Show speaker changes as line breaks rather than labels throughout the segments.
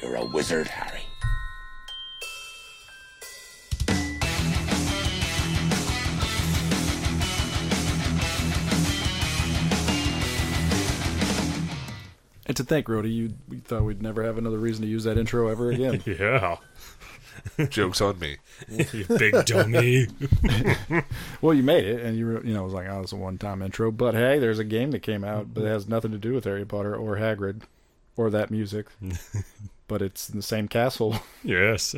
You're a wizard, Harry.
And to think, Rody, you we thought we'd never have another reason to use that intro ever again.
Yeah,
Joke's on me.
you big dummy.
well, you made it, and you were, you know was like, oh, it's a one time intro. But hey, there's a game that came out, but it has nothing to do with Harry Potter or Hagrid or that music. but it's in the same castle.
yes,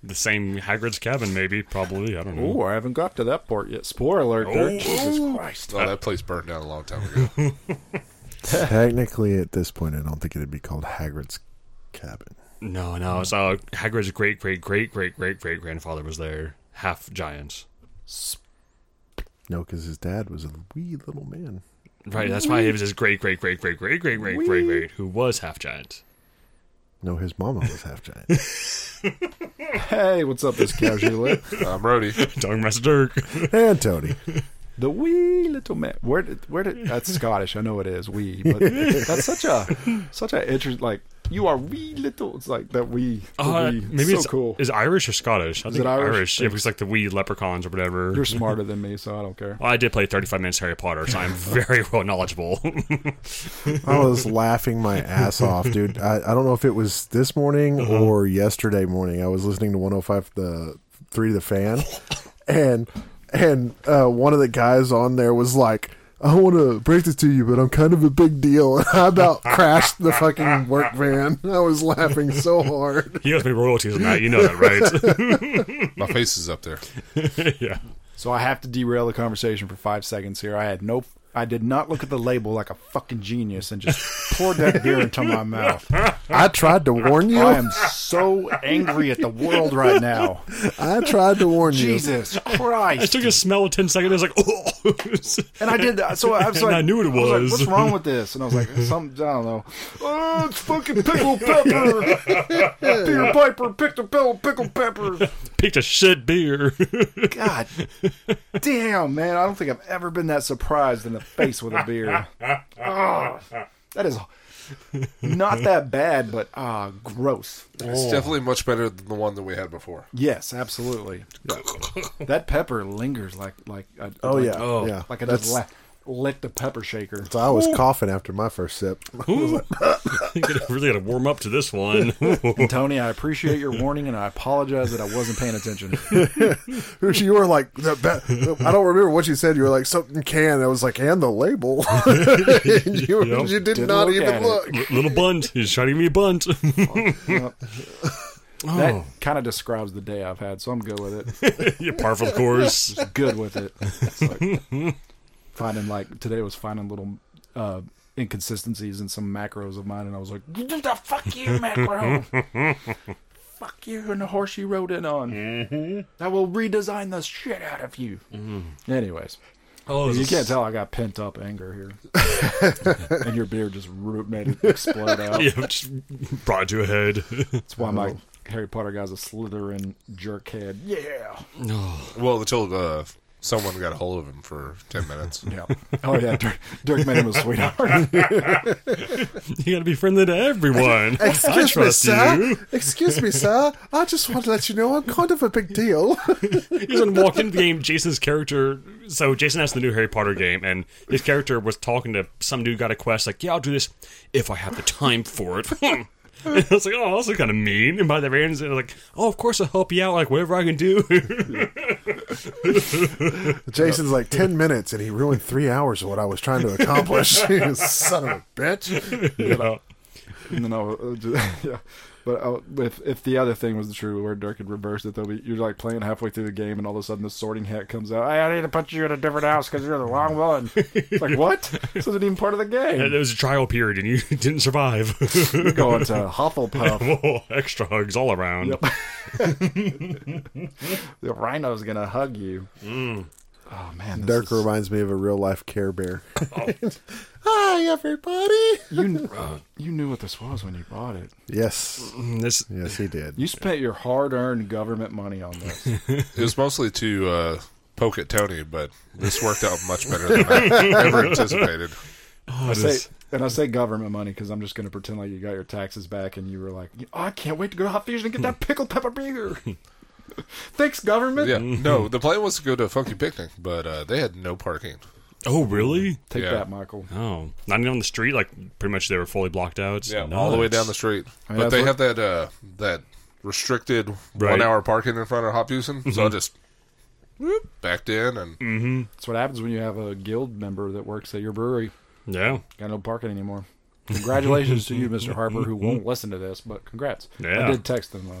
the same Hagrid's cabin, maybe, probably. I don't know.
Ooh, I haven't got to that part yet. Spoiler alert! Dirk.
Oh.
Jesus Christ!
Oh, that place burned down a long time ago.
Technically, at this point, I don't think it'd be called Hagrid's cabin.
No, no, it's uh, Hagrid's great, great, great, great, great, great grandfather was there, half giant.
No, because his dad was a wee little man.
Right, that's why it was his great, great, great, great, great, great, great, great, great, who was half giant.
No, his mama was half giant.
Hey, what's up, this casual?
I'm Rody.
Talking about Dirk.
and Tony.
the wee little man. Where did where did that's Scottish? I know it is wee, but that's such a such a interest. Like you are wee little. It's like that wee. the
Uh,
wee.
maybe
so
it's
cool.
Is Irish or Scottish? I
it Irish?
Irish. It was like the wee leprechauns or whatever.
You're smarter than me, so I don't care.
Well, I did play 35 minutes Harry Potter, so I'm very well knowledgeable.
I was laughing my ass off, dude. I, I don't know if it was this morning or yesterday morning. I was listening to 105 the 3 to the fan and and uh, one of the guys on there was like I want to break this to you, but I'm kind of a big deal. And I about crashed the fucking work van. I was laughing so hard.
he owes me royalties on that. You know that,
My face is up there.
right? yeah.
So I have to derail the conversation for five seconds here. I had no, I did not look at the label like a fucking genius and just poured that beer into my mouth.
I tried to warn you.
I am so angry at the world right now.
I tried to warn you.
Jesus
I
Christ!
took a smell of 10 seconds. I was like, oh.
And I did that. So I was
And
like,
I knew what it
I like,
was.
What's wrong with this? And I was like, some, I don't know. Oh, it's fucking pickle pepper. Peter Piper picked a pickle pickle peppers.
Picked a shit beer.
God damn, man. I don't think I've ever been that surprised in the face with a beer. Ah, that is not that bad, but ah, gross.
It's definitely much better than the one that we had before.
Yes, absolutely. that pepper lingers like like a,
Oh
like,
yeah, yeah.
like I
That's-
just la- licked a pepper shaker.
so I was coughing after my first sip.
you gotta- really got to warm up to this one.
And Tony, I appreciate your warning, and I apologize that I wasn't paying attention.
you were like, the be- I don't remember what you said. You were like something can. I was like, and the label. And you,
Yep.
you did
Didn't
not
look at
even
it.
look.
Little bunt. He's trying to give me a bunt. Oh.
That kind of describes the day I've had, so I'm good with it.
yeah, par for the course.
Good with it. It's like finding like today was finding little uh, inconsistencies in some macros of mine, and I was like, "The fuck you macro." Fuck you and the horse you rode in on. I will redesign the shit out of you. Anyways,
Oh,
you can't tell I got pent up anger here, and your beer just ru- made it explode out.
Yeah, just brought it to a head.
That's why my Harry Potter guy's a Slytherin jerkhead. Yeah.
Well, until uh, someone got a hold of him for 10 minutes.
Yeah. Oh yeah. Dirk, Dirk made him a sweetheart.
you got to be friendly to everyone. I
Excuse me,
trust
sir.
you.
Excuse me, sir. I just want to let you know I'm kind of a big deal.
He was walked into the game. Jason's character. So Jason has the new Harry Potter game, and his character was talking to some dude. Got a quest like, "Yeah, I'll do this if I have the time for it." and I was like, "Oh, that's kind of mean." And by the way, they're like, "Oh, of course I'll help you out. Like whatever I can do."
Jason's like ten minutes, and he ruined three hours of what I was trying to accomplish. You Son of a bitch.
you know?
and then I was, uh, yeah. But I, if if the other thing was true, where Dirk had reversed it, though, but you're like playing halfway through the game, and all of a sudden the Sorting Hat comes out. Hey, I need to put you in a different house because you're the wrong one. It's like what? This isn't even part of the
And it
game.
was a trial period, and you didn't survive.
You're going to Hufflepuff.
Whoa, extra hugs all around.
Yep. The rhino's gonna hug you. Oh man, this
Dirk
is-
reminds me of a real life Care Bear. Hi, everybody.
you kn- uh, you knew what this was when you bought it.
Yes,
Mm, This
yes, he did.
You spent your hard-earned government money on this.
It was mostly to uh, poke at Tony, but this worked out much better than I ever anticipated.
Oh,
I
it
say,
is-
and I say government money because I'm just going to pretend like you got your taxes back and you were like, oh, I can't wait to go to Hot Fusion and get that pickled pepper beer. Thanks, government.
Hmm. Yeah, no, the plan was to go to a funky picnic, but uh, they had no parking.
oh, really?
Take
Yeah.
that, Michael.
Oh, not even on the street. Like pretty much, they were fully blocked out.
Yeah, all the way down the street.
mean,
but
that's
they
what-
have that uh, that restricted
Right.
one hour parking in front of Hop Houston, so I just whoop, backed in and
That's what happens when you have a guild member that works at your brewery.
Yeah,
Got no parking anymore. Congratulations to you, Mr. Harper, who won't listen to this, but congrats.
Yeah.
I did text him. Uh,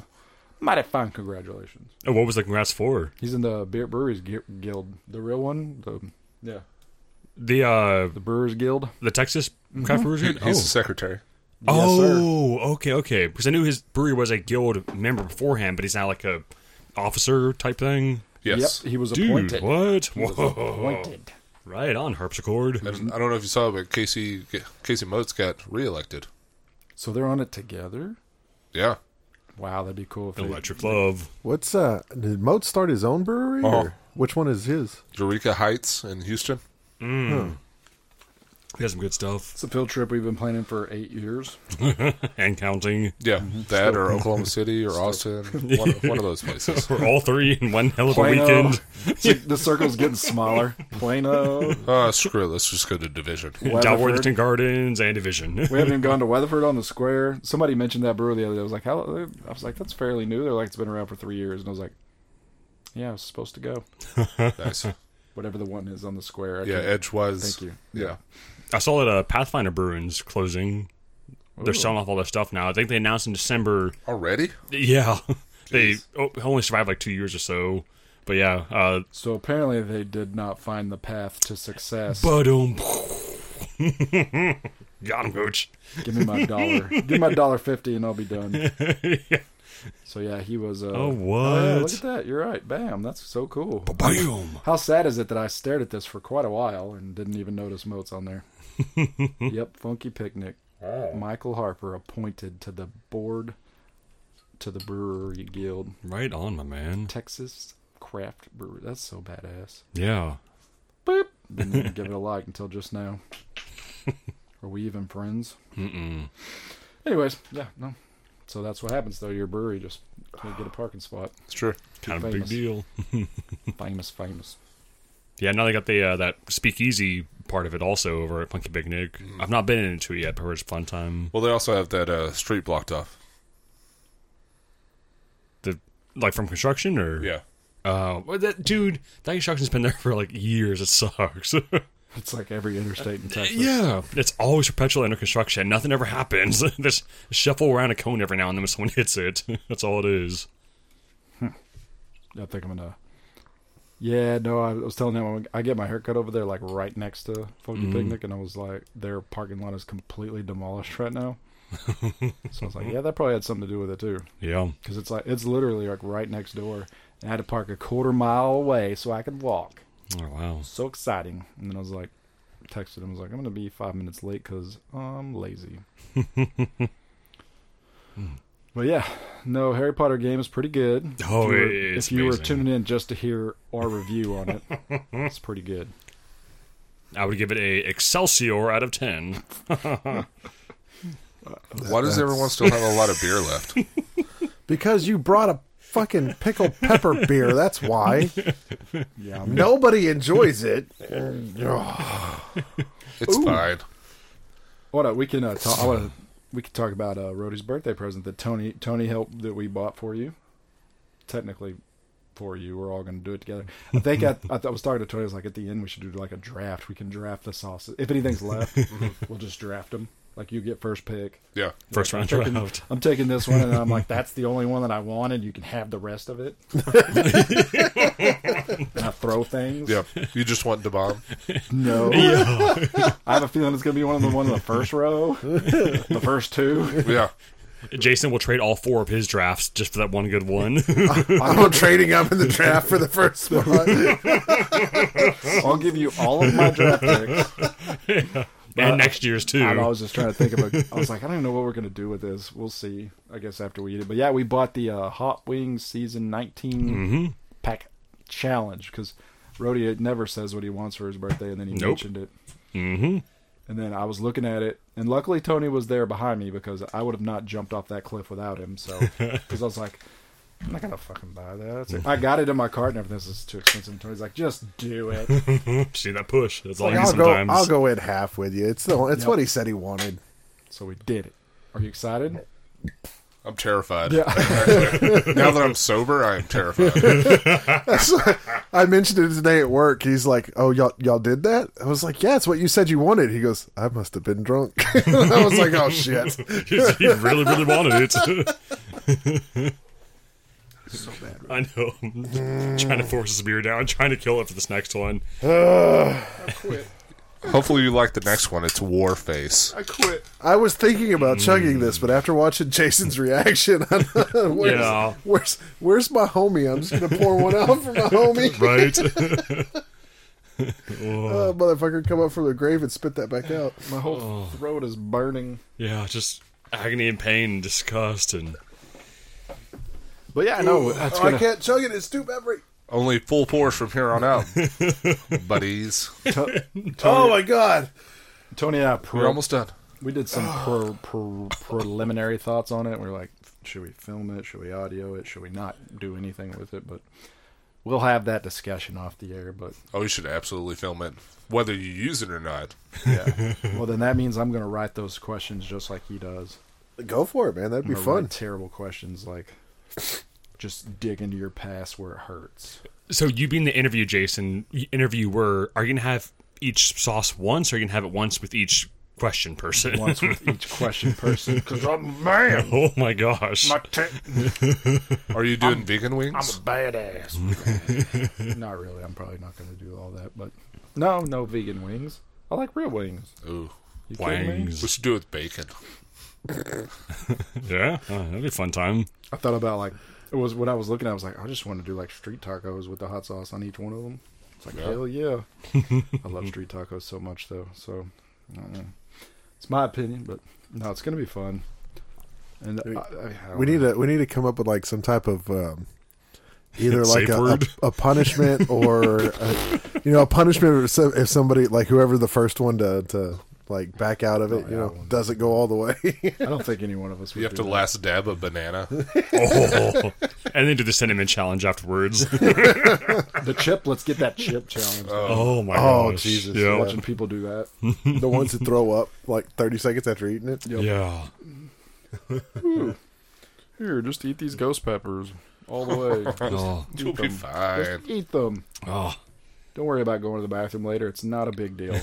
mighty fine congratulations.
Oh, what was the congrats for?
He's in the beer breweries Gu- guild, the real one, the yeah,
The uh,
the brewers guild.
the Texas craft brewers.
he's
Guild?
the secretary.
Yes, sir.
oh, okay, okay. Because I knew his brewery was a guild member beforehand, but he's now like a officer type thing.
Yes.
Yep, he was
Dude,
appointed.
what?
He was
Whoa.
appointed.
Right on, harpsichord.
Mm-hmm.
And I don't know if you saw, but Casey Casey Motes got reelected.
So they're on it together.
Yeah,
Wow, that'd be cool. If they-
Electric love.
What's uh? Did Moat start his own brewery?
Oh.
Or which one is his?
Eureka Heights in Houston.
He has some good stuff.
It's a field trip we've been planning for eight years.
Hand counting.
Yeah,
Mm-hmm.
that or Oklahoma City or Austin, one, one of those places.
We're all three in one hell of a
Plano.
weekend.
It's like the circle's getting smaller. Plano.
Uh, screw it, let's just go to Division.
Dalworthington Gardens and Division.
We haven't even gone to Weatherford on the Square. Somebody mentioned that brewer the other day. I was like, "How?" I was like, "That's fairly new." They're like, "It's been around for three years," and I was like, "Yeah, I was supposed to go."
Nice.
Whatever the one is on the square. I
Yeah,
can't-
Edgewise.
Thank you.
Yeah.
I saw that uh, Pathfinder Bruins closing. They're
Ooh.
selling off all their stuff now. I think they announced in December.
Already?
Yeah, they oh, only survived like two years or so. But yeah, uh,
So apparently they did not find the path to success.
but um, got him, coach.
Give me my dollar. Give me my dollar fifty, and I'll be done.
Yeah.
So yeah, he was. Uh,
Oh,
yeah,
what?
look at that. You're right. Bam. That's so cool.
Oh, Bam!
How sad is it that I stared at this for quite a while and didn't even notice moats on there? yep, Funky Picnic. Michael Harper appointed to the board to the Brewery Guild,
Right on, my man.
Texas Craft Brewery. That's so badass.
Yeah.
Boop. Didn't even give it a like until just now. Are we even friends? Mm-mm. Anyways, yeah, no. So that's what happens though. Your brewery just can't get a parking spot.
It's true.
Kind of a big
famous.
deal.
Famous, famous.
Yeah, now they got the uh, that speakeasy part of it also over at Funky Big Nick. I've not been into it yet, but it's a fun time.
Well, they also have that uh, street blocked off.
The like from construction or
Yeah.
Uh, well, that dude, that construction's been there for like years. It sucks.
It's like every interstate in Texas.
yeah, it's always perpetually under construction. Nothing ever happens. There's a shuffle around a cone every now and then when someone hits it. That's all it is.
I think I'm gonna. Yeah, no, I was telling him I get my haircut over there, like right next to Funky Picnic, and I was like, their parking lot is completely demolished right now. so I was like, yeah, that probably had something to do with it too,
Yeah,
because it's like it's literally like right next door, and I had to park a quarter mile away so I could walk.
Oh wow.
So exciting! And then I was like, texted him, I was like, I'm gonna be five minutes late because I'm lazy. But yeah, no, Harry Potter game is pretty good. if
Oh,
you, were,
it's
if you were
amazing.
tuning in just to hear our review on it, it's pretty good.
I would give it a Excelsior out of ten.
Why does everyone still have a lot of beer left?
Because you brought a fucking pickled pepper beer. That's why
Yeah,
nobody enjoys it.
It's fine.
what uh, we can uh, talk. I wanna, we could talk about uh, Rhodey's birthday present that Tony Tony helped that we bought for you. Technically, for you, we're all going to do it together. I think I, I, th- I was talking to Tony. I was like, at the end, we should do like a draft. We can draft the sauces. If anything's left, we'll just draft them. Like you get first pick.
Yeah.
First round
Taking-
draft.
I'm taking this one, and I'm like, that's the only one that I wanted. You can have the rest of it. and I throw things.
Yeah. You just want to bomb.
No. I have a feeling it's going to be one of the one in the first row, the first two.
Yeah.
Jason will trade all four of his drafts just for that one good one.
I'm trading up in the draft for the first spot.
I'll give you all of my draft picks.
and next year's too.
I was just trying to think of a. I was like, I don't even know what we're going to do with this. We'll see. I guess after we eat it. But yeah, we bought the uh, Hot Wings season 19 pack challenge because Rhodey never says what he wants for his birthday, and then he
Nope.
mentioned it. And then I was looking at it, and luckily Tony was there behind me because I would have not jumped off that cliff without him. So, because I was like, I'm not gonna fucking buy that. It's- I got it in my cart and everything. This is too expensive. And Tony's like, just do it.
See that push? That's all
Like,
I need
I'll go.
sometimes.
I'll go in half with you. It's the. It's
Yep.
what he said he wanted.
so we did it. Are you excited?
I'm terrified.
Yeah.
now that I'm sober, I am terrified.
I mentioned it today at work. He's like, "Oh, y'all, y'all did that?" I was like, "Yeah, it's what you said you wanted." He goes, "I must have been drunk." I was like, "Oh shit!"
he really, really wanted it. so bad. I know. trying to force this beer down, trying to kill it for this next one.
Hopefully, you like the next one. It's Warface.
I quit.
I was thinking about chugging this, but after watching Jason's reaction, I'm, where's,
Mm. Yeah.
where's where's my homie? I'm just gonna pour one out for my homie.
Right?
Uh, motherfucker, come up from the grave and spit that back out.
My whole throat is burning.
yeah, just agony and pain and disgust and
But yeah, I know that's
Oh, I
gonna.
can't chug it. It's too peppery.
Only full force from here on out, buddies.
Oh my god!
Tony and I pro-
We're almost done.
we did some pro- pro- preliminary thoughts on it. We were like, should we film it? Should we audio it? Should we not do anything with it? But we'll have that discussion off the air. But
Oh, you should absolutely film it, whether you use it or not.
yeah, well then that means I'm gonna write those questions just like he does.
Go for it, man. That'd be
I'm gonna
fun.
write terrible questions like just dig into your past where it hurts.
So you being the interview, Jason, y- interviewer, are you gonna have each sauce once, or are you gonna have it once with each question person?
Once with each question person. Cause I'm
oh my gosh!
Are you doing vegan wings?
badass. not really. I'm probably not gonna do all that. But no, no vegan wings. I like real wings.
Ooh,
You kidding me?
we
Wangs.
should do it with bacon.
Yeah, oh, that'd be a fun time.
I thought about like it was when I was looking. I was like, I just want to do like street tacos with the hot sauce on each one of them. It's like hell yeah. I love street tacos so much though. So I don't know. it's my opinion, but no, it's gonna be fun. And I, I, I
We need to we need to come up with like some type of um, either like
Safe
a, a,
word.
a punishment or a, you know a punishment if so- if somebody like whoever the first one to to like back out of it you know doesn't go all the way.
I don't think any one of us. Would
You have to
do
last dab a banana.
Oh. and then do the cinnamon challenge afterwards.
that. the chip. Let's get that chip challenge.
oh my
Oh,
gosh!
Jesus.
Yeah,
Watching people do that.
the ones that throw up like thirty seconds after eating it.
Yep.
yeah.
Here, just eat these ghost peppers all the way. Just
Oh,
eat
You'll be
them.
fine.
Just eat them.
oh.
Don't worry about going to the bathroom later. It's not a big deal.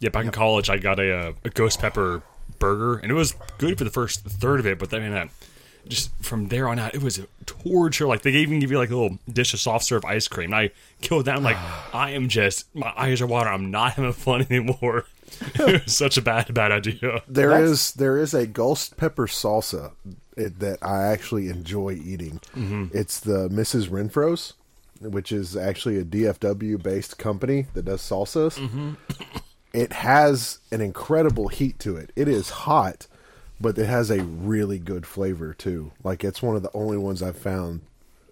Yeah, back in college, I got a, uh, a ghost pepper burger, and it was good for the first third of it, but then uh, just from there on out, it was torture. Like they even give you like a little dish of soft serve ice cream, and I killed that. I'm like, I am just my eyes are watering. I'm not having fun anymore. it was such a bad, bad idea.
There
That's-
is there is a ghost pepper salsa it- that I actually enjoy eating. It's the Mrs. Renfro's, which is actually a DFW based company that does salsas. It has an incredible heat to it. It is hot, but it has a really good flavor too. Like it's one of the only ones I've found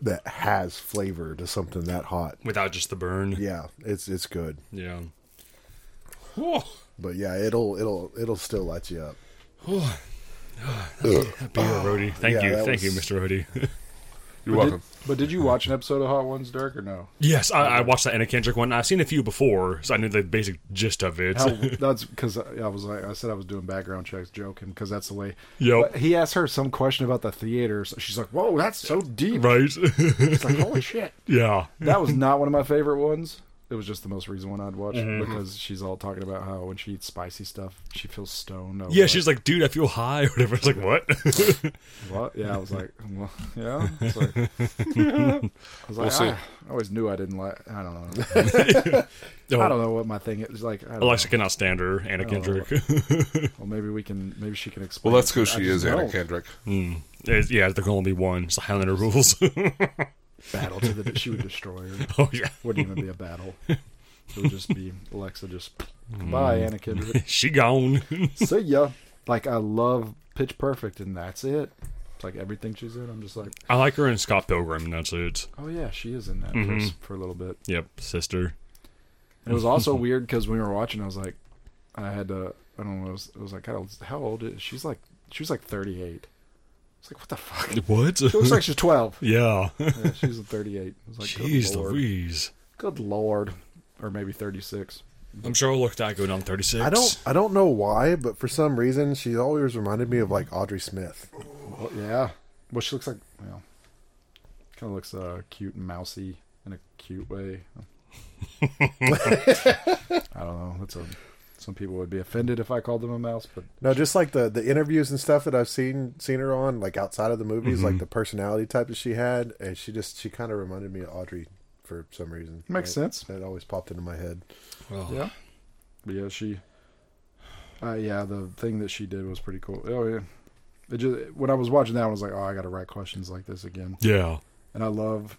that has flavor to something that hot.
Without just the burn.
Yeah, it's it's good.
Yeah. Whew.
But yeah, it'll it'll it'll still light you up.
That beer,
Ah.
Rody. Thank
yeah,
you,
that
thank you,
was-
Mr. Rody.
You're
But
welcome.
did, but did you watch an episode of Hot Ones, Dirk, or no?
yes, I, I watched that Anna Kendrick one. I've seen a few before, so I knew the basic gist of it.
How, that's because I I was like I said I was doing background checks, joking because that's the way.
Yep.
But he asked her some question about the theater. So she's like, "Whoa, that's so deep."
right?
It's like, "Holy shit!"
yeah.
That was not one of my favorite ones. It was just the most recent one I'd watched because she's all talking about how when she eats spicy stuff, she feels stoned. I was
Yeah, she's like, dude, I feel high or whatever. It's like, what?
What? Yeah, I was like, well, yeah. It's like- I was like,
see.
I, I always knew I didn't like. I don't know.
No,
I don't know what my thing is. Like, I don't
Oh, Alexa cannot stand her, Anna Kendrick.
know. Well, maybe we can. Maybe she can explain.
Well, that's
it.
because
I
she
just
is Anna
don't.
Kendrick.
It's- yeah, there can only be one. It's the Highlander rules.
Battle to the. She would destroy her.
oh, yeah.
Wouldn't even be a battle. It would just be Alexa. Just bye,
Mm.
Anna Kendrick.
She gone.
See ya. Like I love Pitch Perfect, and that's it. It's like everything she's in. I'm just like,
I like her in Scott Pilgrim, and that's it.
oh yeah, she is in that for
Mm-hmm.
s- for a little bit.
Yep, sister.
And it was also weird because when we were watching, I was like, and I had to. I don't know. I was, I was like, how old, how old is she's like? She was like 38. It's like what the fuck? She
What?
looks like she's 12.
yeah.
Yeah, she's a 38. I was like,
Jeez
good lord.
Louise.
Good lord, or maybe 36.
I'm sure I'll look back when I'm 36.
I don't I don't know why, but for some reason she always reminded me of like Audrey Smith.
Well, yeah. Well, she looks like well, kind of looks uh, cute and mousy in a cute way. I don't know. That's a some people would be offended if I called them a mouse, but
No, just like the the interviews and stuff that I've seen seen her on, like outside of the movies,
Mm-hmm.
like the personality type that she had, and she just she kind of reminded me of Audrey for some reason.
Makes
Like,
sense.
That always popped into my head.
Oh.
yeah, but yeah, she. Uh, yeah, the thing that she did was pretty cool. Oh yeah, it just when I was watching that, I was like, oh, I got to write questions like this again.
Yeah.
And I love,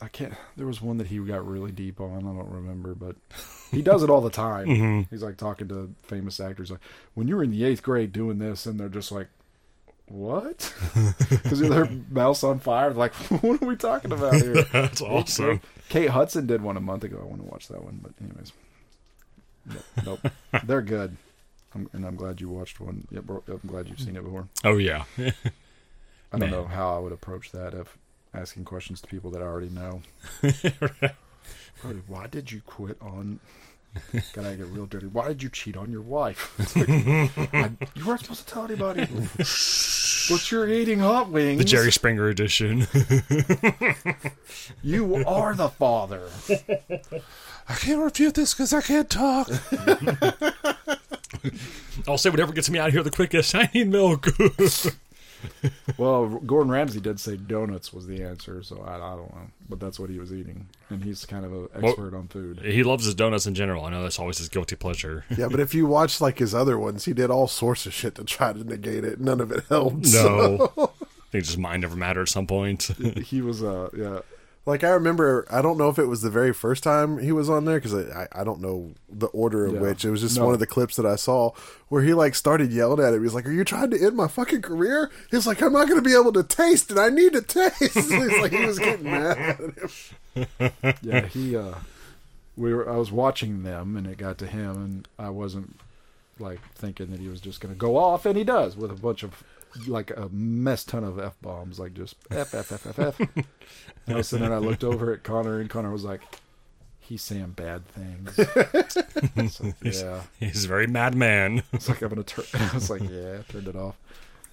I can't. There was one that he got really deep on. I don't remember, but he does it all the time.
Mm-hmm.
He's like talking to famous actors, like when you were in the eighth grade doing this, and they're just like, "What?" Because their mouth's on fire. Like, what are we talking about here?
That's awesome.
Kate Hudson did one a month ago. I want to watch that one, but anyways, nope, nope. they're good. I'm, and I'm glad you watched one. Yep, bro- I'm glad you've seen it before.
Oh, yeah.
I don't
Man.
know how I would approach that if asking questions to people that I already know. Brody, why did you quit on? Gotta get real dirty. Why did you cheat on your wife? It's like, I- you weren't supposed to tell anybody. but you're eating hot wings.
The Jerry Springer edition.
You are the father.
I can't refute this because I can't talk.
I'll say whatever gets me out of here the quickest. I need milk.
Well, Gordon Ramsay did say donuts was the answer, so I, I don't know. But that's what he was eating, and he's kind of an expert on food.
he loves his donuts in general. I know that's always his guilty pleasure.
Yeah, but if you watch like his other ones, he did all sorts of shit to try to negate it. None of it helped.
No. I think just mind never mattered at some point.
He was, uh, yeah,
Like I remember, I don't know if it was the very first time he was on there because I, I I don't know the order of
Yeah.
which it was just
No.
one of the clips that I saw where he like started yelling at him. He's like, "Are you trying to end my fucking career?" He's like, "I'm not going to be able to taste it. I need to taste." He's like, he was getting mad. At him.
yeah, he uh we were I was watching them and it got to him and I wasn't like thinking that he was just gonna go off and he does with a bunch of like a mess ton of F bombs, like just F F F F F. and all of a sudden I looked over at Connor and Connor was like, He's saying bad things. It's like, yeah.
He's a very madman.
It's like I'm gonna turn I was like, Yeah, I turned it off.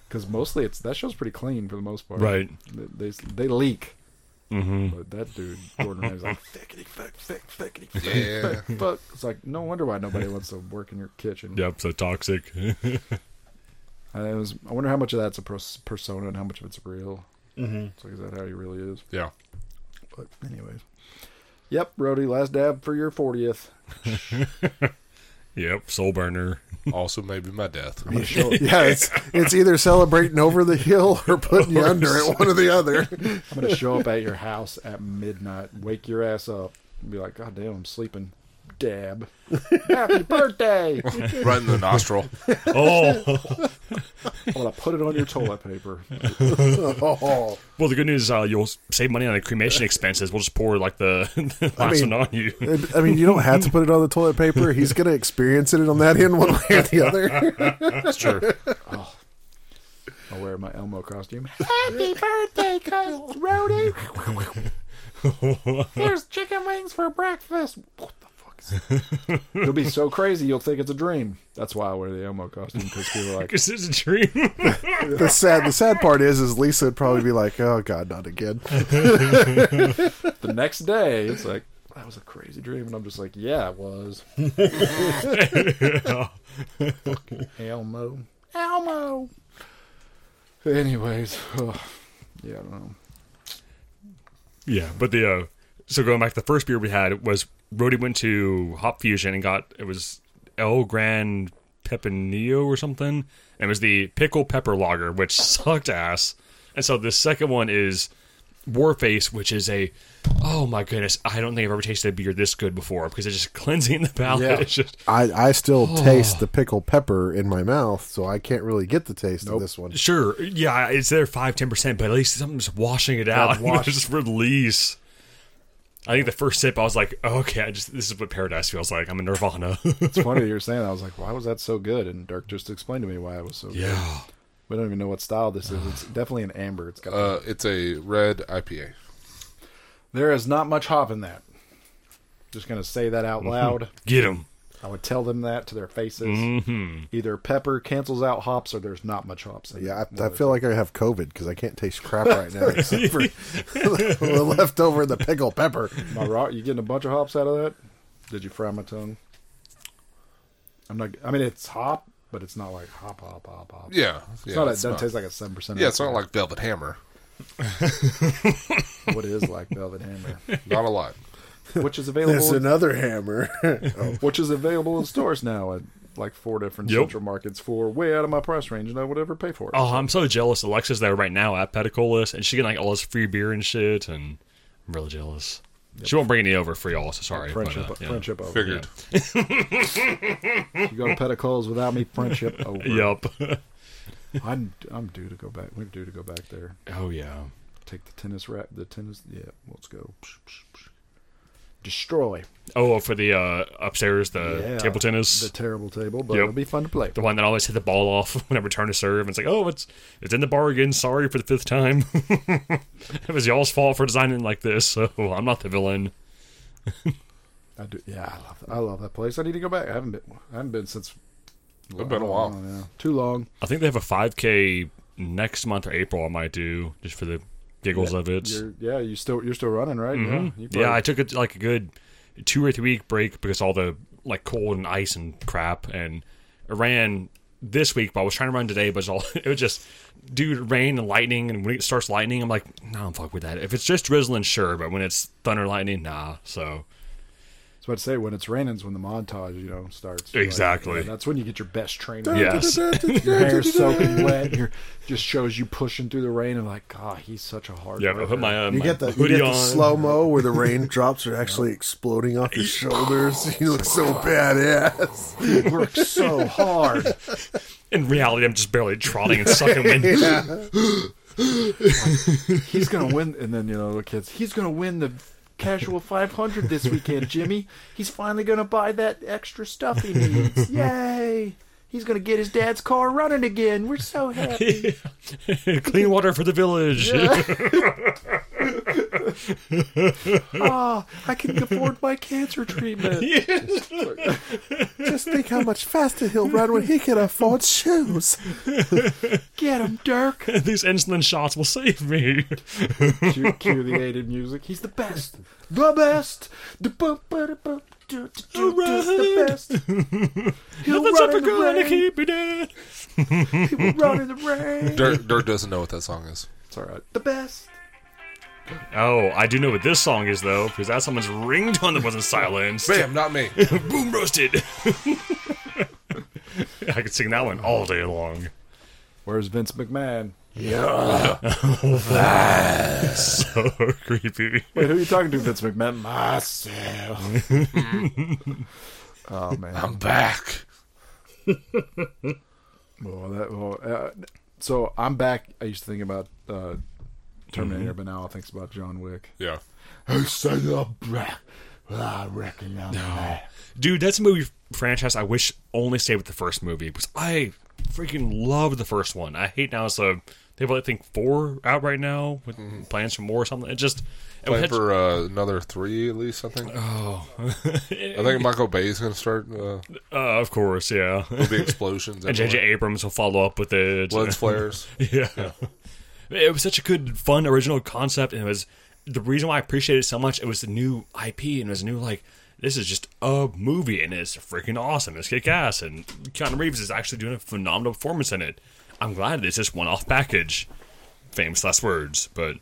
Because mostly it's that show's pretty clean for the most part.
Right. Mm-hmm.
They they, they leak. But that dude, Gordon Ramsay's like, thickety, thick, thick, thickety, thick,
Yeah.
thick, fuck. It's like, no wonder why nobody wants to work in your kitchen.
Yep, so toxic.
And it was, I wonder how much of that's a pers- persona and how much of it's real. Mm-hmm. It's like, is that how he really is?
Yeah.
But, anyways. Yep, Brody, last dab for your 40th.
yep, soul burner.
Also, maybe my death.
I'm gonna show I'm
Yeah, it's it's either celebrating over the hill or putting you under it, one or the other.
going to show up at your house at midnight, wake your ass up, and be like, God damn, I'm sleeping. Dab. Happy birthday!
right in the nostril.
Oh,
I'm going to put it on your toilet paper.
Oh,
well, the good news is uh, you'll save money on the cremation expenses. We'll just pour like the, the last
mean-
one on you.
I mean, you don't have to put it on the toilet paper. He's going to experience it on that end one way or the other.
That's true.
I'll wear my Elmo costume.
Happy birthday, Kyle Rody. Here's chicken wings for breakfast.
It'll be so crazy you'll think it's a dream. That's why I wear the Elmo costume because people are like,
This is a dream.
the sad the sad part is is Lisa would probably be like, "Oh God, not again."
the next day it's like that was a crazy dream, and I'm just like, yeah, it was. Fucking Elmo, Elmo. Anyways, ugh. yeah, I don't know.
yeah, but the uh, so going back, the first beer we had was Rody went to Hop Fusion and got it was El Gran Pepinillo or something. And it was the pickle pepper lager, which sucked ass. And so the second one is Warface, which is a oh my goodness, I don't think I've ever tasted a beer this good before because it's just cleansing the palate.
Yeah.
It's just
I I still
Oh.
taste the pickle pepper in my mouth, so I can't really get the taste
Nope.
of this one.
Sure, yeah, it's there five ten percent, but at least something's washing it out.
wash.
Just release. I think the first sip, I was like, oh, okay, I just this is what paradise feels like. I'm in Nirvana.
It's funny you were saying that. I was like, why was that so good? And Dirk just explained to me why it was so good.
yeah.
We don't even know what style this is. It's definitely an amber. It's got
Uh, it's a red IPA.
There is not much hop in that. Just gonna say that out loud.
Get him.
I would tell them that to their faces. Either pepper cancels out hops, or there's not much hops. In
Yeah,
it.
I, I feel like I have COVID because I can't taste crap right now except for the leftover and the pickle pepper.
Am I wrong? You getting a bunch of hops out of that? Did you fry my tongue? I'm not. I mean, it's hop, but it's not like hop, hop, hop, hop.
Yeah,
It's
yeah,
not. It
it's
doesn't
not-
taste like a seven percent.
yeah, it's not like Velvet Hammer.
what it is like Velvet Hammer,
Not a lot.
which is
There's
available.
another hammer.
which is available in stores now at like four different
Yep.
central markets for way out of my price range, and I would ever pay for it.
Oh, I'm so jealous. Alexa's there right now at Pedicolis, and she getting like all this free beer and shit, and I'm really jealous. She won't bring any over for y'all, so sorry. but,
friendship,
uh, yeah.
friendship over.
Figured.
You go to Pedicole's without me, friendship over.
Yep.
I'm I'm due to go back. We're due to go back there.
oh yeah.
Take the tennis rack. The tennis. Yeah, let's go. Destroy
Oh, for the uh, upstairs, the
Yeah,
table tennis,
the
the,
terrible table, but
Yep.
it'll be fun to play.
one that always hit the ball off when I return to serve. And it's like, oh, it's it's in the bar again. Sorry for the fifth time. it was y'all's fault for designing it like this, so I'm not the villain.
I do. Yeah, I love. That. I love that place. I need to go back. I haven't been. I haven't been since.
It's been a
Oh,
while.
yeah. Too long.
I think they have a 5K next month or April. I might do just for the giggles of it.
You're, yeah, you still you're still running, right? Yeah. You probably-
Mm-hmm. Yeah, I took it like a good two or three week break because all the like cold and ice and crap, and I ran this week. But I was trying to run today, but it's all it was just dude rain and lightning, and when it starts lightning, I'm like, nah, I'm fuck with that. If it's just drizzling, sure, but when it's thunder and lightning, nah. So
That's what I say. When it's raining, is when the montage you know starts.
Exactly.
Like, yeah, that's when you get your best
Oh,
training.
yes,
Your hair's soaking wet. Your just shows you pushing through the rain and like, God, he's such a hard.
yeah. I put
worker."
my, uh,
You
my
get the, you
hoodie
get the
on.
slow mo where the raindrops are actually exploding off your shoulders. You look so badass.
He works so hard.
In reality, I'm just barely trotting and sucking wind.
He's gonna win, and then you know the kids. He's gonna win the casual 500 this weekend, Jimmy. He's finally gonna buy that extra stuff he needs. Yay! He's gonna get his dad's car running again. We're so happy.
Clean water for the village.
Ah, I can afford my cancer treatment.
Just think how much faster he'll run when he can afford shoes.
Get him, Dirk.
These insulin shots will save me.
cue, cue the aided music. He's the best. The best. The bum, ba, da, bum, do, do, do, do, the
Alright.
best. He'll
That's
run
up a
in the
gun to
rain.
keep me down.
He will run in the rain.
Dirt, Dirt doesn't know what that song is.
It's all right. The best.
Oh, I do know what this song is though, because that's someone's ringtone that wasn't silenced.
Bam, not me.
Boom roasted. I could sing that one all day long.
Where's Vince McMahon?
So creepy.
Wait, who are you talking to, Vince McMahon? Myself. oh man.
I'm back.
Well, that. Well, uh, so I'm back. I used to think about uh, Terminator, but now I think about John Wick.
Yeah.
I said, "Oh, bruh, Ah, I reckon I'm back."
Dude, that's a movie franchise I wish only stayed with the first movie because I freaking love the first one. I hate now it's a they have I think four out right now with plans for more or something. It just it
Mm-hmm. Plan
had-
for uh, another three at least, I think. Oh. I think Michael Bay is going to start uh,
uh, of course, yeah.
with the explosions.
And JJ Abrams will follow up with it.
Bloods, flares.
Yeah. It was such a good, fun, original concept, and it was the reason why I appreciated it so much. It was the new IP, and it was new like this is just a movie, and it's freaking awesome. It's kick ass, and Keanu Reeves is actually doing a phenomenal performance in it. I'm glad it's just one off package. Famous last words, but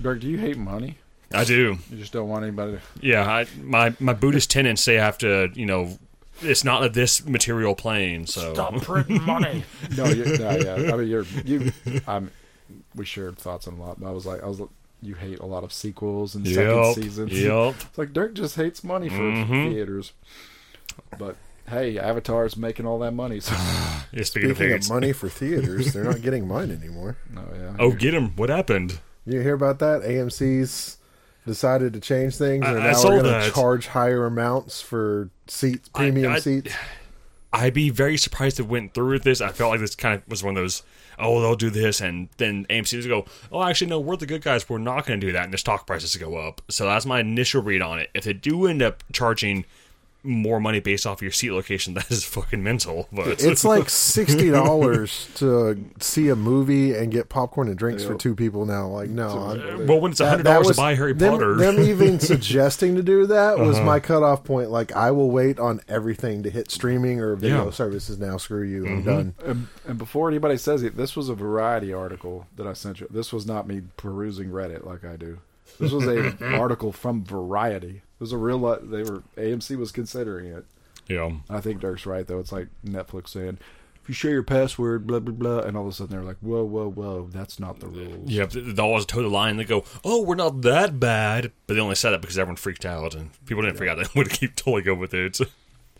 Dirk, do you hate money?
I do.
You just don't want anybody. to...
Yeah, I, my my Buddhist tenants say I have to, you know, it's not of this material plane. So
printing money.
No, you, no, yeah. I mean, you're you. I'm. We shared thoughts on a lot, but I was like, I was. like, You hate a lot of sequels and second
Yep,
seasons.
yep. Mm-hmm.
It's like Dirk just hates money for theaters. But hey, Avatar's making all that money. So,
it's speaking,
Speaking
of,
of
of
money for theaters, they're not getting mine anymore.
no, yeah.
Oh, get him! What happened?
You hear about that? AMC's decided to change things, and
I- I
now
saw
we're going to
that.
charge higher amounts for seats, premium
I-
seats.
I'd be very surprised if it went through with this. I felt like this kind of was one of those, oh, they'll do this, and then AMC just go, oh, actually, no, we're the good guys. We're not going to do that, and the stock prices go up. So that's my initial read on it. If they do end up charging more money based off your seat location, that is fucking mental. But
It's like sixty dollars to see a movie and get popcorn and drinks for two people now. Like, no, I'm,
well, when it's
That-
hundred
that
dollars to
was-
buy Harry
them,
Potter, Uh-huh.
Them even suggesting to do that was my cutoff point. Like, I will wait on everything to hit streaming or video
Yeah. Mm-hmm.
services now. Screw you, I'm done.
And, and before anybody says it, this was a variety article that I sent you. This was not me perusing Reddit like I do. This was a article from Variety. It was a real li They were AMC was considering it.
yeah,
I think Dirk's right though. It's like Netflix saying, if you share your password, blah blah blah, and all of a sudden they're like, whoa whoa whoa, that's not the rules.
yeah, they they always toe the line. They go, oh, we're not that bad, but they only said that because everyone freaked out, and people didn't freak out. They would keep totally going with it.
It's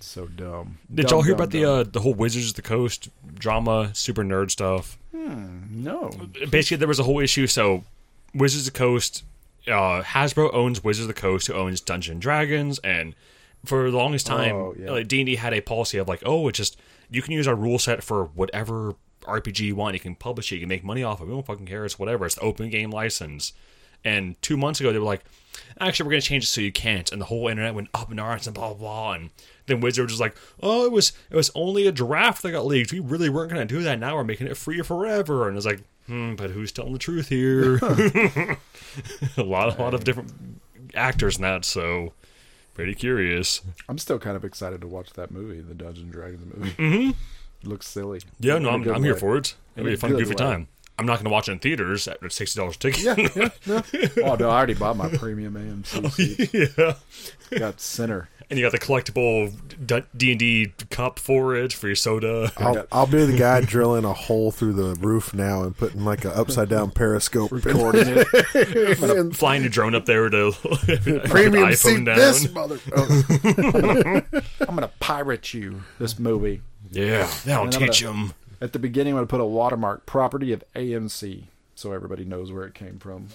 so dumb.
Did
Dumb,
y'all hear
dumb,
about the
dumb.
uh, the whole Wizards of the Coast drama, super nerd stuff?
no?
Basically, there was a whole issue. So, Wizards of the Coast, uh, Hasbro owns Wizards of the Coast, who owns Dungeons and Dragons, and for the longest time,
Oh, yeah.
like D and D had a policy of like, oh, it's just you can use our rule set for whatever RPG you want. You can publish it. You can make money off of it. We don't fucking care. It's whatever. It's the open game license. And two months ago, they were like, actually, we're going to change it so you can't. And the whole internet went up in arms and blah, blah, blah. And then Wizards was like, oh, it was it was only a draft that got leaked. We really weren't going to do that. Now we're making it free forever. And it's like, hmm, but who's telling the truth here? a lot, a lot of different actors in that. So pretty curious.
I'm still kind of excited to watch that movie, the Dungeons and Dragons movie. Looks silly.
Mm-hmm. Yeah, no,
In a
I'm,
good
I'm here
way.
for it.
In
It'll be
a
a fun,
good
goofy
way.
time. I'm not going to watch it in theaters at a sixty dollars ticket.
Oh no, I already bought my
Oh,
premium AMC. seat.
yeah.
Got Sinner.
and you got the collectible D and D cup for it for your soda.
I'll, I'll be the guy drilling a hole through the roof now and putting like an upside down periscope.
Recording it.
and
Flying your drone up there to
premium
iPhone
seat
down.
this mother. Oh,
I'm gonna pirate you this movie.
Yeah,
then
that'll
I'm
teach
gonna-
them.
At the beginning, I'm gonna put a watermark, property of AMC, so everybody knows where it came from.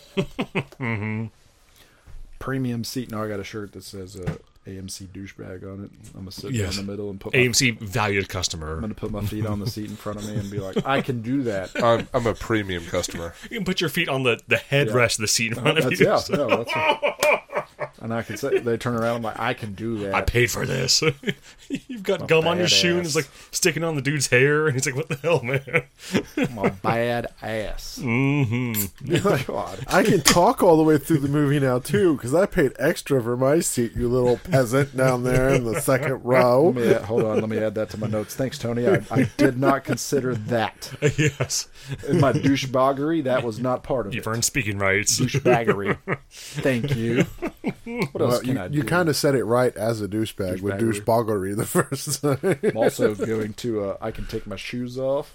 Premium seat. Now I got a shirt that says uh, AMC douchebag on it. I'm gonna sit
Yes.
in the middle and put. My, I'm
AMC valued customer.
gonna put my feet on the seat in front of me and be like, I can do that.
I'm, I'm a premium customer.
You can put your feet on the the headrest of the seat in front of
Uh, That's
you.
yeah. No, that's. what- and I can say they turn around. I'm like, I can do that.
I paid for this. You've got gum on your shoe and it's
badass.
like sticking on the dude's hair, and he's like, "What the hell, man?" Mm-hmm.
I'm a bad ass. "Oh, God.
I can talk all the way through the movie now too because I paid extra for my seat. You little peasant down there in the second row.
Let me add- hold on. Let me add that to my notes. Thanks, Tony. I, I did not consider that
yes,
in my douchebaggery. That was not part of
you've
it.
earned speaking rights.
Douchebaggery. Thank you. What else
Well,
can
you
I do?
you kind of said it right as a douchebag with
Douchebaggery.
douchebaggery the first time.
I'm also going to. Uh, I can take my shoes off.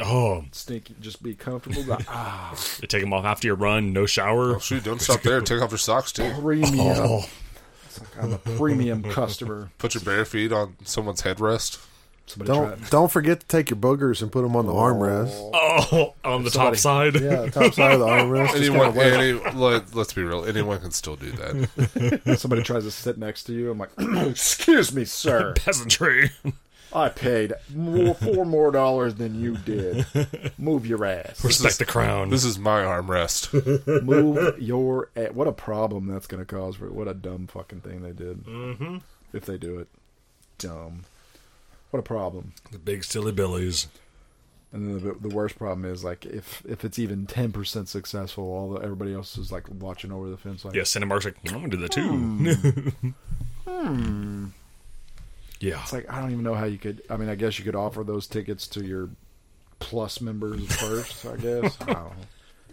Oh,
Stinky. Just be comfortable. Like, ah,
they take them off after your run, no shower.
Shoot, don't stop there. Take off your socks too.
premium.
Oh,
It's like I'm a premium customer.
Put your bare feet on someone's headrest.
Somebody tried.
Don't don't forget to take your boogers and put them on the armrest.
oh, on the top side.
Yeah, top side of the armrest. Just kinda
Anyone,
wet.
any, let, let's be real. Anyone can still do that.
Somebody tries to sit next to you. I'm like, excuse me, sir.
Peasantry.
I paid more, four more dollars than you did. Move your ass.
Respect the crown.
This is my armrest.
Move your ass. What a problem that's going to cause. For, what a dumb fucking thing they did. Mm-hmm. If they do it. Dumb. What a problem.
the big silly billies.
And then the, the worst problem is like if if it's even ten percent successful, all the, everybody else is like watching over the fence. Like,
Yeah, Cinemark's like, I'm gonna do that too. Yeah.
It's like I don't even know how you could. I mean, I guess you could offer those tickets to your plus members first. I guess. I don't know.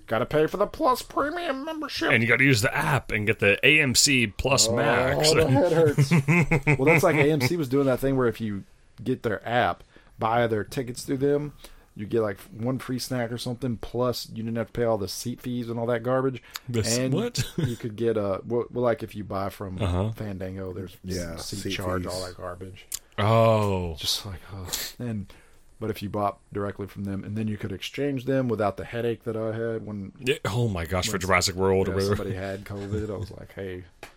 Got to pay for the plus premium membership.
And you got to use the app and get the AMC Plus Max.
Oh, the head hurts. well, that's like AMC was doing that thing where if you get their app, buy their tickets through them, you get like one free snack or something. Plus, you didn't have to pay all the seat fees and all that garbage.
This-
and
what?
you could get a well, well, like if you buy from Fandango, there's
Yeah,
seat,
seat
charge,
fees.
all that garbage.
Oh,
Just like, oh. and But if you bought directly from them, and then you could exchange them without the headache that I had when
Yeah, oh my gosh, for Jurassic World
yeah,
or whatever.
somebody had COVID, I was like, hey, I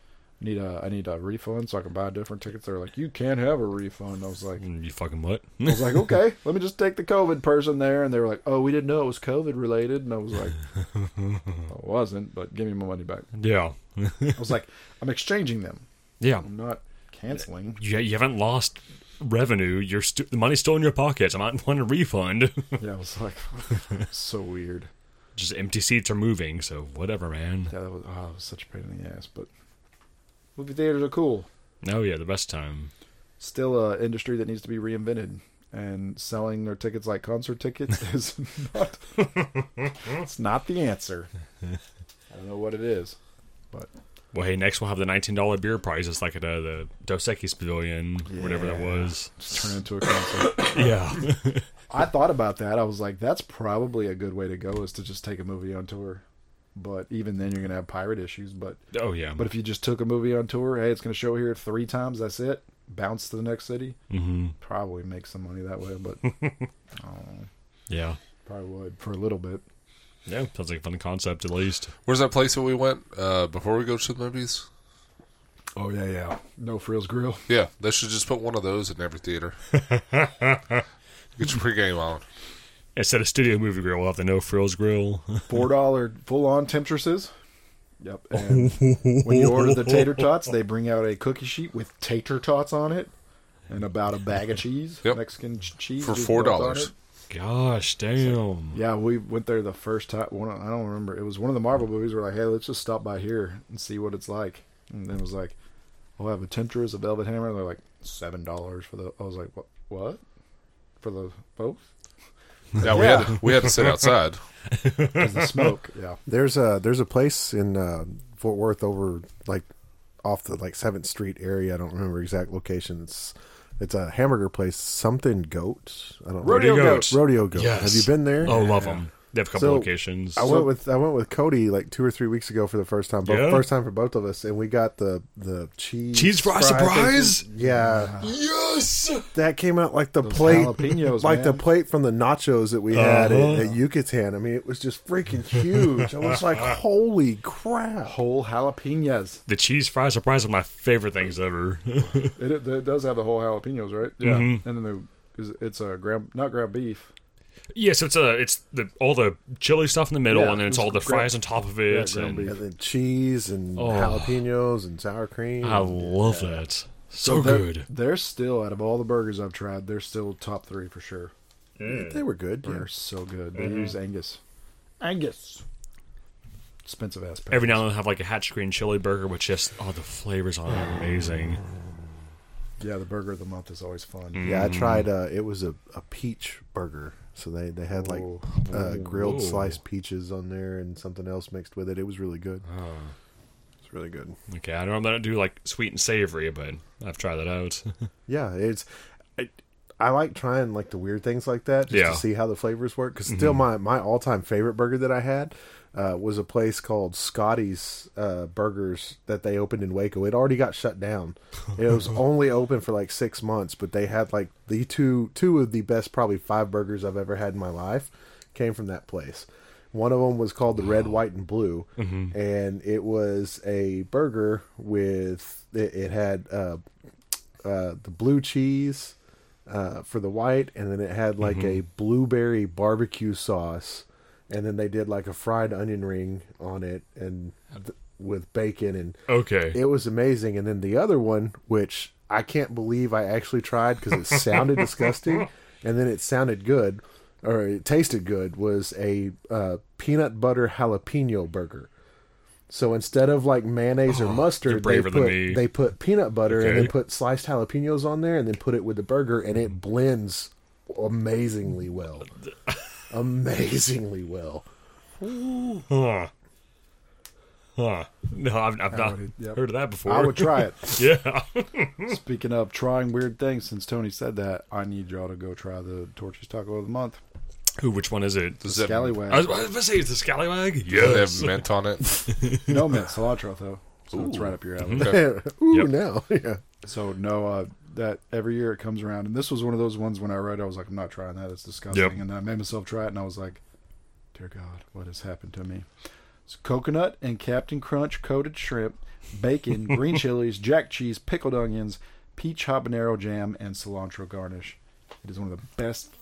need a I need a refund so I can buy different tickets. They're like, you can't have a refund. I was like, I
Mm, You fucking what?
was like, okay, let me just take the COVID person there. And they were like, oh, we didn't know it was COVID related. And I was like, I wasn't, but give me my money back.
yeah,
I was like, I'm exchanging them.
yeah.
I'm not canceling.
You, you haven't lost revenue. You're stu- the money's still in your pockets. I might want a refund.
Yeah, I was like, so weird.
Just empty seats are moving, so whatever, man.
Yeah, that was, oh, that was such a pain in the ass. But movie theaters are cool.
No, Oh, yeah, the best time.
Still a industry that needs to be reinvented. And selling their tickets like concert tickets is not. it's not the answer. I don't know what it is, but
Well, hey, next we'll have the nineteen dollar beer prize. It's like at uh, the Dos Equis Pavilion, whatever that was.
just turn it into a concert.
Yeah,
I thought about that. I was like, that's probably a good way to go is to just take a movie on tour. But even then, you're gonna have pirate issues. But
oh yeah.
But if you just took a movie on tour, hey, it's going to show here three times. That's it. Bounce to the next city. Mm-hmm. Probably make some money that way, but
yeah,
probably would for a little bit.
yeah, sounds like a fun concept at least.
Where's that place that we went uh, before we go to the movies?
Oh yeah, yeah. No frills grill.
Yeah, they should just put one of those in every theater. Get your pregame on.
Instead of studio movie grill, we'll have the no frills grill.
Four dollar full on temptresses. Yep. And when you order the tater tots, they bring out a cookie sheet with tater tots on it, and about a bag of cheese,
Yep.
Mexican ch- cheese
For
just
$4.
dumped on it.
Gosh, damn.
Yeah, we went there the first time. One, I don't remember. It was one of the Marvel movies. We're like, hey, let's just stop by here and see what it's like. And then it was like, we'll have a Temptress, a Velvet Hammer. They're like seven dollars for the. I was like, what? What? For the both?
Yeah, we had to, we had to sit outside.
'Cause the smoke. Yeah.
There's a there's a place in uh, Fort Worth over like off the like Seventh Street area. I don't remember exact location. It's it's a hamburger place. Something goat. I don't
Rodeo
know.
Goat.
Rodeo goat.
Yes.
Have you been there?
Oh, love them. They have a couple
So,
locations.
I went with I went with Cody like two or three weeks ago for the first time. Both,
Yeah.
First time for both of us, and we got the the cheese
Cheese fry surprise?
thing. Yeah,
yes.
that came out like the plate,
jalapenos,
like the
man.
plate from the nachos that we had
Uh-huh.
at, at Yucatan. I mean, it was just freaking huge. I was like, holy crap!
Whole jalapenos.
The cheese fry surprise are my favorite things ever.
It, it, it does have the whole jalapenos, right? Yeah.
Mm-hmm.
And then the, is- it's a ground, not ground beef.
yeah, so it's a it's the all the chili stuff in the middle,
Yeah,
and then it's
it's
all the
gra-
fries on top of it.
yeah, ground
and
beef.
And then cheese and jalapenos and sour cream.
I love that. So
They're-
good.
They're still out of all the burgers I've tried. They're still top three for sure.
they were good. Yeah.
They're so good. They use Angus. Angus. Expensive ass.
Every now and then they'll have like a hatch green chili burger, which just oh the flavors on it are amazing.
Yeah, the burger of the month is always fun.
Yeah, I tried. Uh, it was a, a peach burger, so they they had like
Ooh.
uh, grilled
Ooh.
sliced peaches on there and something else mixed with it. It was really good. It's really good.
Okay, I don't know that I do like sweet and savory, but I've tried that out.
Yeah, it's. I, I like trying like the weird things like that just
Yeah.
to see how the flavors work. Because still, my my all time favorite burger that I had uh, was a place called Scotty's uh, Burgers that they opened in Waco. It already got shut down. It was only open for like six months, but they had like the two two of the best probably five burgers I've ever had in my life came from that place. One of them was called the Red, White, and Blue, and it was a burger with it, it had. Uh, uh, the blue cheese uh, for the white, and then it had like a blueberry barbecue sauce, and then they did like a fried onion ring on it, and th- with bacon, and
Okay.
it was amazing. And then the other one, which I can't believe I actually tried because it sounded disgusting, and then it sounded good, or it tasted good, was a uh, peanut butter jalapeno burger. So instead of like mayonnaise or mustard, they
Oh, braver than
put,
me.
they put peanut butter and
Okay.
they put sliced jalapenos on there and then put it with the burger and it blends amazingly well. amazingly well.
Huh. Huh. No, I've, I've not
would- yep.
heard of that before.
I would try it.
yeah.
Speaking of trying weird things, since Tony said that, I need y'all to go try the Torchy's Taco of the Month.
Who? Which one is it?
Does it
Scallywag.
I was about to say it's the scallywag.
they
Yes.
have mint on it?
No mint cilantro, though. So it's right up your alley.
Ooh,
Yep.
now. yeah.
So, no, uh, that every year it comes around, and this was one of those ones when I read, it, I was like, I'm not trying that. It's disgusting.
Yep.
And then I made myself try it, and I was like, Dear God, what has happened to me? It's coconut and Captain Crunch coated shrimp, bacon, green chilies, jack cheese, pickled onions, peach habanero jam, and cilantro garnish. It is one of the best.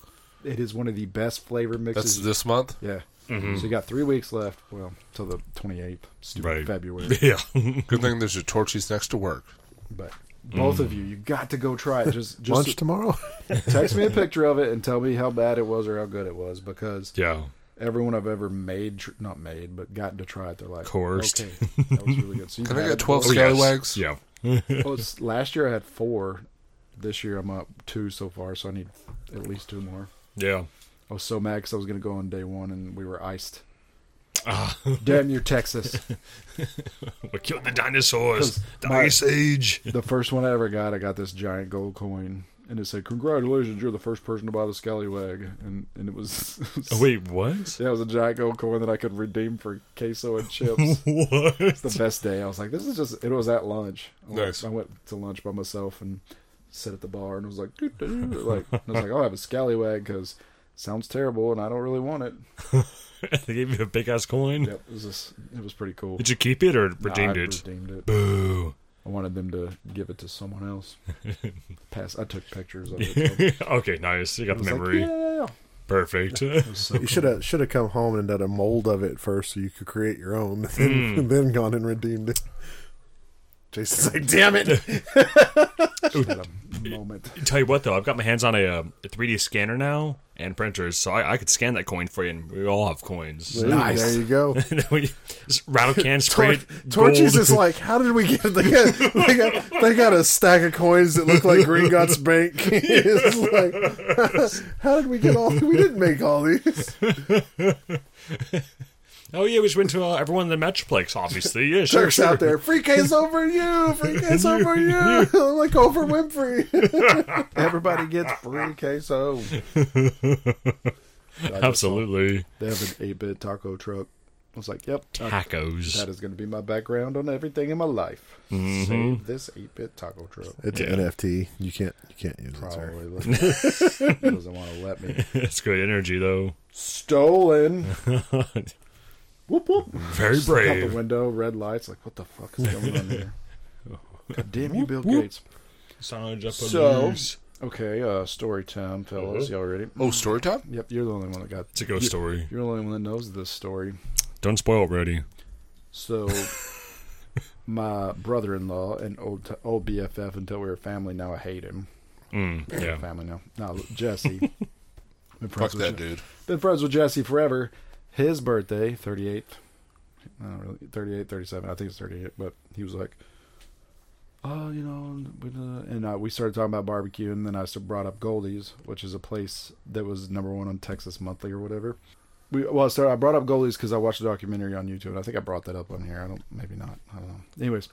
It is one of the best flavor
That's
mixes.
this month.
yeah.
Mm-hmm.
So you got three weeks left. Well, till the 28th, stupid
Right.
February.
Yeah.
Good thing there's a torchies next to work.
But both
Mm.
of you, you got to go try it. Just just
Lunch tomorrow.
text me a picture of it and tell me how bad it was or how good it was because
yeah.
everyone I've ever made, tr- not made, but gotten to try it, they're like,
Coerced.
Okay, that was really good. So you
Can I
had
get
it
12
before-
scallywags?
Yeah.
Oh, it's- last year I had four. This year I'm up two so far, so I need at least two more.
Yeah.
I was so mad because I was going to go on day one and we were iced. Damn you, Texas.
We killed the dinosaurs. The
my-
Ice Age.
The first one I ever got, I got this giant gold coin. And it said, "Congratulations, you're the first person to buy the scallywag," and and it was
Oh, wait, what?
Yeah, it was a giant gold coin that I could redeem for queso and chips.
What?
the best day. I was like, this is just. It was at lunch. I went-
Nice.
I went to lunch by myself and sat at the bar and was like, doo, doo, doo, like I was like, I'll have a scallywag because sounds terrible and I don't really want it.
they gave you a big ass coin.
Yep, it was just, it was pretty cool.
Did you keep it or
Nah, I
redeemed it?
Redeemed it.
Boo.
I wanted them to give it to someone else. Pass. I took pictures of it.
okay, nice. You got
I
the
was
memory.
Like, yeah.
Perfect.
It was so
You
cool.
should have should have come home and done a mold of it first, so you could create your own, and then gone and redeemed it. Jason's like, damn it!
Just had a moment.
Tell you what, though, I've got my hands on a, um, a 3D scanner now and printers, so I, I could scan that coin for you, and we all have coins.
Nice.
There you go.
And then we just rattle can spray
Tor-
it
Torches
gold.
is like, how did we get? They got, they got they got a stack of coins that look like Green Guts Bank. it's like, how did we get all? We didn't make all these.
Oh yeah, we just went to uh, everyone in the Metroplex, obviously. Yeah, sure.
Jerks out there, free case over you, free case over you. I'm like over Winfrey.
Everybody gets free queso.
Absolutely.
They have an 8 bit taco truck. I was like, yep, I- that
Tacos.
is going to be my background on everything in my life. Save this 8 bit taco truck.
It's
Yeah.
an NFT. You can't you can't use it. Sorry.
Probably doesn't- doesn't want to let me.
That's good energy, though.
Stolen. whoop, whoop.
Very
Out the
brave.
window, red lights. Like, what the fuck is going on here? God damn you, Bill Gates. So-
It's
Okay, uh, story time, fellas. Y'all ready?
Oh, story time.
Yep, you're the only one that got.
Mm-hmm. a ghost story.
You're the only one that knows this story.
Don't spoil it, Brody.
So, my brother-in-law and old t- old BFF until we were family. Now I hate him.
Mm, yeah.
Family now. No, Jesse. been,
Fuck
friends with
that
Je-
dude.
been friends with Jesse forever. His birthday, 38th. Not really, 38, 37. I think it's 38. But he was like, oh, you know, we, uh," and uh, we started talking about barbecue, and then I sort of brought up Goldie's, which is a place that was number one on Texas Monthly or whatever. We, well, sorry, I brought up Goldie's because I watched a documentary on YouTube, and I think I brought that up on here. I don't, maybe not. I don't know. Anyways,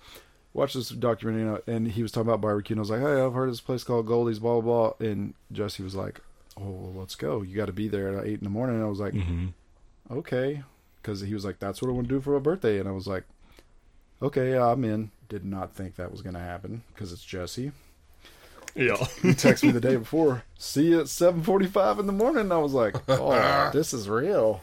watched this documentary, and, I- and he was talking about barbecue, and I was like, hey, I've heard of this place called Goldie's, blah, blah, blah. And Jesse was like, oh, well, let's go. You got to be there at 8 in the morning. And I was like,
hmm
okay. Because he was like, that's what I want to do for my birthday. And I was like, okay, yeah, I'm in. Did not think that was going to happen because it's Jesse.
Yeah.
He texted me the day before, see you at 7.45 in the morning. And I was like, oh, this is real.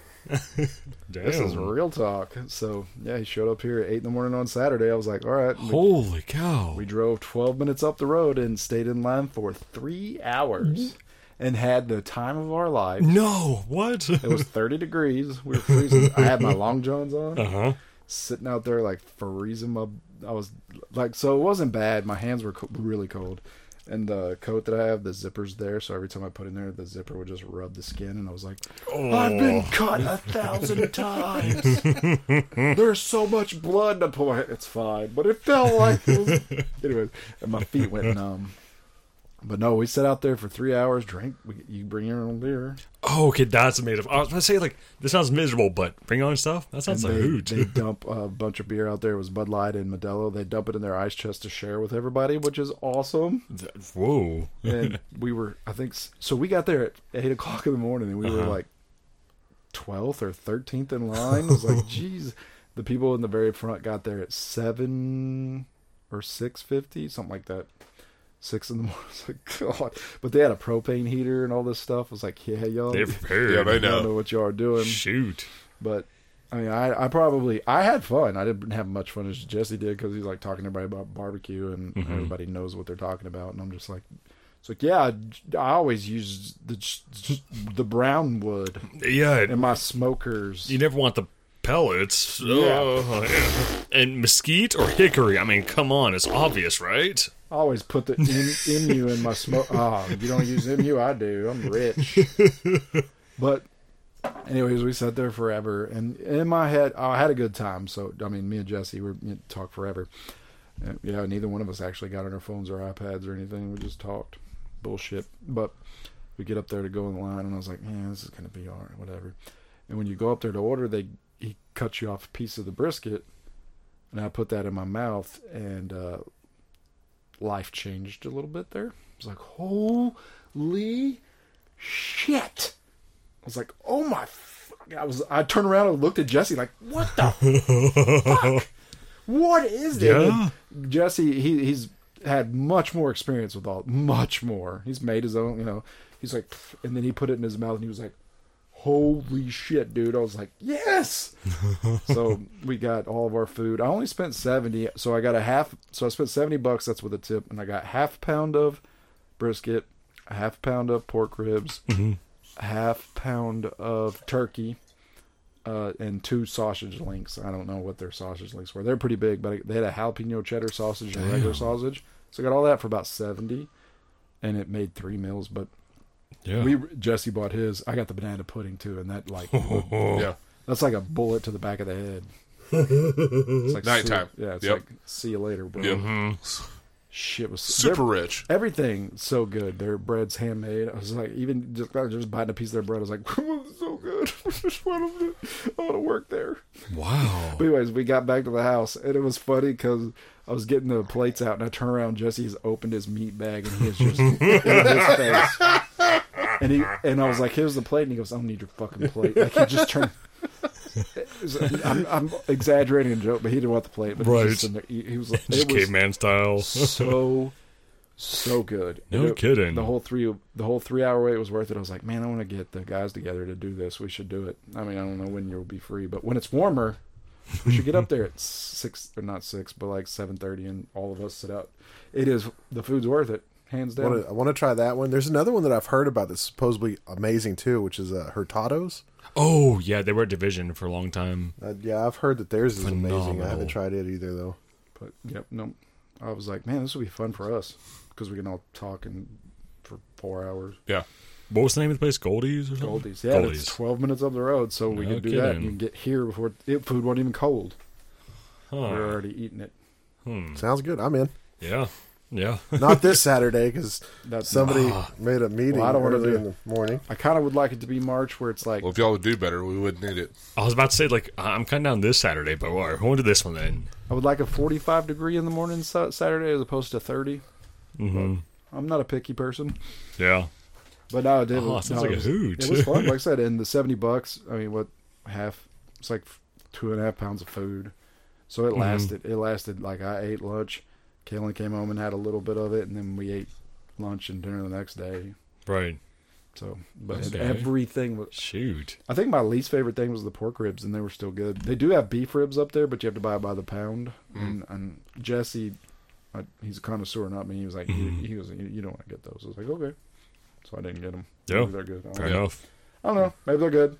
This is
Damn.
real talk. So, yeah, he showed up here at 8 in the morning on Saturday. I was like, all right. We,
Holy cow.
we drove 12 minutes up the road and stayed in line for three hours and had the time of our lives.
no. What?
It was 30 degrees. We were freezing. I had my long johns on.
Uh huh.
sitting out there like freezing my I was like so it wasn't bad my hands were co- really cold and the coat that I have the zippers there so every time I put in there the zipper would just rub the skin and I was like I've been cut a thousand times there's so much blood to pour it's fine but it felt like it was... anyway and my feet went numb but no we sat out there for three hours drink we, you bring your own beer
Oh, okay, that's made of. I was gonna say like this sounds miserable, but bring on stuff. That sounds a
they,
hoot.
they dump a bunch of beer out there. It was Bud Light and Modelo. They dump it in their ice chest to share with everybody, which is awesome.
Whoa.
And we were, I think, s- so we got there at eight o'clock in the morning, and we were like twelfth or thirteenth in line. It was like, geez, the people in the very front got there at seven or six fifty, something like that. six in the morning. It's like God, but they had a propane heater and all this stuff. I was like, yeah, y'all,
They're prepared.
Yeah, they
I don't know
know.
what y'all are doing.
Shoot.
But I mean, I, I probably I had fun. I didn't have much fun as Jesse did because he's like talking to everybody about barbecue and everybody knows what they're talking about, and I'm just like, it's like yeah, I, I always use the the brown wood
Yeah.
in my smokers.
you never want the pellets. Uh, yeah. And mesquite or hickory. I mean, come on, it's obvious, right?
I always put the M- MU in my smoke. Oh, you don't use MU, I do. I'm rich. but anyways, we sat there forever, and in my head, I had a good time. So I mean, me and Jesse were you know, talked forever. Uh, Yeah, neither one of us actually got on our phones or iPads or anything. We just talked bullshit. But we get up there to go in line, and I was like, man, this is gonna be all right, whatever. And when you go up there to order, they he cuts you off a piece of the brisket, and I put that in my mouth, and uh, life changed a little bit there. I was like, holy shit! I was like, oh my. Fuck. I was. I turned around and looked at Jesse like, what the fuck? What is this?
Yeah.
And Jesse, he he's had much more experience with all, much more. He's made his own. You know, he's like, "Pff," and then he put it in his mouth and he was like, holy shit, dude! I was like, yes so we got all of our food. I only spent seventy, so I got a half. So I spent seventy bucks. That's with a tip, and I got half pound of brisket, a half pound of pork ribs, a half pound of turkey, uh, and two sausage links. I don't know what their sausage links were. They're pretty big, but they had a jalapeno cheddar sausage and a regular sausage. So I got all that for about seventy, and it made three meals. But
Yeah.
we Jesse bought his. I got the banana pudding too, and that like
Yeah.
that's like a bullet to the back of the head. It's like
Nighttime.
See, yeah, it's
Yep.
like see you later, bro.
Yep.
Shit was
Super
their-
rich.
Everything's so good. Their bread's handmade. I was like, even just I was just biting a piece of their bread, I was like, "This is so good. I just want to, I want to work there.
wow.
But anyways, we got back to the house, and it was funny because I was getting the plates out, and I turn around, Jesse's opened his meat bag, and he was just in his face. And he and I was like, "Here's the plate," and he goes, "I don't need your fucking plate." Like he just turned. It was- I'm, I'm exaggerating and joke, but he didn't want the plate. But he was
Right.
just in there- he, he was. Like,
Just
it was
caveman style.
so so good.
No
And it-
kidding.
The whole three the whole three hour wait was worth it. I was like, man, I want to get the guys together to do this. We should do it. I mean, I don't know when you'll be free, but when it's warmer, we should get up there at six or not six, but like seven thirty, and all of us sit out. It is the food's worth it, hands
I
down.
wanna- I want to try that one. There's another one that I've heard about that's supposedly amazing too, which is uh, Hurtado's.
Oh, yeah, they were at Division for a long time.
Uh, yeah, I've heard that theirs is amazing. I
Phenomenal.
haven't tried it either though.
But yep, no, I was like, man, this will be fun for us because we can all talk and for four hours.
Yeah.
What was the name of the place? Goldie's or something?
Goldies, yeah, and it's
Goldies.
twelve minutes up the road, so we
No
can do that. And
kidding.
you can get here before it, food wasn't even cold. We
Huh.
We're already eating it.
Sounds good. I'm in.
Yeah. Yeah.
Not this Saturday because
That's
somebody made a meeting
Well, I don't wanna
early
do-
in the morning.
I kind of would like it to be March, where it's like
Well, if y'all would do better, we wouldn't need it.
I was about to say, like, I- I'm cutting down this Saturday, but all right, we're going to this one then.
I would like a 45 degree in the morning sa- Saturday as opposed to 30.
Mm-hmm.
But I'm not a picky person,
Yeah.
but no, it did.
Oh, sounds
no,
like
it
a
was,
hoot.
It was fun, like I said, and the 70 bucks. I mean, what half? It's like two and a half pounds of food. So it
Mm-hmm.
lasted. It lasted like I ate lunch. Kaylin came home and had a little bit of it, and then we ate lunch and dinner the next day.
Right.
So, but
Okay.
everything was.
Shoot.
I think my least favorite thing was the pork ribs, and they were still good. They do have beef ribs up there, but you have to buy it by the pound.
Mm.
And, and Jesse, uh, he's a connoisseur, not me. He was like,
Mm-hmm.
he, he was, you, you don't want to get those. I was like, okay. So I didn't get them.
Yeah.
they're good. I don't,
Fair
know.
enough.
I don't know. Maybe they're good.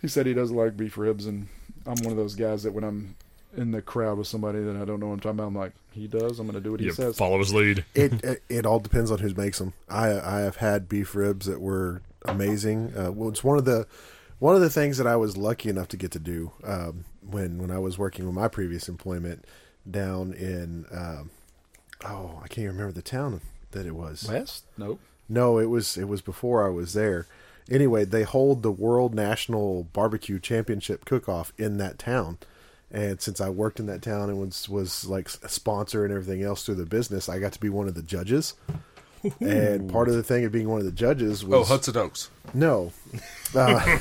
He said he doesn't like beef ribs, and I'm one of those guys that when I'm in the crowd with somebody that I don't know what I'm talking about, I'm like, he does. I'm going to do what he
You
says.
follow his lead.
It, it it all depends on who makes them. I I have had beef ribs that were amazing. Uh, well, it's one of the one of the things that I was lucky enough to get to do um, when when I was working with my previous employment down in um, oh I can't even remember the town that it was.
West? Nope.
No, it was it was before I was there. Anyway, they hold the World National Barbecue Championship cook-off in that town. And since I worked in that town and was was like a sponsor and everything else through the business, I got to be one of the judges. And part of the thing of being one of the judges
Oh,
was
Hudson Oaks.
no, uh,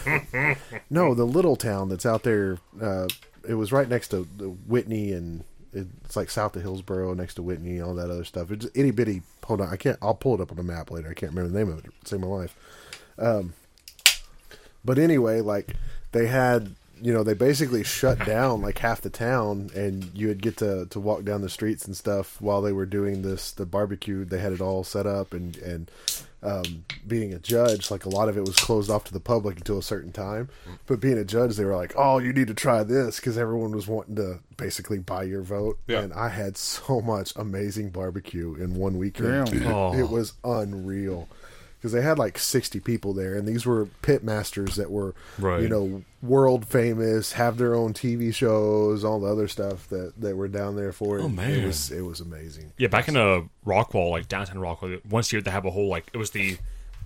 no, the little town that's out there. Uh, it was right next to the Whitney and It's like south of Hillsboro, next to Whitney, and all that other stuff. It's itty bitty. Hold on, I can't. I'll pull it up on the map later. I can't remember the name of it. Save my life. But anyway, like they had, you know, they basically shut down like half the town, and you would get to to walk down the streets and stuff while they were doing this the barbecue. They had it all set up, and and um, being a judge, like a lot of it was closed off to the public until a certain time. But being a judge, they were like, "Oh, you need to try this," because everyone was wanting to basically buy your vote.
Yeah.
And I had so much amazing barbecue in one weekend.
Damn.
Oh.
It was unreal because they had like 60 people there and these were pit masters that were
Right.
you know world famous have their own tv shows all the other stuff that that were down there for it
Oh, man.
it was it was amazing
Yeah, back in uh, Rockwall, like downtown Rockwall, once year they have a whole like it was the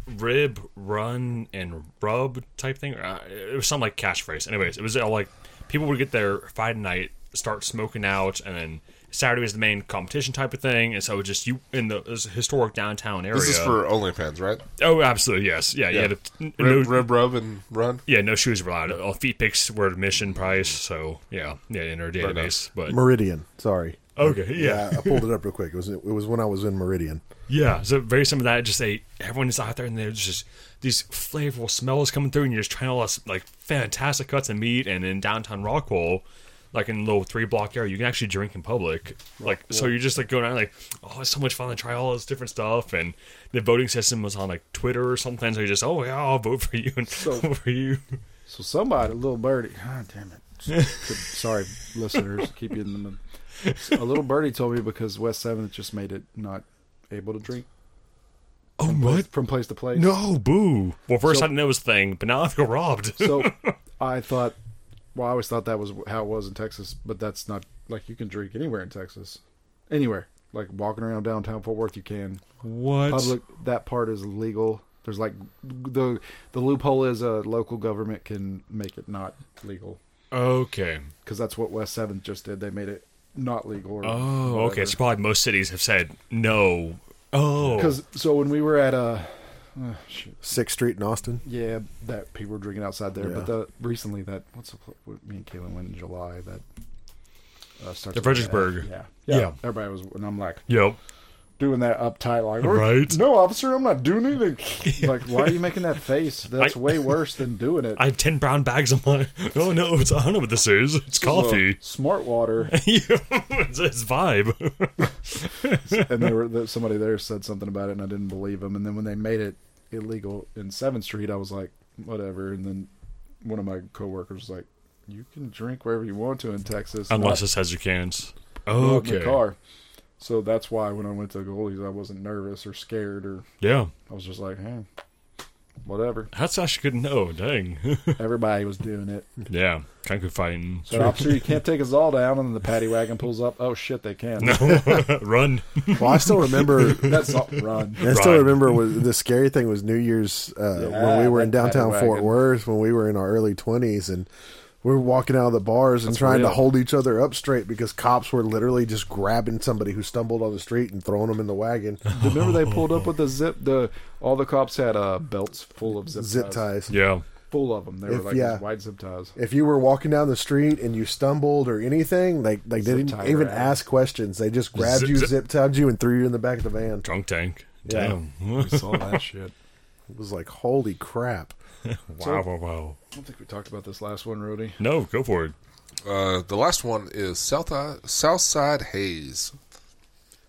rib run and rub type thing. Uh, it was some like catchphrase. Anyways, it was all like people would get there Friday night, start smoking out, and then Saturday was the main competition type of thing. And so just you in the this historic downtown area.
This is for OnlyFans, right?
oh, absolutely yes, yeah, yeah. You had to- n-
Rib,
no,
rib, rub, and run.
yeah, no shoes were allowed. All feet pics were admission price. So yeah, yeah, in our database, but.
meridian sorry
Okay,
yeah i pulled it up real quick it was it was when i was in meridian
Yeah, so very similar to that. Just they, everyone is out there and there's just these flavorful smells coming through, and you're just trying all this like fantastic cuts of meat. And in downtown Rockwell, like in the little three block area, you can actually drink in public. Like, so you're just like going out, like, oh, it's so much fun to try all this different stuff. And the voting system was on like Twitter or something, so you're just, oh, yeah, I'll vote for you and vote for you.
So somebody, a little birdie. God damn it. Sorry, listeners, keep you in the mood. A little birdie told me because West Seventh just made it not able to drink
Oh, what?
from place to place.
No, boo. Well, first
So-
I didn't know it was a thing, but now I feel robbed.
So I thought, well, I always thought that was how it was in Texas, but that's not like you can drink anywhere in Texas, anywhere. Like walking around downtown Fort Worth, you can.
what?
Public that part is legal. There's like the the loophole is a local government can make it not legal
Okay.
because that's what West Seventh just did. They made it not legal. Or
Oh, okay. So probably most cities have said no. Oh,
Because so when we were at uh, oh, shoot,
sixth street in austin
yeah, that people were drinking outside there.
Yeah.
But the, recently, that what's the, pl- what me and Caitlin went in July. That uh, starts
The
with an
Fredericksburg.
F. Yeah.
Yeah.
yeah, Everybody was, and I'm like
yep.
doing that uptight, like
Right.
No, officer, I'm not doing anything. like, why are you making that face? That's
I-
way worse than doing it.
I have ten brown bags on my. Oh no, it's I don't know what this is. It's coffee.
So, smart water,
Yeah, it's, it's vibe.
and they were that somebody there said something about it, and I didn't believe them. And then when they made it illegal in Seventh Street, I was like, whatever. And then one of my coworkers was like, you can drink wherever you want to in Texas,
Unless
not-
it says you cans.
not in
Okay.
the car. So that's why when I went to Goldie's, I wasn't nervous or scared, or
Yeah,
I was just like, hey, whatever.
that's actually good to know. Dang.
Everybody was doing it.
yeah, Kanku fighting.
So officer, you can't take us all down, and then the paddy wagon pulls up. Oh shit, they can.
Run.
well i still remember
That's not run.
I still
Right.
remember was the scary thing was New Year's uh,
Yeah,
when we were in
that paddy
downtown Fort
wagon.
Worth when we were in our early twenties and we were walking out of the bars and trying
real.
to hold each other up straight because cops were literally just grabbing somebody who stumbled on the street and throwing them in the wagon.
Remember they pulled up with the zip. The all the cops had uh, belts full of zip
Zip ties.
Yeah.
full of them. They
If-
were like
yeah.
these wide zip ties.
If you were walking down the street and you stumbled or anything, like they didn't
tie
even
your ass.
ask questions. They just grabbed
Zip-
you,
zip.
zip tied you, and threw you in the back of the van.
Drunk tank.
Yeah.
Damn.
We saw that shit.
It was like holy crap.
Wow. Wow. Wow.
I don't think we talked about this last one, Rudy.
No, go for it.
Uh, the last one is South Southside Haze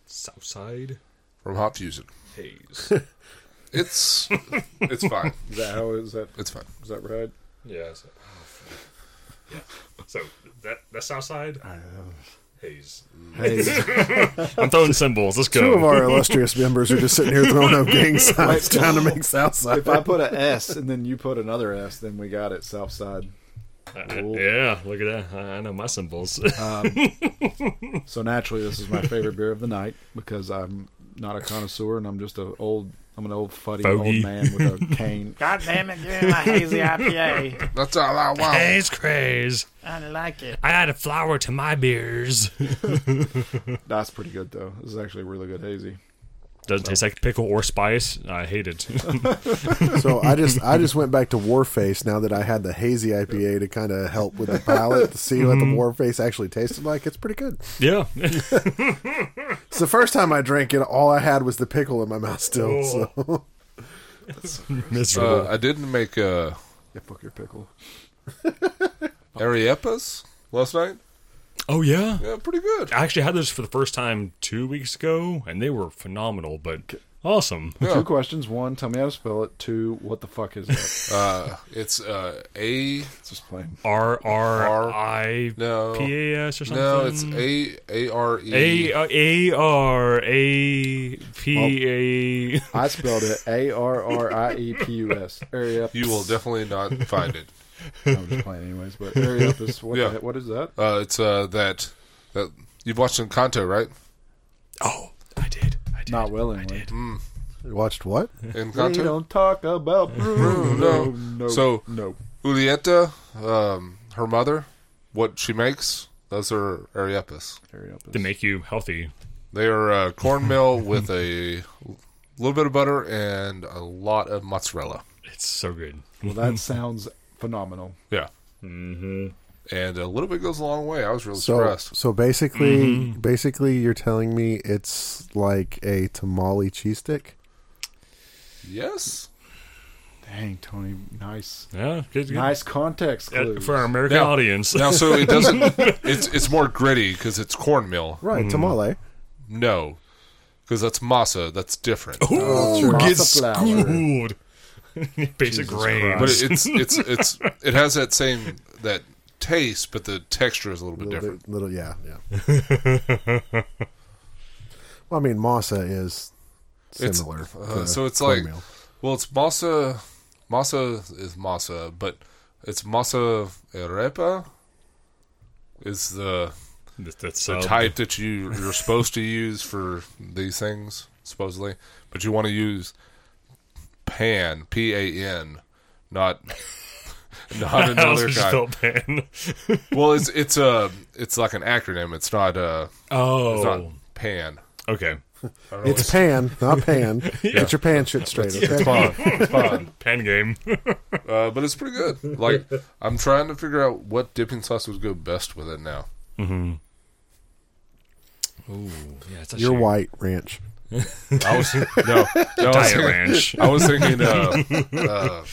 Southside
from Hot Fusion.
haze.
It's it's fine.
Is that how is that?
It's fine.
Is that right?
Yeah. So, oh, yeah. So that that's outside. Haze.
Hey,
I'm throwing symbols. Let's go.
Two of our illustrious members are just sitting here throwing up gang signs trying to make Southside.
if I put a S and then you put another S, then we got it. Southside.
Uh, yeah, look at that. I I know my symbols.
Oh.
So naturally, this is my favorite beer of the night because I'm not a connoisseur and I'm just an old. I'm an old fuddy
Fogey.
old man with a cane.
God damn it, give me my hazy IPA.
That's all I want.
Haze craze.
I like it.
I add a flower to my beers.
That's pretty good though. This is actually really good hazy.
Doesn't taste like pickle or spice. I hate it.
So I just I just went back to Warface now that I had the hazy IPA to kind of help with the palate to see what the
Mm-hmm.
Warface actually tasted like. It's pretty good.
yeah.
It's the first time I drank it. All I had was the pickle in my mouth still. So
Miserable.
Uh, I didn't make uh,
Yeah, fuck your pickle.
arepas last night.
oh, yeah.
Yeah, pretty good.
I actually had those for the first time two weeks ago, and they were phenomenal, but awesome.
Yeah.
Two questions. One, tell me how to spell it. Two, what the fuck is that?
Uh, it's uh, a
Just plain.
R R
R-
I
no,
P A S or something.
no. It's a a r
A
e.
uh, A R A P A.
I spelled it A R R I E P U S. Area.
You will definitely not find it.
I'm just playing anyways, but area. Is, what,
Yeah.
the, heck- what is that?
Uh, it's uh, that that you've watched Encanto, right?
Oh, I did. I did.
Not willingly.
watched what?
We
Encanto.
don't talk about Bruno.
No.
no.
So-
no.
Julieta, um, her mother, what she makes, those are arepas.
Area. is-
To make you healthy.
They are uh, cornmeal with a little bit of butter and a lot of mozzarella.
It's so good.
Well, that sounds phenomenal.
Yeah. Mm-hmm. And a little bit goes a long way. I was really
So
surprised.
so basically
Mm-hmm.
basically you're telling me it's like a tamale cheese stick.
Yes.
Dang, Tony. Nice.
Yeah, good. good.
Nice context
Uh,
clues.
um,
for our American
Now-
audience.
Now, so it doesn't. it's it's more gritty because it's cornmeal.
Right, tamale.
No, because that's masa. That's different.
Ooh,
Oh, true.
get
Lots of flour.
schooled. Basic grains.
But it, it's it's it's it has that same that taste, but the texture is a little bit
Little,
different.
bit, little yeah, yeah. well, I mean, masa is
It's-
similar.
uh,
to
so it's like-
cornmeal.
Well, it's masa. Masa is masa, but it's masa arepa. Is the
That- that's
the
uh,
type that you you're supposed to use for these things supposedly, but you want to use pan p a n, not not
I also
another
just
kind.
felt bad.
Well, it's it's a it's like an acronym. It's not uh
Oh,
it's not pan.
okay.
I don't know
It's pan, not pan. Get your pan shit straight. Okay?
what- pan. It's pan.
Pen game.
Uh, but it's pretty good. Like I'm trying to figure out what dipping sauce would go best with it now.
yeah, it's a
You're
shame.
white ranch.
I was no, no I was
Diet
thinking,
ranch.
I was thinking uh, uh,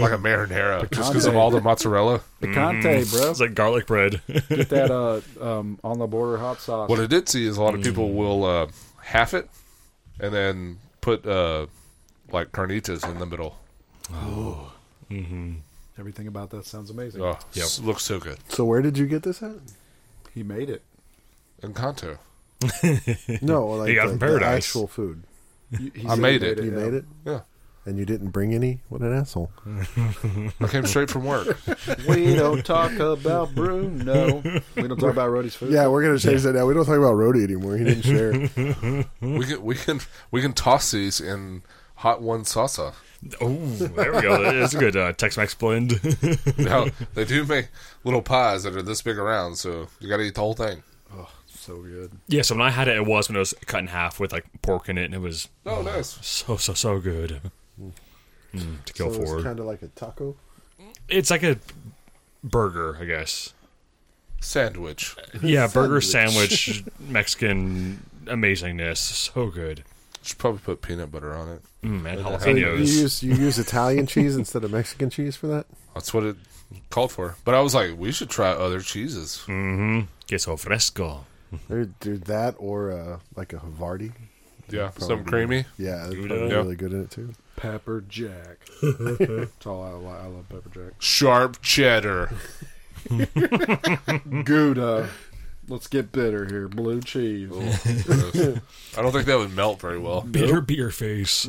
like a marinara just because of all the mozzarella.
Picante, bro.
It's like garlic bread.
Get that uh, um, on the border hot sauce.
What I did see is a lot of people will uh, half it and then put uh, like carnitas in the middle.
Everything about that sounds amazing.
Oh, s- looks so good.
So where did you get this at?
He made it.
Encanto.
No, like,
You got it
the- the
from Paradise.
actual food.
You- he
I
said he
made it.
You
yeah.
made it,
Yeah,
and you didn't bring any. What an asshole!
I came straight from work.
We don't talk about Bruno. We don't talk about Rody's food.
Yeah, we're gonna change that now. We don't talk about Rody anymore. He didn't share.
We can we can we can toss these in hot one salsa.
oh, there we go. That's a good uh, Tex-Mex blend.
Now they do make little pies that are this big around, so you got to eat the whole thing.
So good.
yeah, so when I had it, it was when it was cut in half with like pork in it, and it was
Oh, nice.
so so so good Mm, to kill for.
kind of like a taco.
it's like a burger, I guess.
Sandwich.
Yeah, burger sandwich, Mexican amazingness. So good.
Should probably put peanut butter on it.
Mm, and
So you
jalapenos.
use you use Italian cheese instead of Mexican cheese for that.
That's what it called for. But I was like, we should try other cheeses.
Mm. Mm-hmm. Queso fresco.
Or do that or uh, like a Havarti.
Yeah, some creamy.
Yeah, that's
Gouda.
probably
Yeah.
really good in it too.
Pepper Jack. That's all I like. I love Pepper Jack.
Sharp cheddar.
Gouda. Let's get bitter here. Blue cheese.
Gross. I don't think that would melt very well.
Bitter beer face.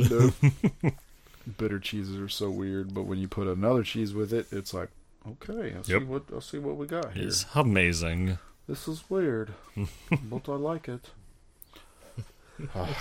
Bitter cheeses are so weird, but when you put another cheese with it, it's like, okay, I'll see
Yep.
what I'll see what we got here.
It's amazing.
This is weird, but I like it.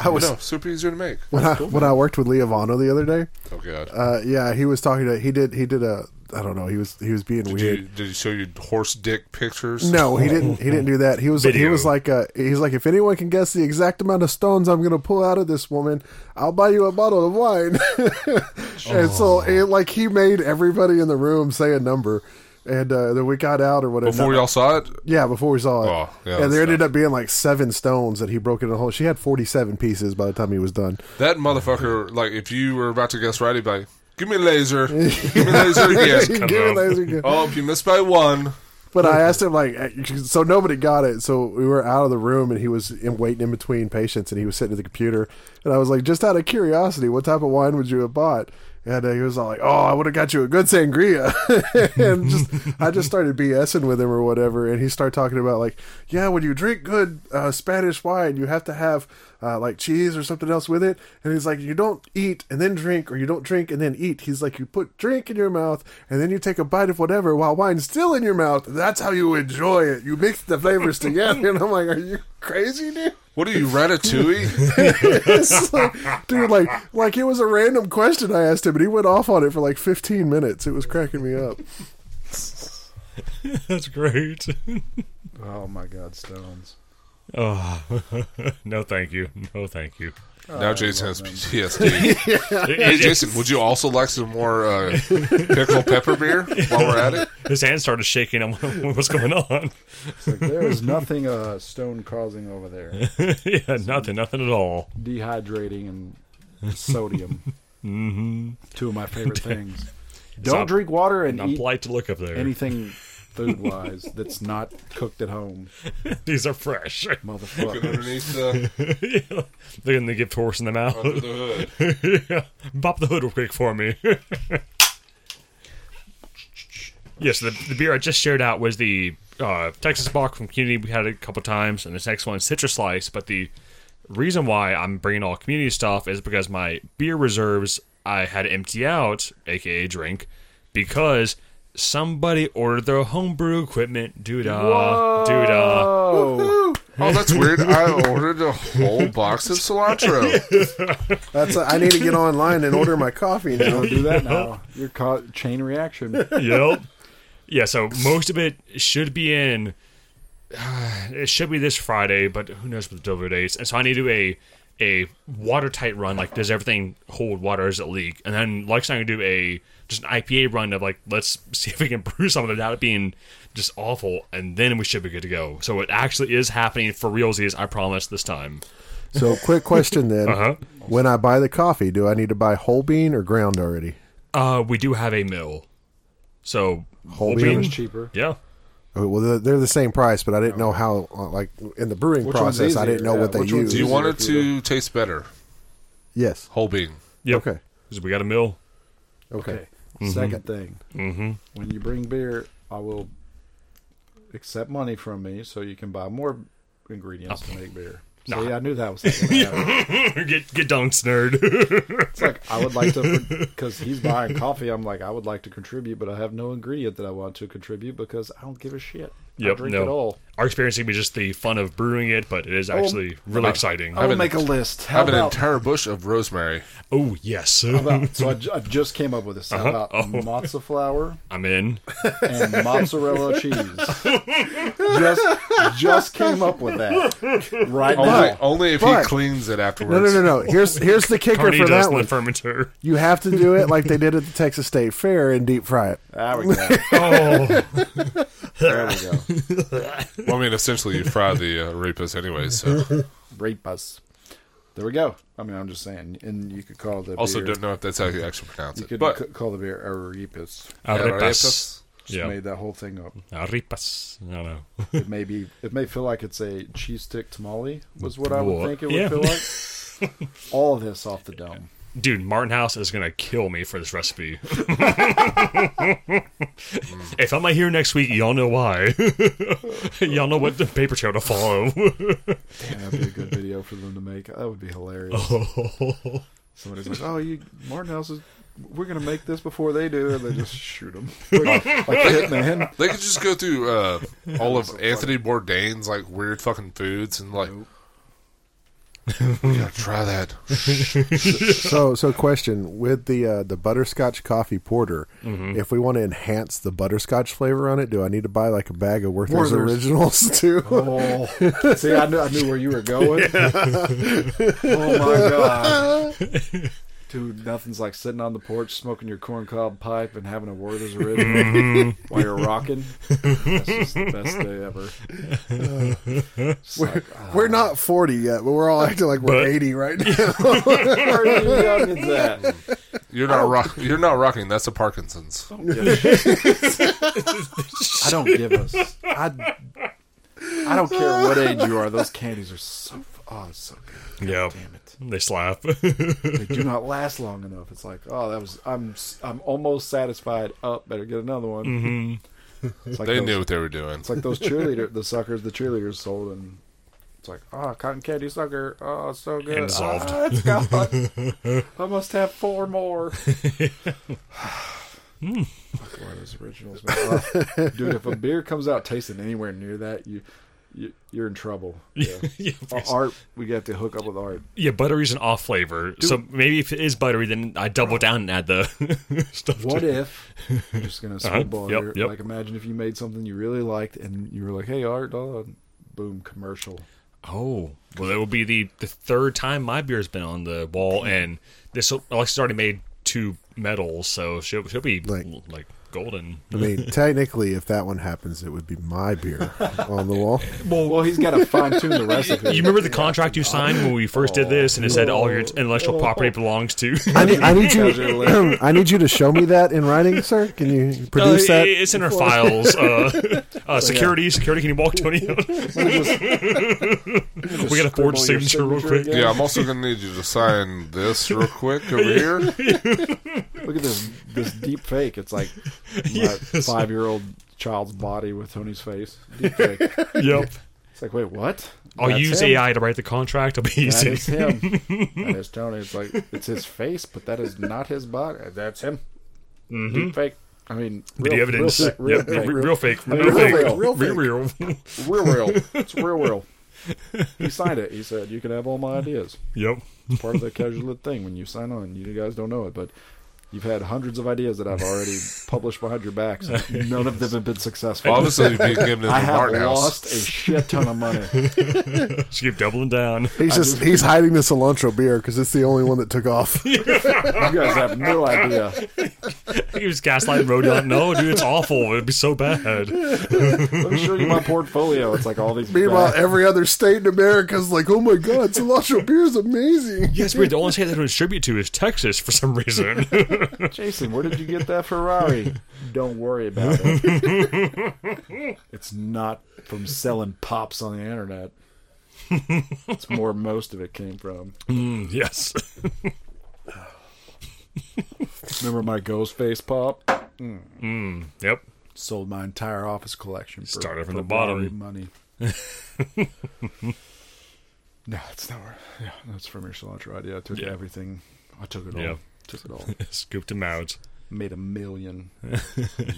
I was
no, super easier to make.
when I when I worked with Leovano the other day.
Oh god.
Uh, yeah, he was talking to he did he did a I don't know he was he was being
did
weird.
you did you show you horse dick pictures?
No, he didn't. He didn't do that. He was he
Video.
was like uh, he's like if anyone can guess the exact amount of stones I'm going to pull out of this woman, I'll buy you a bottle of wine. and
Oh.
so it, like he made everybody in the room say a number, and uh, then we got out or whatever.
Before y'all saw it,
yeah, before we saw it,
Oh, yeah,
and
that's
there ended up being like seven stones that he broke into a hole. She had 47 pieces by the time he was done.
that motherfucker. Like if you were about to guess right, he'd be like, "Give me a laser, give me a laser again."
Give it laser gun.
oh, if you missed by one,
But I asked him like, so nobody got it. So we were out of the room, and he was in waiting in between patients, and he was sitting at the computer, and I was like, just out of curiosity, what type of wine would you have bought? And uh, he was all like, oh, I would have got you a good sangria, and just I just started BSing with him or whatever, and he started talking about like, yeah, when you drink good uh, Spanish wine, you have to have uh, like cheese or something else with it. And he's like, you don't eat and then drink, or you don't drink and then eat. He's like, you put drink in your mouth and then you take a bite of whatever while wine's still in your mouth. That's how you enjoy it. You mix the flavors together. And I'm like, are you crazy, dude?
what are you ratatouille?
It's like- dude, like, like it was a random question I asked him, and he went off on it for like 15 minutes. It was cracking me up.
That's great.
Oh my God, stones.
Oh, no, thank you. No, thank you.
now Jason
Oh,
has PTSD. hey Jason, would you also like some more uh, pickle pepper beer while we're at it?
His hand started shaking. I'm like, what's going on?
It's like there is nothing uh, stone causing over there.
yeah, nothing, nothing at all.
Dehydrating and sodium. Two of my favorite things. Don't
not-
drink water and
Not
eat
polite to look up there.
anything food wise that's not cooked at home.
These are fresh.
Looking
Motherfucker.
underneath the,
They're gonna give horse in the mouth.
under the hood.
Uh-huh.
yeah. Bop the hood real quick for me. yes, the, the beer I just shared out was the uh, Texas Bock from Community. We had it a couple times, and this next one, Citrus Slice. But the reason why I'm bringing all community stuff is because my beer reserves I had to empty out, aka drink, because somebody ordered their homebrew equipment. Doodah, doodah.
Oh,
Oh, that's weird. I ordered a whole box of cilantro.
That's I need to get online and order my coffee now.
don't do that now. You're caught chain reaction.
yep. Yeah, so most of it should be in. It should be this Friday, but who knows with the delivery dates? And so I need to do a a watertight run. Like, does everything hold water? Does it leak? And then Lex and I can do a just an IPA run of like, let's see if we can brew something without it being just awful, and then we should be good to go. So it actually is happening for realsies. I promise this time.
So, quick question then: When I buy the coffee, do I need to buy whole bean or ground already?
Uh, we do have a mill, so
Whole
It
bean.
was cheaper.
yeah.
Okay, Well, they're- they're the same price, but I didn't know how. uh, Like in the brewing
Which one's
process, I didn't
easier?
know
Yeah,
what they
which one's
use.
Do you want it
Easier
to taste better?
Yes.
Whole bean.
Yep.
Okay.
So we got a mill.
Okay.
Okay. Second thing. Mm-hmm. When you bring beer, I will accept money from me so you can buy more ingredients to make beer. See, I knew that was. the thing.
get get dunks, nerd.
It's like I would like to because he's buying coffee. I'm like I would like to contribute, but I have no ingredient that I want to contribute because I don't give a shit. I
Yep,
drink
no.
it all. Oh,
our experience can be just the fun of brewing it, but it is actually really exciting.
I will
an-
make a list.
I
How
have an
about,
entire bush of rosemary.
oh yes,
about- so I, ju- I just came up with this. How about matzo flour
I'm in.
and mozzarella cheese? just just came up with that right now.
Only, only if
But-
he cleans it afterwards.
No, no, no, no. Here's here's the kicker
Carney
for
does
that
in
one.
the fermenter.
You have to do it like they did at the Texas State Fair and deep fry it.
There we go.
Oh,
There we go.
Well, I mean, essentially, you fry the uh, repus anyway. So,
Rape us. There we go. I mean, I'm just saying, and you could call the
also
beer,
don't know if that's how you actually pronounce
you
it.
could
But
c- call the beer arepas.
arepas.
Just
Yeah.
made that whole thing up.
Arepas. No, no.
It may be. It may feel like it's a cheese stick tamale. Was what I would
What?
think it would
Yeah.
feel like. All of this off the dome.
Dude, Martin House is gonna kill me for this recipe.
Mm.
if I'm not here next week, y'all know why. y'all know what the paper trail to follow.
Damn, that'd be a good video for them to make. That would be
Oh,
hilarious. Somebody's like, "Oh, you Martin House is. We're gonna make this before they do," and they just shoot them like, like hitman.
they could just go through uh, all of Anthony Bourdain's like weird fucking foods and like You gotta try that.
So, so question with the uh, the butterscotch coffee porter. If we want to enhance the butterscotch flavor on it, do I need to buy like a bag of Werther's
Werther's.
originals too?
Oh, see, I knew, I knew where you were going. oh my god, dude! Nothing's like sitting on the porch, smoking your corncob pipe, and having a word as a rhythm while you're rocking. That's just the best day ever. It's like, ah,
We're not forty yet, but we're all acting like we're
But-
eighty right now.
where are you young as that?
You're not rock. You're not rocking. That's a Parkinson's.
I don't give us. I, I don't care what age you are. Those candies are so oh it's so good.
Yeah.
Damn it.
They slap.
they do not last long enough. It's like, oh, that was I'm I'm almost satisfied. Oh, better get another one. Mm-hmm. It's like
They
those,
knew what they were doing.
It's like those cheerleader, the suckers, the cheerleaders sold, and it's like, oh, cotton candy sucker. Oh, it's so good.
And dissolved.
Ah, it's gone. I must have four more. Hmm. Fuck, why those originals? man. Oh, dude, if a beer comes out tasting anywhere near that, you. you- You're in trouble. Yeah.
yeah,
Our Art, we got to hook up with art.
yeah, buttery's an off flavor. so maybe if it is buttery, then I double down and add the stuff.
What
to
if I'm just gonna spitball
Uh-huh. Yep,
here?
yep.
Like, imagine if you made something you really liked, and you were like, "Hey, Art, uh, boom, commercial."
Oh, well, that will be the, the third time my beer's been on the wall, and this Alexa's already made two medals, so she'll she'll be
Like-
like, golden.
I mean, technically, if that one happens, it would be my beer on the wall.
Well, he's got to fine tune the
You
recipe.
remember the contract you signed when we first did this, and it said all your intellectual property belongs to. Uh,
I need, I need
Guys are lit.
you. I need you to show me that in writing, sir. Can you
Uh,
produce that?
it's in our files. Uh, uh, security, security. Can you walk Tony out? we got to
scribble your
forge signature
signature
real quick.
again.
Yeah, I'm also gonna need you to sign this real quick over here.
Look at this this deep fake. It's like my five year old child's body with Tony's face. Deep fake.
Yep.
It's like, wait, what?
I'll
That's
use
him.
AI to write the contract. It'll be
That
easy.
is him. that is Tony. It's like it's his face, but that is not his body. That's him. Deep fake. I mean, real,
Video
real
Mm-hmm. evidence.
fa-
Yep,
real
Real,
fake.
real fake.
mean,
Real,
real
fake.
real
real,
Real,
real
real.
world. It's real world. He signed it. He said, "You can have all my ideas."
Yep.
It's part of the casual lit thing when you sign on. You guys don't know it, but you've had hundreds of ideas that I've already published behind your backs. and None of them have been successful.
Obviously, being given to the
I have
Martin
lost
House.
a shit ton of money.
Just keep doubling down.
He's just he's hiding the cilantro beer because it's the only one that took off.
You guys have no idea.
He was gaslighting Rodon. No, dude, it's awful. It'd be so bad.
Let me show you my portfolio. It's like all these.
Meanwhile,
bad-
every other state in America is like, "Oh my god, cilantro beer is amazing."
Yes, weird. The only state that would distribute to is Texas for some reason.
Jason, where did you get that Ferrari? Don't worry about it. it's not from selling pops on the internet. It's where most of it came from.
yes.
Remember my ghost face pop?
Yep.
Sold my entire office collection. For,
Started from
for
the bottom.
Ferrari money. no, it's not. where- Yeah, that's from your cilantro idea. I took
Yeah.
everything. I took it all.
Yeah.
Took it all.
Scooped him out.
Made a million.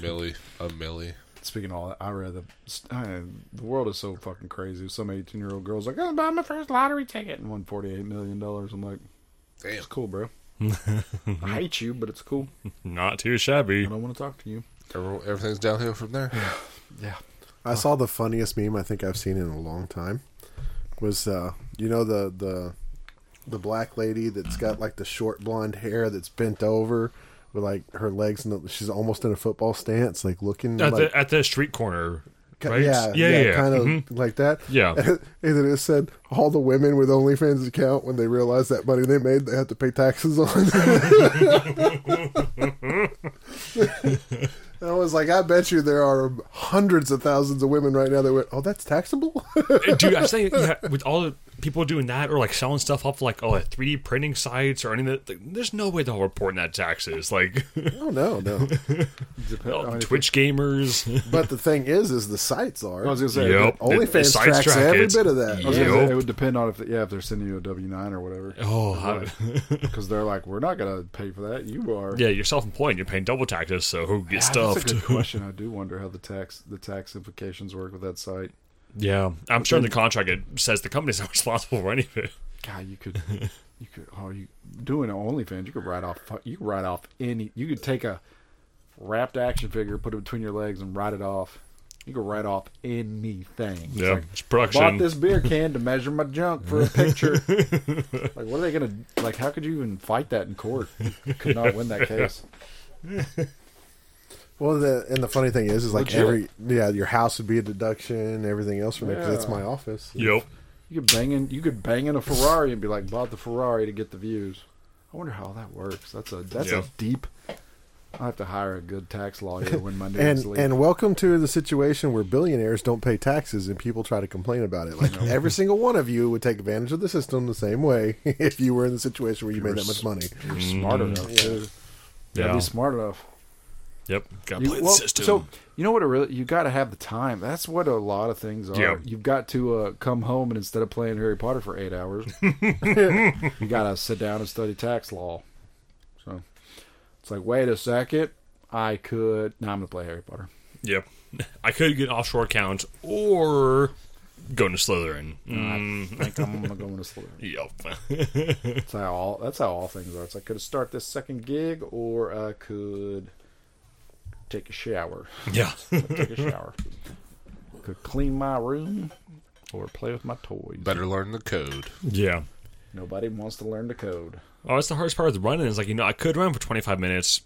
Millie, a Millie.
Speaking of all that, I read the I, the world is so fucking crazy. Some eighteen year old girl's like, "Oh, "I'm gonna buy my first lottery ticket and won forty eight million dollars." I'm like,
Damn.
"It's cool, bro. I hate you, but it's cool.
Not too
I
shabby.
don't want to talk to you."
Every- Everything's downhill from there.
Yeah,
I saw the funniest meme I think I've seen in a long time. Was uh, you know the the the black lady that's got like the short blonde hair that's bent over with like her legs and she's almost in a football stance, like looking
At,
like
the, at the street corner.
Ki-
Right?
Yeah, yeah,
Yeah. yeah,
kind of
mhm.
like that.
Yeah.
and then it said all the women with OnlyFans account when they realize that money they made, they had to pay taxes on. I was like, I bet you there are hundreds of thousands of women right now that went, "Oh, that's taxable."
Dude, I'm saying yeah, with all the people doing that or like selling stuff off like all the 3D printing sites or any of that, like, there's no way they're all reporting that taxes. Like
oh no, no.
Dep- I mean, if-
Twitch gamers.
But the thing is, is the sites are
I was gonna say,
Yep. It- it
OnlyFans tracks
sidetrack
every
it.
bit of that.
I was gonna say,
Yep.
it would depend on if yeah if they're sending you a W nine or whatever
Oh, I-
because they're like, "We're not gonna pay for that. You are."
yeah, you're self-employed. You're paying double taxes, so who gets
Yeah,
stuffed?
That's a good question. I do wonder how the tax the tax implications work with that site.
Yeah, I'm sure in the contract it says the company's not responsible for any of it.
God, you could, you could. Oh, you doing an OnlyFans? You could write off. fu- You could write off any. You could take a wrapped action figure, put it between your legs, and write it off. You could write off anything. It's
Yeah,
like,
it's
bought
production.
this beer can to measure my junk for a picture. like, what are they gonna? Like, how could you even fight that in court? You could not win that case.
Well, the and the funny thing is, is like
Legit.
every yeah, your house would be a deduction. Everything else from it because it's
Yeah.
my office.
Yep.
You could bang in. You could bang in a Ferrari and be like, bought the Ferrari to get the views. I wonder how that works. That's a that's
Yeah.
a deep. I have to hire a good tax lawyer to win my
And
news league.
and welcome to the situation where billionaires don't pay taxes and people try to complain about it. Like every single one of you would take advantage of the system the same way if you were in the situation where you made that much money.
You're smart enough. dude. You gotta
Mm. Yeah.
be smart enough.
Yep. Got to
You-
play the
well,
system.
So you know what? It really you got to have the time. That's what a lot of things are.
Yeah.
You've got to uh, come home and instead of playing Harry Potter for eight hours, you got to sit down and study tax law. So it's like, wait a second, I could. Now I'm gonna play Harry Potter.
Yep. I could get an offshore account or go to Slytherin. Mm,
I think I'm gonna go into Slytherin.
yep.
That's how all. That's how all things are. It's like, could I start this second gig or I could take a shower.
yeah.
take a shower. Could clean my room or play with my toys.
Better learn the code.
Yeah.
Nobody wants to learn to code.
Oh, that's the hardest part of the running. Is like you know I could run for 25 minutes,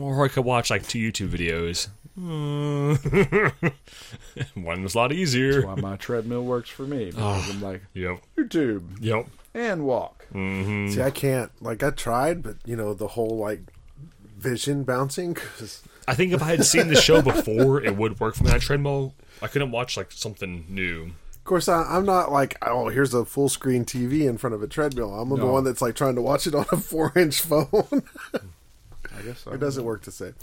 or I could watch like two YouTube videos. Mm. One was a lot easier.
Why my treadmill works for me. Because I'm like,
Yep.
YouTube
Yep.
and walk.
See, I can't. Like I tried, but you know the whole like vision bouncing. 'cause
I think if I had seen the show before, it would work for me on treadmill. I couldn't watch like something new.
Of course, I, I'm not like oh, here's a full screen TV in front of a treadmill. I'm the
No.
one that's like trying to watch it on a four inch phone.
I guess so.
it doesn't work the same.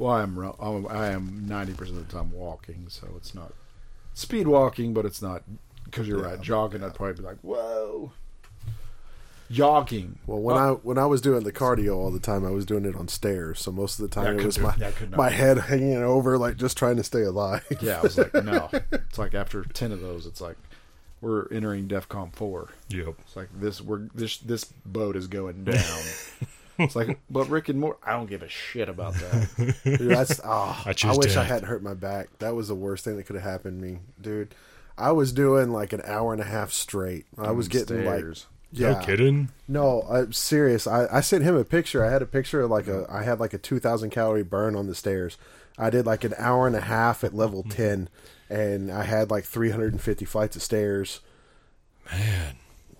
Well, I'm, ro- I'm I am 90% of the time walking, so it's not speed walking, but it's not because you're right. Jogging, I'd probably be like, whoa. Jogging.
Well, when I when I was doing the cardio all the time, I was doing it on stairs. So most of the
That
time, it
could
was
do-
my
that could not
my
do.
head hanging over, like just trying to stay alive.
Yeah, I was like, no. It's like after 10 of those, it's like we're entering DEFCON 4.
Yep.
It's like this we're this this boat is going down. it's like but Rick and Mort I don't give a shit about that.
Dude, that's oh,
I
I,
choose
wish I
death.
hadn't hurt my back. That was the worst thing that could have happened to me, dude. I was doing like an hour and a half straight. I was getting
Mm, Stairs.
like yeah,
No kidding.
No, I'm serious. I, I sent him a picture. I had a picture of like a
Mm-hmm.
I had like a two thousand calorie burn on the stairs. I did like an hour and a half at level
Mm-hmm.
ten, and I had like three hundred and fifty flights of stairs.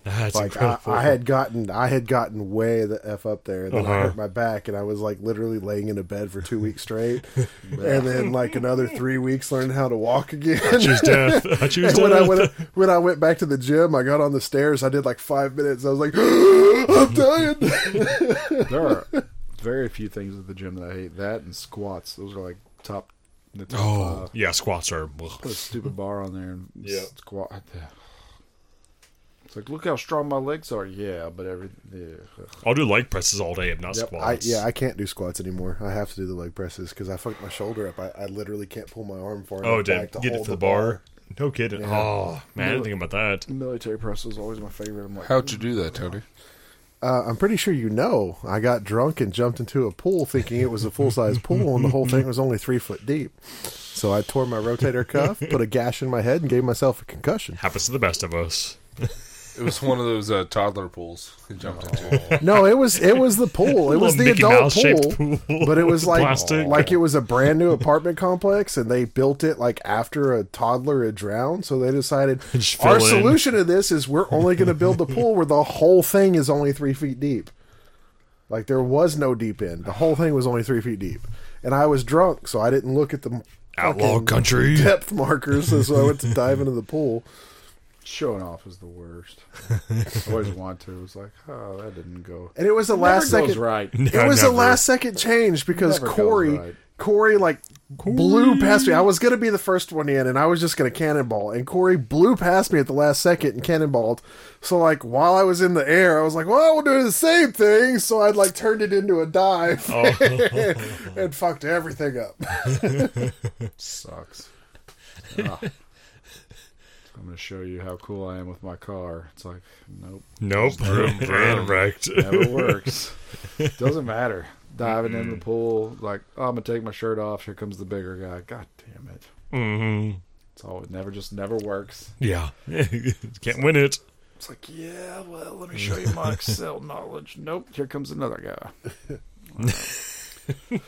That's
Like I,
incredible.
I had gotten I had gotten way the f up there, and then I
Uh-huh.
hurt my back, and I was like literally laying in a bed for two weeks straight, and then like another three weeks learned how to walk again.
choose death. I
And
choose death.
when I went when I went back to the gym, I got on the stairs. I did like five minutes. I was like, I'm dying.
There are very few things at the gym that I hate. That and squats. Those are like top the top
oh
five.
yeah, squats are.
Put a stupid bar on there and
Yeah.
squat. It's like look how strong my legs are. Yeah, but every yeah.
I'll do leg presses all day, if not
Yep,
I,
squats.
yeah, I can't do squats anymore. I have to do the leg presses because I fucked my shoulder up. I, I literally can't pull my arm far
oh,
enough
did
back to
get it
hold
to the bar? No kidding. Oh man, I didn't think about that.
military press was always my favorite. I'm like
How'd you do that, Tony?
Uh, I'm pretty sure you know. I got drunk and jumped into a pool thinking it was a full size pool, and the whole thing was only three foot deep. So I tore my rotator cuff, put a gash in my head, and gave myself a concussion.
Happens to the best of us.
It was one of those uh, toddler pools he jumped into.
No, it was it was the pool. It was the
Little Mickey
adult
Mouse-shaped
pool,
pool.
but it was like
Plastic.
like it was a brand new apartment complex, and they built it like after a toddler had drowned. So they decided
Just
our
fill in.
solution to this is we're only going to build the pool where the whole thing is only three feet deep. Like there was no deep end. The whole thing was only three feet deep, and I was drunk, so I didn't look at the
Outlaw
fucking
country.
depth markers. So I went to dive into the pool.
showing off is the worst. I always want to. It's like oh that didn't go.
And it was the last
Never goes
second.
right.
Yeah,
it was the
never.
last second change because
Never goes
Corey,
right.
Corey like blew past me. I was gonna be the first one in, and I was just gonna cannonball. And Corey blew past me at the last second and cannonballed. So like while I was in the air, I was like, "Well, we'll do the same thing." So I'd like turned it into a dive and fucked everything up.
Sucks. Ah. I'm going to show you how cool I am with my car. It's like, nope,
Nope.
Vroom, vroom.
and wrecked.
never works. Mm. Doesn't matter. Diving in the pool, like, oh, I'm going to take my shirt off. Here comes the bigger guy. God damn it.
hmm
It's always never just never works.
Yeah. Can't win it.
It's like, yeah, well, let me show you my Excel knowledge. Nope, here comes another guy.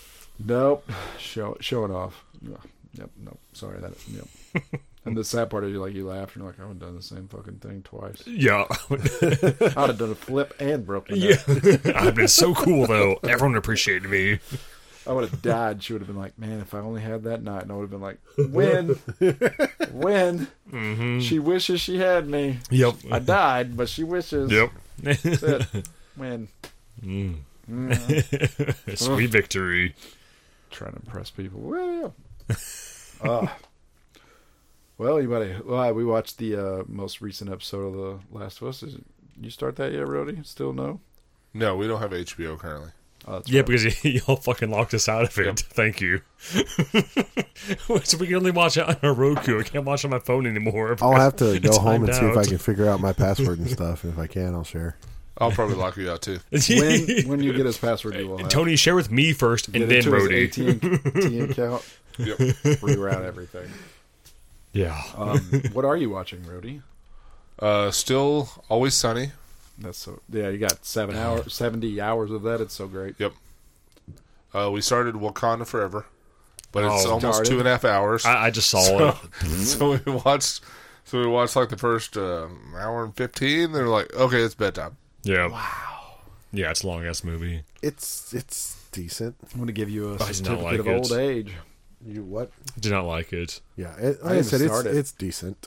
nope, show showing off. Yeah, Yep, nope. Sorry, that. Yep. And the sad part is, you like, you laugh, and you're like, I would have done the same fucking thing twice.
Yeah.
I'd have done a flip and broken. Yeah.
yeah. I've been so cool, though. Everyone appreciated me.
I would have died. She would have been like, man, if I only had that night, and I would have been like, when, when she wishes she had me.
Mm-hmm. Yep.
I died, but she wishes.
Yep.
That's it. When.
Sweet victory.
trying to impress people. Well, uh, well, anybody? Well, we watched the uh, most recent episode of The Last of Us. Is it, you start that yet, Rody? Still no?
No, we don't have HBO currently.
Oh, that's
Yeah,
right.
because y- y'all fucking locked us out of it. Thank you. so we can only watch it on a Roku. I can't watch it on my phone anymore.
I'll have to go home and see if I
timed
can figure out my password and stuff. And if I can, I'll share.
I'll probably lock you out too.
when when you get his password, you will have.
Tony, share with me first, and
Get it
then
to his
Rody.
AT&T account,
Yep.
reroute everything.
Yeah.
Um, what are you watching, Rody?
Uh, still always sunny.
That's so yeah. You got seven hours, seventy hours of that. It's so great.
Yep. Uh, we started Wakanda Forever, but it's
Oh,
almost
darn it. Ah.
two and a half hours.
I, I just saw it.
so we watched. So we watched like the first uh, hour and fifteen. They're like, okay, it's bedtime.
Yeah. Wow. Yeah, it's a long ass movie.
It's it's decent.
I'm gonna give you a
not
certificate
like
of
it.
old age.
You what?
Did not like it.
Yeah, it, like
I
I,
even
said, it's
started.
it's decent.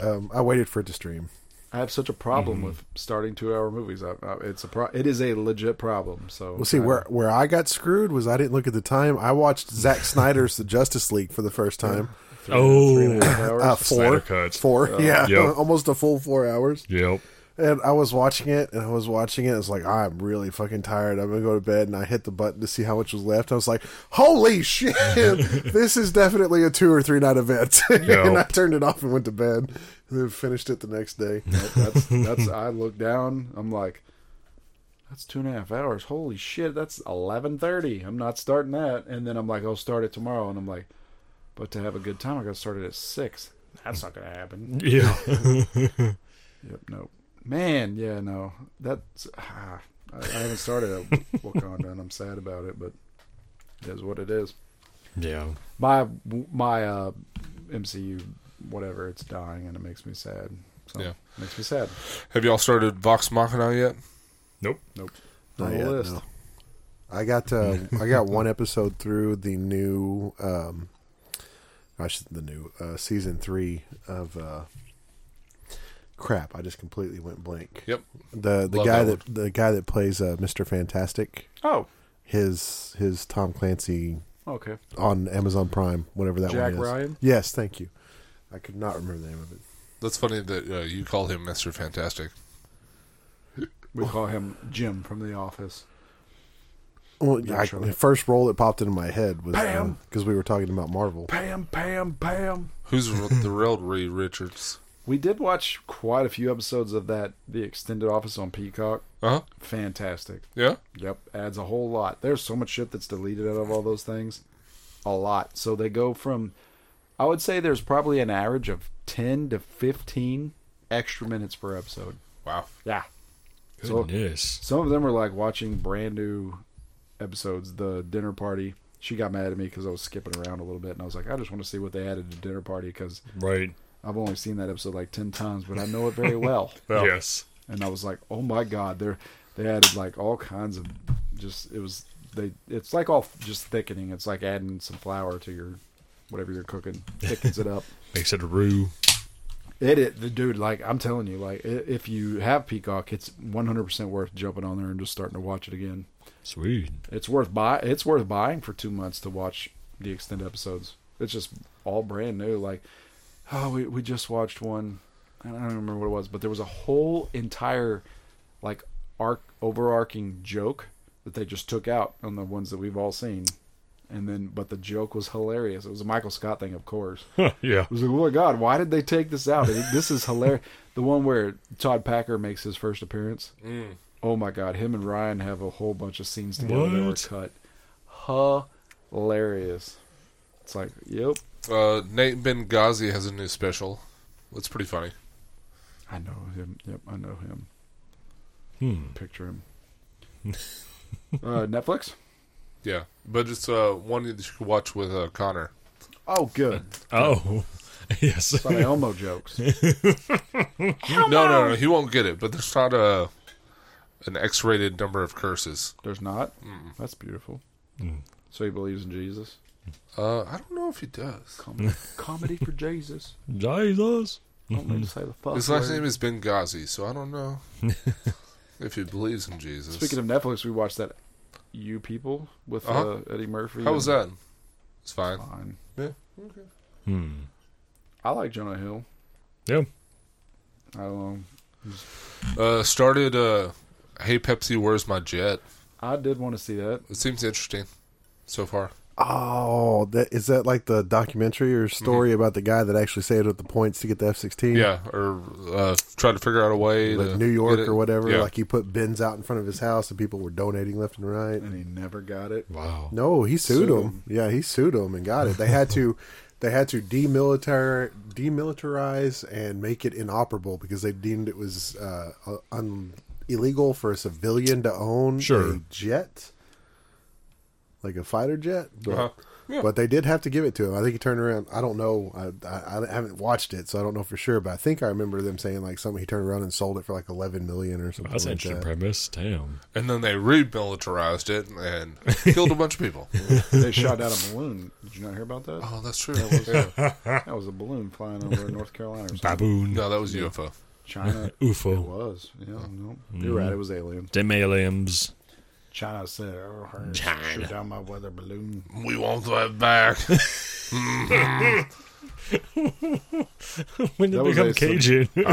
Um, I waited for it to stream.
I have such a problem with starting two-hour movies. I, I, it's a pro- it is a legit problem. So
Well, see
I-
where where I got screwed was I didn't look at the time. I watched Zack Snyder's The Justice League for the first time.
Oh.
hours.
Uh, four,
Snyder cut.
four, yeah,
yeah.
almost a full four hours.
Yep.
And I was watching it, and I was watching it. I was like, I'm really fucking tired. I'm gonna go to bed. And I hit the button to see how much was left. I was like, Holy shit! this is definitely a two or three night event. and I
Yep.
turned it off and went to bed. And then finished it the next day.
that's that's I look down. I'm like, that's two and a half hours. Holy shit, that's eleven thirty. I'm not starting that. And then I'm like, I'll start it tomorrow. And I'm like, but to have a good time, I got to start it at six. That's not gonna happen.
Yeah.
Yep. Nope. Man, yeah, no. That's ah, I, I haven't started at Wakanda, and I'm sad about it, but it is what it is.
Yeah.
my my uh MCU whatever it's dying and it makes me sad. So
Yeah.
it makes me sad.
Have y'all started Vox Machina yet?
Nope.
Not
On the
yet,
list.
no. I got uh, I got one episode through the new, um, gosh, the new uh, season three of uh, crap. I just completely went blank.
Yep.
the the
Love
guy
that
that, the guy that plays uh, Mister Fantastic,
Oh,
his his Tom Clancy
okay.
on Amazon Prime, whatever that one
Jack
is.
Ryan?
Yes, thank you. I could not remember the name of it.
That's funny that uh, you call him Mister Fantastic.
We call him Jim from the office.
Well,
Yeah,
I,
sure.
the first role that popped into my head was
Bam.
because we were talking about Marvel.
Pam, Pam, Pam.
Who's r- the real Reed Richards?
We did watch quite a few episodes of that the extended office on Peacock.
Uh huh.
Fantastic.
Yeah.
Yep, adds a whole lot. There's so much shit that's deleted out of all those things. A lot. So they go from I would say there's probably an average of 10 to 15 extra minutes per episode.
Wow.
Yeah. So-
Goodness.
Some of them are like watching brand new episodes. The dinner party. She got mad at me because I was skipping around a little bit, and I was like, I just want to see what they added to dinner party because
Right.
I've only seen that episode like ten times, but I know it very well.
Yes.
and I was like, oh my god, they're they added like all kinds of just it was they it's like all just thickening. It's like adding some flour to your whatever you're cooking thickens it up.
Makes it a roux.
It, it the dude like I'm telling you like i- if you have Peacock, it's 100 percent worth jumping on there and just starting to watch it again.
Sweet.
It's worth buy. It's worth buying for two months to watch the extended episodes. It's just all brand new. Like, oh, we we just watched one. I don't remember what it was, but there was a whole entire like arc overarching joke that they just took out on the ones that we've all seen. And then, but the joke was hilarious. It was a Michael Scott thing, of course.
yeah.
I was like, oh my god, why did they take this out? It- This is hilarious. The one where Todd Packer makes his first appearance. Oh my god, him and Ryan have a whole bunch of scenes together
What?
that were cut. Hilarious. It's like, yep,
Uh, Nate Benghazi has a new special. It's pretty funny.
I know him. Yep, I know him. Picture him. uh, Netflix.
Yeah, but it's uh, one that you can watch with uh, Connor.
Oh, good.
Oh, yes.
By the Elmo jokes.
No, no, no, he won't get it. But there's not a an X-rated number of curses.
There's not. That's beautiful. So he believes in Jesus.
Uh, I don't know if he does.
Comedy, comedy for Jesus.
Jesus.
Don't let him say the fuck.
His last
word.
name is Benghazi, so I don't know if he believes in Jesus.
Speaking of Netflix, we watched that You People with uh
Uh-huh.
Eddie Murphy.
how was that? It's fine.
Fine.
Yeah.
Hmm.
I like Jonah Hill.
Yeah.
I um, don't know.
Uh, started. Uh, hey Pepsi, where's my jet?
I did want to see that.
It seems interesting so far.
Oh, that is that like the documentary or story about the guy that actually saved up the points to get the F sixteen?
Yeah, or uh, try to figure out a way
like
to
New York
get it.
or whatever.
Yeah.
Like he put bins out in front of his house, and people were donating left and right.
And he never got it.
Wow.
No, he sued,
Mm. Sued
him. Yeah, he sued him and got it. They had to, they had to demilitar demilitarize and make it inoperable because they deemed it was uh, uh, un- illegal for a civilian to own
Sure.
a jet, like a fighter jet. But,
Uh-huh. Yeah.
but they did have to give it to him. I think he turned around. I don't know. I, I, I haven't watched it, so I don't know for sure. But I think I remember them saying like something. He turned around and sold it for like eleven million or something.
That's an
like
interesting
that.
premise. Damn.
and then they remilitarized it and killed a bunch of people.
They shot down a balloon. Did you not hear about that?
Oh, that's true. Yeah.
That was a balloon flying over North Carolina or something.
Baboon.
No, that was UFO.
China. It
UFO. Hmm.
was. Yeah, no. You're right. It was aliens.
Demaliums.
China said, oh, her, shoot down my weather balloon.
We want that back.
When did
That
it
was
become
a sub-
Cajun?
I don't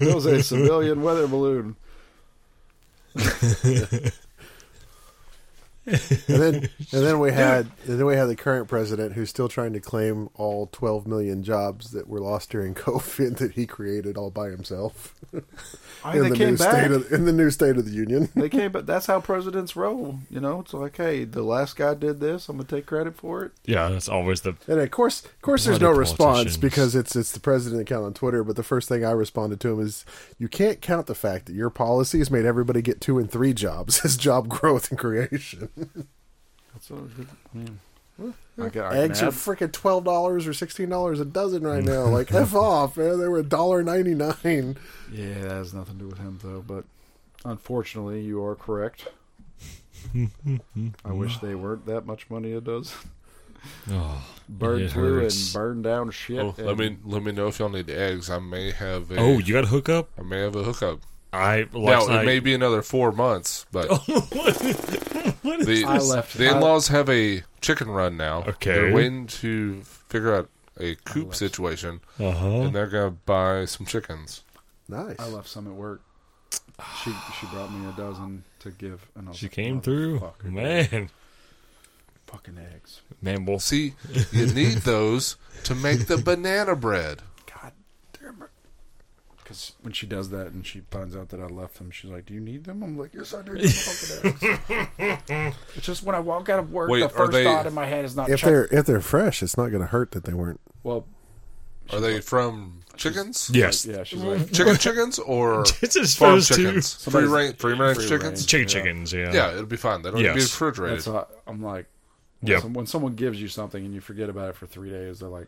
know.
It was a civilian weather balloon.
and then and then we had and then we had the current president who's still trying to claim all 12 million jobs that were lost during COVID that he created all by himself
I
in
Oh, they
the
came
new
back.
state of, in the new state of the union.
They came, but that's how presidents roll. You know, it's like, hey, the last guy did this. I'm gonna take credit for it.
Yeah, that's always the.
And of course, of course, there's no
Bloody
response
politicians.
because it's it's the president account on Twitter. But the first thing I responded to him is, "You can't count the fact that your policy has made everybody get two and three jobs as job growth and creation.
That's what I mean. I got
Eggs are
mad.
freaking twelve dollars or sixteen dollars a dozen right now. Like f off, man. They were $1.99.
yeah, that has nothing to do with him though. But unfortunately, you are correct. I wish they weren't that much money. It does
Oh,
burn
It
through and
hurts.
burn down shit.
Oh, let
and-
me let me know if y'all need eggs. I may have a.
oh you got a hookup?
I may have a hookup.
I
Now
last
it
night.
may be another four months, but
What is-
the,
I left-
the
I-
in-laws have a chicken run now.
Okay.
they're waiting to figure out a
Oh,
coop situation,
uh-huh.
and they're gonna buy some chickens.
Nice.
I left some at work. She she brought me a dozen to give, and I was
She
like,
came through.
"Motherfucker, dude,
Man.
fucking eggs.
Man, we'll see.
See, you need those to make the banana bread.
God damn it. Because when she does that and she finds out that I left them, she's like, Do you need them? I'm like, Yes, I do. They're fucking eggs." it's just when I walk out of work,
Wait,
the
are
first
they-
thought in my head is not
if
check-
they're if they're fresh, it's not going to hurt that they weren't.
Well,
Are they from chickens?
Yes.
yeah, she's like,
Chicken chickens or
It's as
farm
fast as-
chickens? Free
Somebody's-
range, free range
free
chickens.
range.
Chicken chickens, yeah.
Yeah, it'll be fine. They don't need to be
Yes.
refrigerated.
That's how I'm like, when,
Yeah.
some- when someone gives you something and you forget about it for three days, they're like,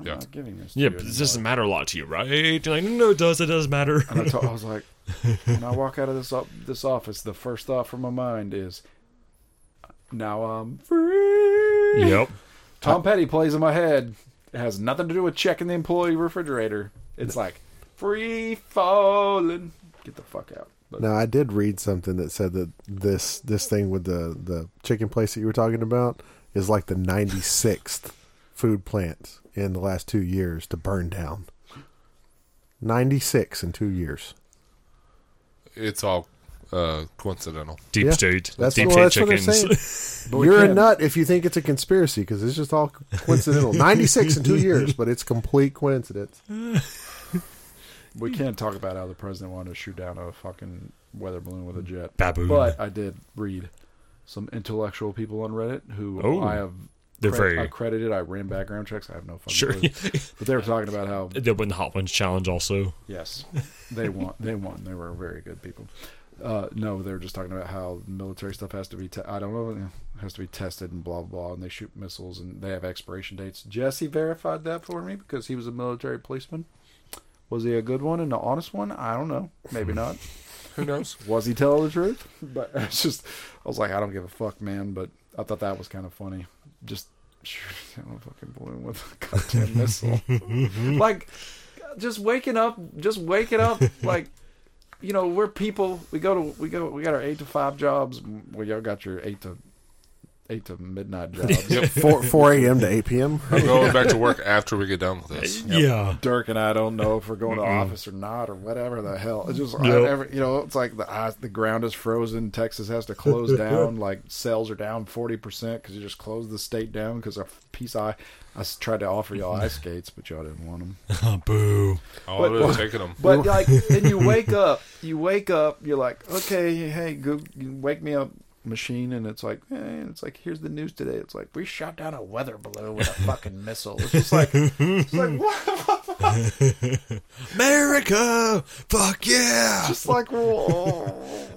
I'm
Yeah.
not giving this to
Yeah,
you.
but this
anymore."
doesn't matter a lot to you, right? You're like, no, it does. It does matter.
And I, told, I was like, when I walk out of this op- this office, the first thought from my mind is, now I'm free.
yep.
Tom Petty plays in my head. It has nothing to do with checking the employee refrigerator. It's like free falling. Get the fuck out. But
Now I did read something that said that this this thing with the the chicken place that you were talking about is like the 96th food plant in the last 2 years to burn down. 96 in 2 years.
It's all uh, coincidental.
Deep
Yeah,
state.
that's
deep
what-
state
that's what they're
chickens.
we
You're a
can't.
nut if you think it's a conspiracy because it's just all coincidental. 96 in two years, but it's complete coincidence.
We can't talk about how the president wanted to shoot down a fucking weather balloon with a jet.
Baboon.
But I did read some intellectual people on Reddit who
Oh.
I have
They're
cre-
very-
I credited. I ran background checks. I have no fucking
Sure.
clue. But they were talking about how
They win the Hot Ones challenge also.
yes, they won. They won. They were very good people. Uh, no, they were just talking about how military stuff has to be. Te- I don't know. it Has to be tested and blah blah blah. And they shoot missiles and they have expiration dates. Jesse verified that for me because he was a military policeman. Was he a good one and an honest one? I don't know. Maybe not.
Who knows?
was he telling the truth? But it's just, I was like, I don't give a fuck, man. But I thought that was kind of funny. Just shooting down a fucking balloon with a goddamn missile. like, just waking up, just waking up. Like, you know, we're people. We go to, we go, we got our eight to five jobs. Well, y'all got your eight to, eight to midnight jobs.
4, 4 a.m. to 8 p.m.
I'm going back to work after we get done with this.
Yeah.
Dirk and I don't know if we're going to office or not or whatever the hell. It's just I-
Yep.
every- you know, it's like the eyes, the ground is frozen. Texas has to close down. Like sales are down forty percent because you just closed the state down because a piece I I s- tried to offer y'all ice skates, but y'all didn't want them.
boo.
Oh, I would have taken them.
But like, and you wake up, you wake up, you're like, okay, hey, Goog you wake me up machine and it's like eh, it's like here's the news today it's like we shot down a weather balloon with a fucking missile it's just like it's like what the fuck?
America! Fuck yeah!
just like whoa,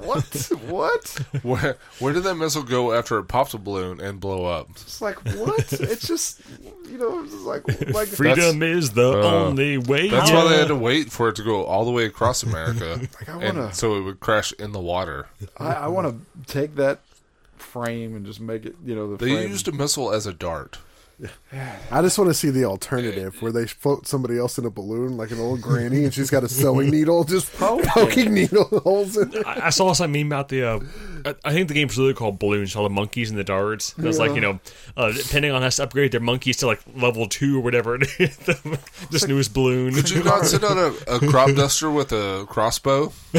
what what
Where, where did that missile go after it popped a balloon and blow up?
It's like what? It's just you know, it's just like like
Freedom is the only way.
That's
yeah.
why they had to wait for it to go all the way across America,
I wanna-
and so it would crash in the water.
I, I want to take that frame and just make it. You know, the
They
frame.
used a missile as a dart.
I just want to see the alternative where they float somebody else in a balloon like an old granny and she's got a sewing needle just poking needle holes in it.
I, I saw some meme about the. Uh, I- I think the game's really called Balloons, all the monkeys and the darts. It was like you know, uh, Pentagon has to upgrade their monkeys to like level two or whatever. it is, the- this newest balloon.
Did you not sit on a, a crop duster with a crossbow?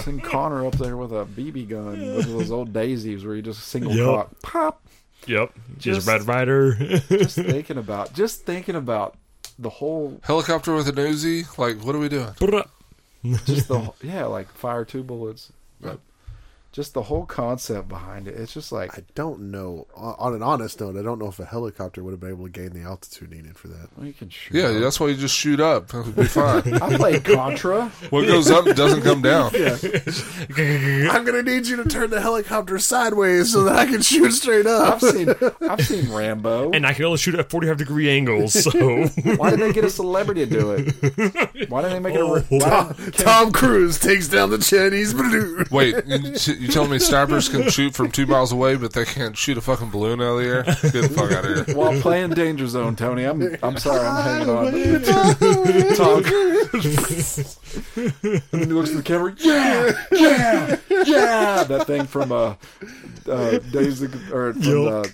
send Connor up there with a BB gun, with those old daisies where you just single
Yep.
cock pop.
yep, just
Just-
Red Rider.
Just thinking about, just thinking about the whole,
Helicopter with an Uzi? Like, what are we doing?
just the whole- yeah, like fire two bullets, but just the whole concept behind it. It's just like
I don't know. On on an honest note, I don't know if a helicopter would have been able to gain the altitude needed for that.
we can shoot.
Yeah,
up.
that's why you just shoot up. It'll be fine.
I played Contra.
what goes up doesn't come down.
I'm gonna need you to turn the helicopter sideways so that I can shoot straight up.
I've seen I've seen Rambo.
and I can only shoot at forty-five degree angles. So
Why did they get a celebrity to do it? Why did they make it a why did-
Tom Cruise takes down the Chinese balloon.
Wait, you, you telling me snipers can shoot from two miles away, but they can't shoot a fucking balloon out of the air? Get the fuck out of here.
while playing Danger Zone, Tony? I'm I'm sorry, I'm hanging on. Tom and then he looks at the camera. Yeah, yeah, yeah. That thing from uh, uh Days of, or from the,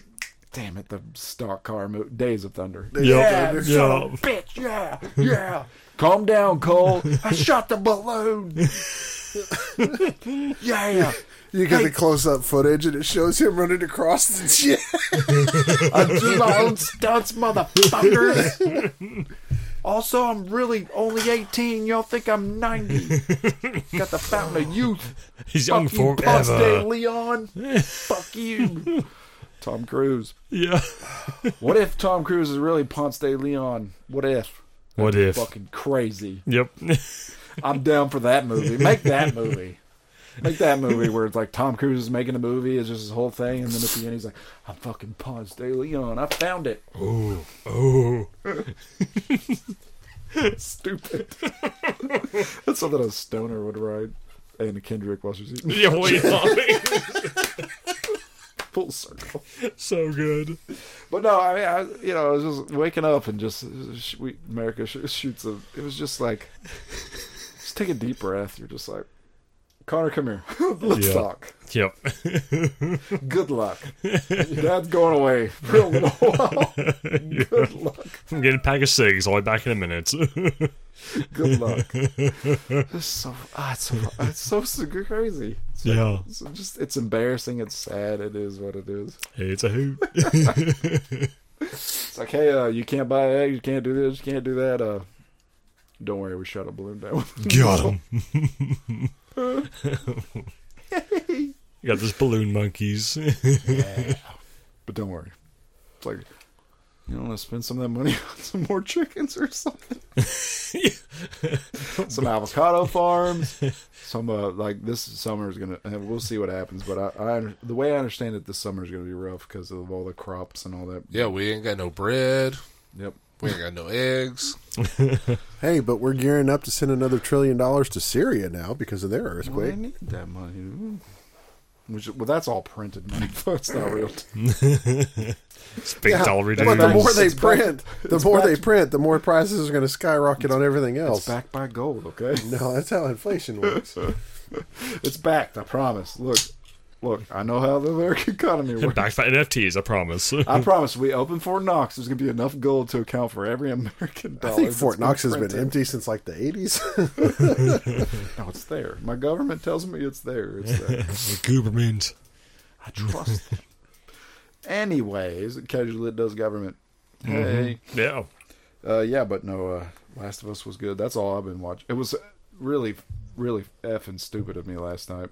damn it, the stock car mo- Days of Thunder.
yeah, yeah.
Bitch, yeah, yeah. Calm down, Cole. I shot the balloon. yeah.
You get the close up footage and it shows him running across the jet.
I do my own stunts, motherfuckers. Also, I'm really only 18. Y'all think I'm 90. Got the fountain of youth.
He's young
Fuck you, Ponce de
forever.
Leon. Fuck you. Tom Cruise.
Yeah.
What if Tom Cruise is really Ponce de Leon? What if?
What if?
Fucking crazy.
Yep.
I'm down for that movie. Make that movie. Make that movie where it's like Tom Cruise is making a movie, it's just his whole thing, and then at the end he's like, I'm fucking Ponce de Leon. I found it.
oh.
stupid. That's something a stoner would write. Anna Kendrick while she's eating
Yeah. Well, yeah.
full circle.
so good.
But no, I mean, I, you know, I was just waking up and just sh- we, America sh- shoots a. It was just like, just take a deep breath. You're just like, Connor, come here. Let's
Yeah.
talk.
Yep.
Good luck. Your dad's going away for a little while. Good luck.
I'm getting a pack of cigs. I'll be back in a minute.
Good luck. It's so, ah, it's so, it's so, so crazy. It's like-
yeah.
it's just, it's embarrassing. It's sad. It is what it is.
It's a hoot.
It's like, hey, uh, you can't buy eggs. You can't do this. You can't do that. Uh, don't worry, we shot a balloon down.
Got him. you got this balloon monkeys.
but don't worry. It's like, you don't want to spend some of that money on some more chickens or something. some avocado farms. Some uh, like this summer is gonna. And we'll see what happens. But I, I under- the way I understand it, this summer is gonna be rough because of all the crops and all that.
Yeah, we ain't got no bread.
Yep.
We ain't got no eggs.
Hey, but we're gearing up to send another trillion dollars to Syria now because of their
Well,
earthquake.
they need that money. Ooh. Which, well, that's all printed money. That's not real.
Speak
Yeah,
all
but the
back-
more they
it's back-
print, the
it's
more
back-
they print, the more prices are going to skyrocket on everything
It's
else.
backed by gold. Okay.
No, that's how inflation works.
It's backed. I promise. Look, look. I know how the American economy works.
Back for NFTs, I promise.
I promise, we open Fort Knox. There's gonna be enough gold to account for every American
I
dollar.
think
that's
Fort Knox has been
printed.
empty since like the 80s.
No, it's there. My government tells me it's there. It's there.
Goobermans.
I trust them. Anyways, casually it does government. Hey,
Yeah.
uh, yeah, but no. Uh, Last of Us was good. That's all I've been watching. It was really, really effing stupid of me last night.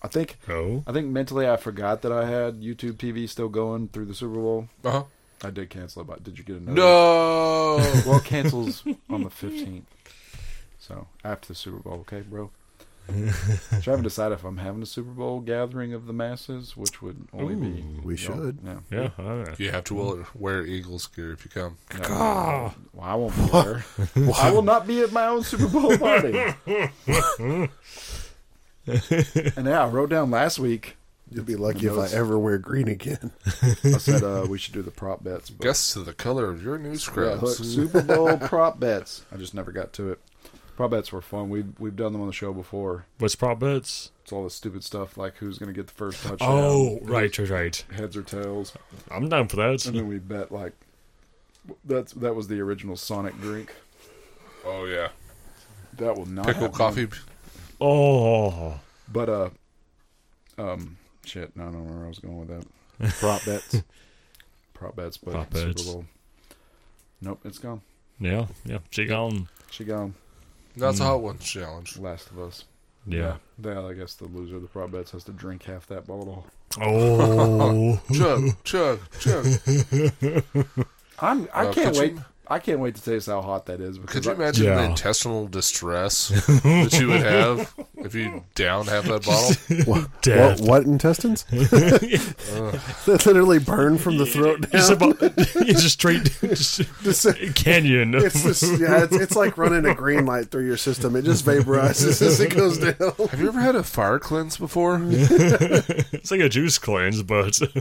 I think.
Oh.
I think mentally I forgot that I had YouTube TV still going through the Super Bowl.
Uh-huh.
I did cancel it, but did you get another?
No.
well, it cancels on the 15th. So, after the Super Bowl, okay, bro? Which I haven't decided if I'm having a Super Bowl gathering of the masses, which would only be.
We should.
No.
Yeah. all right.
You have to wear, wear Eagles gear if you come.
Well, I won't be there. I will not be at my own Super Bowl party. and yeah, I wrote down last week,
You'll be lucky if I
Those-
ever wear green again.
I said uh, we should do the prop bets. But
Guess to the color of your new
Yeah,
scrubs.
hook Super Bowl prop bets. I just never got to it. Prop bets were fun. We've, we've done them on the show before.
What's prop bets?
It's all the stupid stuff like who's going to get the first touchdown.
Oh, right, right, right. Mm-hmm.
heads or tails,
I'm down for that.
and then we bet like that's that was the original Sonic drink.
Oh yeah,
That will not
pickle
happen.
coffee.
Oh.
but uh, um, shit, no, I don't know where I was going with that. Prop bets, prop bets, but
Prop
Super
bets.
Bowl. Nope, it's gone.
Yeah. Yeah. Jig on.
She gone.
That's a hot one challenge.
Last of Us.
Yeah.
Then I guess the loser of the prop bets has to drink half that bottle.
Oh.
Chug, chug, chug.
I'm. I
Uh,
can't
could
wait.
you-
I can't wait to taste how hot that is. Because
Could you
I-
imagine the
Yeah.
intestinal distress that you would have if you down half that bottle?
What,
Death.
what intestines? that literally burn from the throat
Just
down.
about, it's a straight just canyon.
It's just, yeah, it's, it's like running a green light through your system. It just vaporizes as it goes down.
Have you ever had a fire cleanse before?
It's like a juice cleanse, but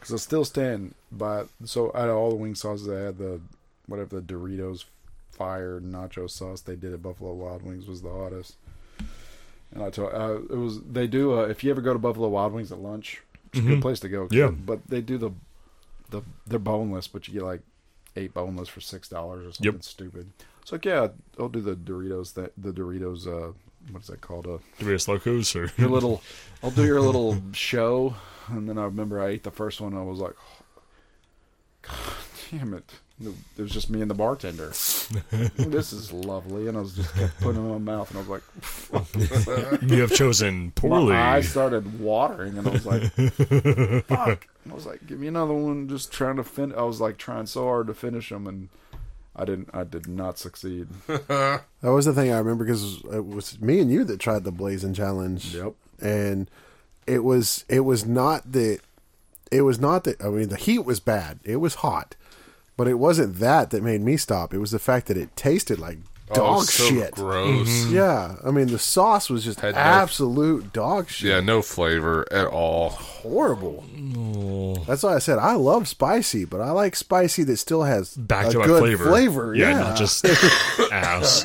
Because I still stand by. So out of all the wing sauces, I had the whatever the Doritos fire nacho sauce they did at Buffalo Wild Wings was the hottest. And I told uh, it was they do uh, if you ever go to Buffalo Wild Wings at lunch, it's a good place to go. 'cause
Mm-hmm. Yeah.
they- but they do the the they're boneless, but you get like eight boneless for six dollars or something
Yep.
stupid. It's like yeah, I'll do the Doritos that the Doritos uh what is that called uh
Doritos Locos or
your little I'll do your little show and then I remember I ate the first one and I was like God damn it. It was just me and the bartender. this is lovely and I was just kept putting it in my mouth and I was like
you have chosen poorly.
my eyes started watering and I was like fuck. I was like give me another one just trying to fin I was like trying so hard to finish them and I didn't I did not succeed.
That was the thing I remember because it was me and you that tried the blazing challenge.
Yep.
And it was it was not that it was not that I mean the heat was bad. It was hot. But it wasn't that that made me stop. It was the fact that it tasted like dog
so
shit. Mm-hmm.
Gross.
Yeah, I mean the sauce was just
Had no-
absolute dog shit.
Yeah, no flavor at all.
Horrible.
Oh.
That's why I said I love spicy, but I like spicy that still has
Back
a
to
good
our flavor.
Yeah,
not just ass.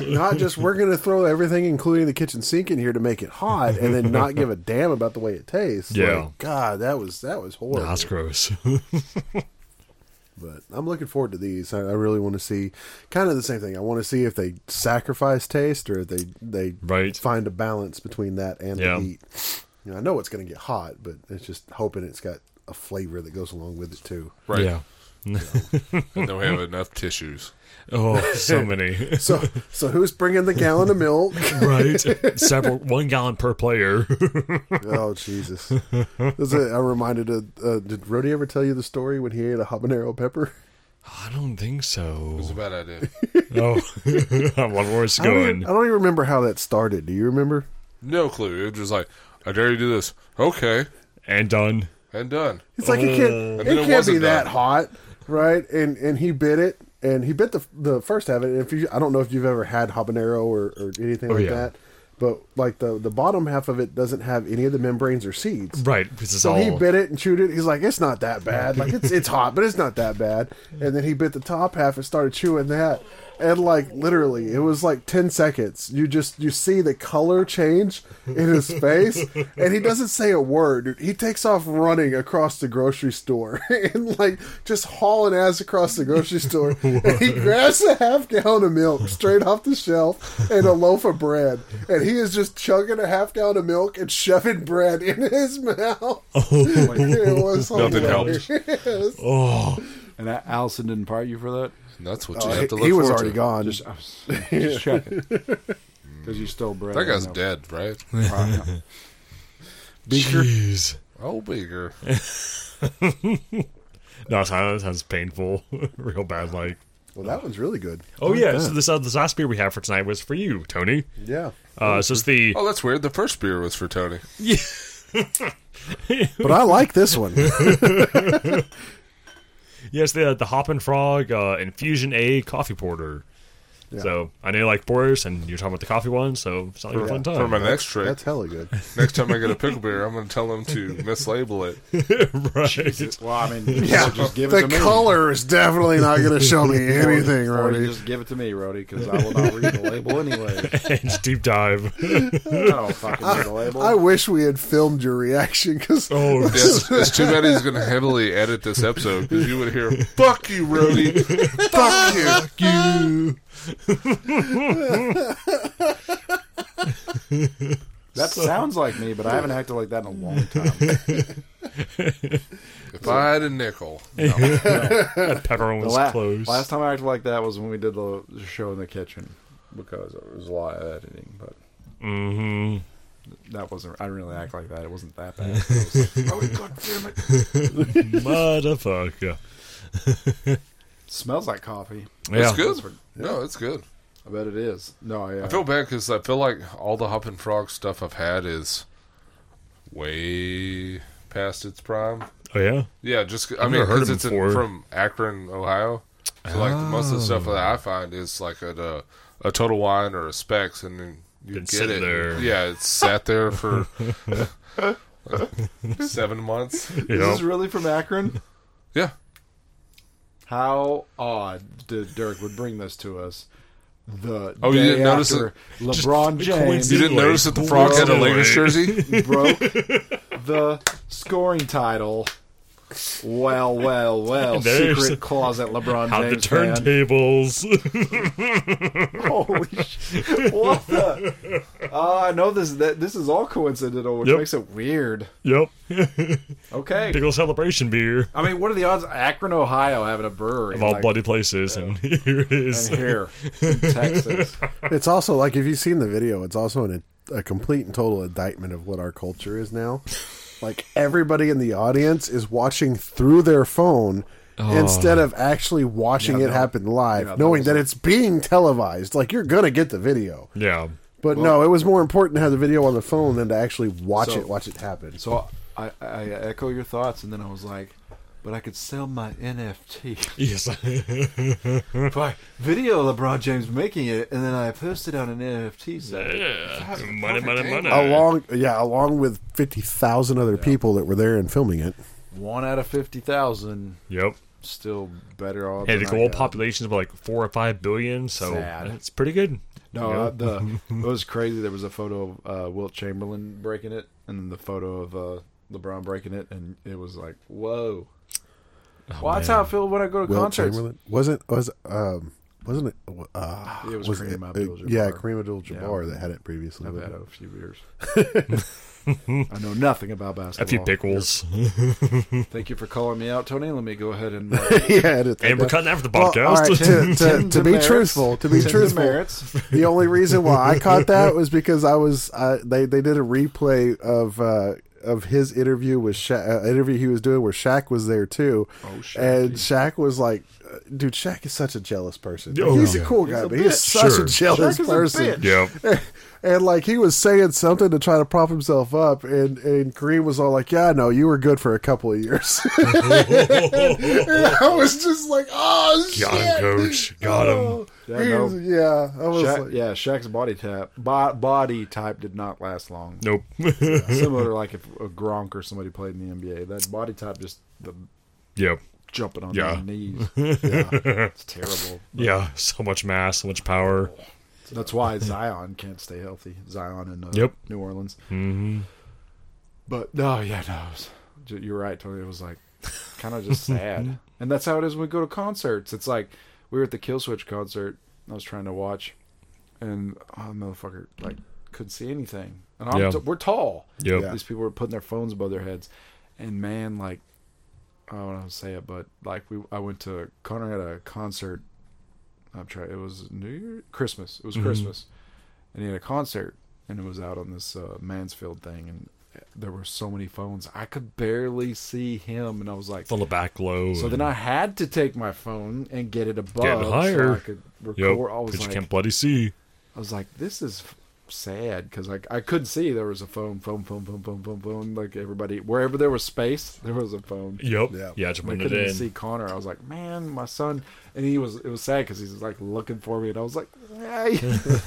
not just we're going to throw everything, including the kitchen sink, in here to make it hot, and then not give a damn about the way it tastes.
Yeah.
Like, God, that was that was horrible.
That's gross.
But I'm looking forward to these. I, I really want to see kind of the same thing. I want to see if they sacrifice taste or if they they
Right.
find a balance between that and
Yeah.
the meat. You know, I know it's going to get hot, but it's just hoping it's got a flavor that goes along with it too.
Right.
Yeah.
And don't have enough tissues.
Oh, so many.
So, so who's bringing the gallon of milk?
right. Several one gallon per player.
oh Jesus! This is- I reminded. Of, uh, did Rody ever tell you the story when he ate a habanero pepper?
I don't think
It's a
so.
bad idea.
Oh, I wonder where it's
I don't, even,
going.
I don't even remember how that started. Do you remember?
No clue. It was just like, I dare you do this. Okay.
And done.
And done.
It's like it can't.
then it
It can't be
wasn't
that
done.
hot, right? And and he bit it, and he bit the the first half. of it. If you, I don't know if you've ever had habanero or, or anything like
yeah.
that, but like the the bottom half of it doesn't have any of the membranes or seeds.
Right. Because it's
So
all.
he bit it and chewed it. He's like, it's not that bad. Like it's it's hot, but it's not that bad. And then he bit the top half and started chewing that. And like literally, it was like ten seconds. You just you see the color change in his face, and he doesn't say a word. Dude. He takes off running across the grocery store and like just hauling ass across the grocery store. and he grabs a half gallon of milk straight off the shelf and a loaf of bread, and he is just chugging a half gallon of milk and shoving bread in his mouth. it was
Nothing
hilarious.
oh,
And that Allison didn't part you for that.
And that's what you
Oh, He,
have to look
he was
forward
already
to.
gone.
Just, uh, I was just checking because you stole bread.
That guy's
I know.
dead, right?
I know.
jeez.
Oh, bigger.
No, that sounds, that sounds painful. Real bad. Like.
well, that one's really good.
Oh yeah. So this uh, this last beer we have for tonight was for you, Tony.
Yeah,
Uh, so it's the
Oh, that's weird. The first beer was for Tony.
but I like this one.
Yes, the the Hop and Frog uh, Infusion A coffee porter. So I know you like porters, and you're talking about the coffee one, so it's not like a fun
For
time.
my next trick,
That's hella good.
next time I get a pickle beer, I'm going to tell them to mislabel it.
right?
Well, I mean, yeah, just give it
The
to me.
color is definitely not going to show me anything,
Or you
Roddy.
just give it to me, Rody, because I will not read the label anyway.
and deep dive.
I don't fucking read the label.
I wish we had filmed your reaction because
Oh,
It's, it's too bad he's going to heavily edit this episode because you would hear, fuck you, Rody.
fuck you.
you.
that sounds like me, but I haven't acted like that in a long time.
If I had a nickel.
Pepperoni
The
was
la-
close.
last time I acted like that was when we did the show in the kitchen because it was a lot of editing, but
hmm
that wasn't. I didn't really act like that. It wasn't that bad. It was- oh, God damn it.
Motherfucker.
Smells like coffee.
Yeah.
It's good. No, it's good.
I bet it is. No, uh, yeah.
I feel bad because I feel like all the Hop and Frog stuff I've had is way past its prime.
Oh yeah.
Yeah, just I
I've
mean,
never heard
because
of
it's
him
in,
before.
from Akron, Ohio. So like most of the stuff
Oh.
that I find is like at a, a Total Wine or a Specs, and then you
Been
get
sitting
it.
there.
Yeah, it sat there for seven months.
You
is
know.
this really from Akron?
Yeah,
How odd that Dirk would bring this to us. The
Oh, you
day
didn't notice
after LeBron James
you
Did
didn't
like-
notice that the frog had a
Really?
Lakers jersey.
broke the scoring title. Well, well, well.
There's-
Secret closet LeBron
Out the
James fan.
turntables.
Holy shit! What the? Oh, I know this. That, this is all coincidental, which
Yep.
makes it weird.
yep.
Okay.
Big ol' celebration beer
I mean, what are the odds? of Akron, Ohio, having a brewery
of all
like,
bloody places, and here it is.
and here, in Texas.
It's also like if you've seen the video, it's also an, a complete and total indictment of what our culture is now. Like everybody in the audience is watching through their phone instead of actually watching it happen live,
yeah, that
knowing
was
that
a-
it's being televised. Like you're gonna get the video,
Yeah.
but no, it was more important to have the video on the phone than to actually watch
So-
it, watch it happen.
So I, I echo your thoughts, and then I was like,
but I could sell my NFT.
Yes.
By video of LeBron James making it, and then I posted on an NFT site.
Yeah. money, money, money.
along yeah, along with fifty thousand other people that were there and filming it.
One out of fifty thousand,
Yep.
still better off.
Hey, the
than I
global
got.
population is like four or five billion, so
Sad.
it's pretty good.
No,
Yeah.
uh, the
It was crazy. There was a photo of uh, Wilt Chamberlain breaking it, and the photo of uh, LeBron breaking it, and it was like, whoa. well, that's
Oh, man.
how I feel when I go to
Wilt
concerts.
Chamberlain wasn't was um wasn't it? Uh,
It was Kareem Abdul-Jabbar.
yeah, Kareem Abdul-Jabbar that had it previously.
I've
but-
had it a few years. I know nothing about basketball.
A few pickles.
Thank you for calling me out, Tony. Let me go ahead and. Uh,
yeah, it,
And we're cutting that for the
Well, all right,
podcast.
to, to, to be
demerits.
truthful, to be
Tim
truthful,
Merritt's.
the only reason why I caught that was because I was uh, they they did a replay of uh, of his interview with Sha- uh, interview he was doing where Shaq was there too. Oh, and Shaq was like, uh, "Dude, Shaq is such a jealous person.
Oh,
he's
yeah.
a cool guy, but he's such
Sure.
a jealous
Shaq is a
person."
Yep.
And like he was saying something to try to prop himself up, and and Kareem was all like, "Yeah, no, you were good for a couple of years." And I was just like, "Oh shit!"
Got him, coach. Got him.
Yeah,
He
no.
was- yeah, I was
Shaq,
like,
yeah, Shaq's body type bo- body type did not last long.
Nope.
Similar, like if a Gronk or somebody played in the NBA, that body type just the
yep.
jumping on
Yeah.
their knees. Yeah, it's terrible.
Yeah. So much mass, so much power.
That's why Zion can't stay healthy. Zion in uh,
Yep.
New Orleans. Mm-hmm. But no, yeah, no. it was- j- you're right, Tony. It was like kind of just sad, and that's how it is when we go to concerts. It's like we were at the Kill Switch concert. I was trying to watch, and oh, motherfucker, like couldn't see anything. And I'm
Yeah.
t- we're tall.
Yep.
These people were putting their phones above their heads, and man, like I don't want to say it, but like we, I went to Connor had a concert. I'm trying. It was New Year, Christmas. It was
Mm-hmm.
Christmas, and he had a concert, and it was out on this uh, Mansfield thing, and uh, there were so many phones. I could barely see him, and I was like,
Full of back low.
so then I had to take my phone and get it above
higher.
so I could record.
Yep.
I
Because
was
you
like,
can't bloody see.
I was like, this is f- sad because I I couldn't see. There was a phone, phone, phone, phone, phone, phone, phone. Like everybody, wherever there was space, there was a phone.
Yep.
Yeah.
Yeah. Just
And I
run it
couldn't
in.
even see Connor. I was like, man, my son, and he was. It was sad because he's like looking for me, and I was like, hey,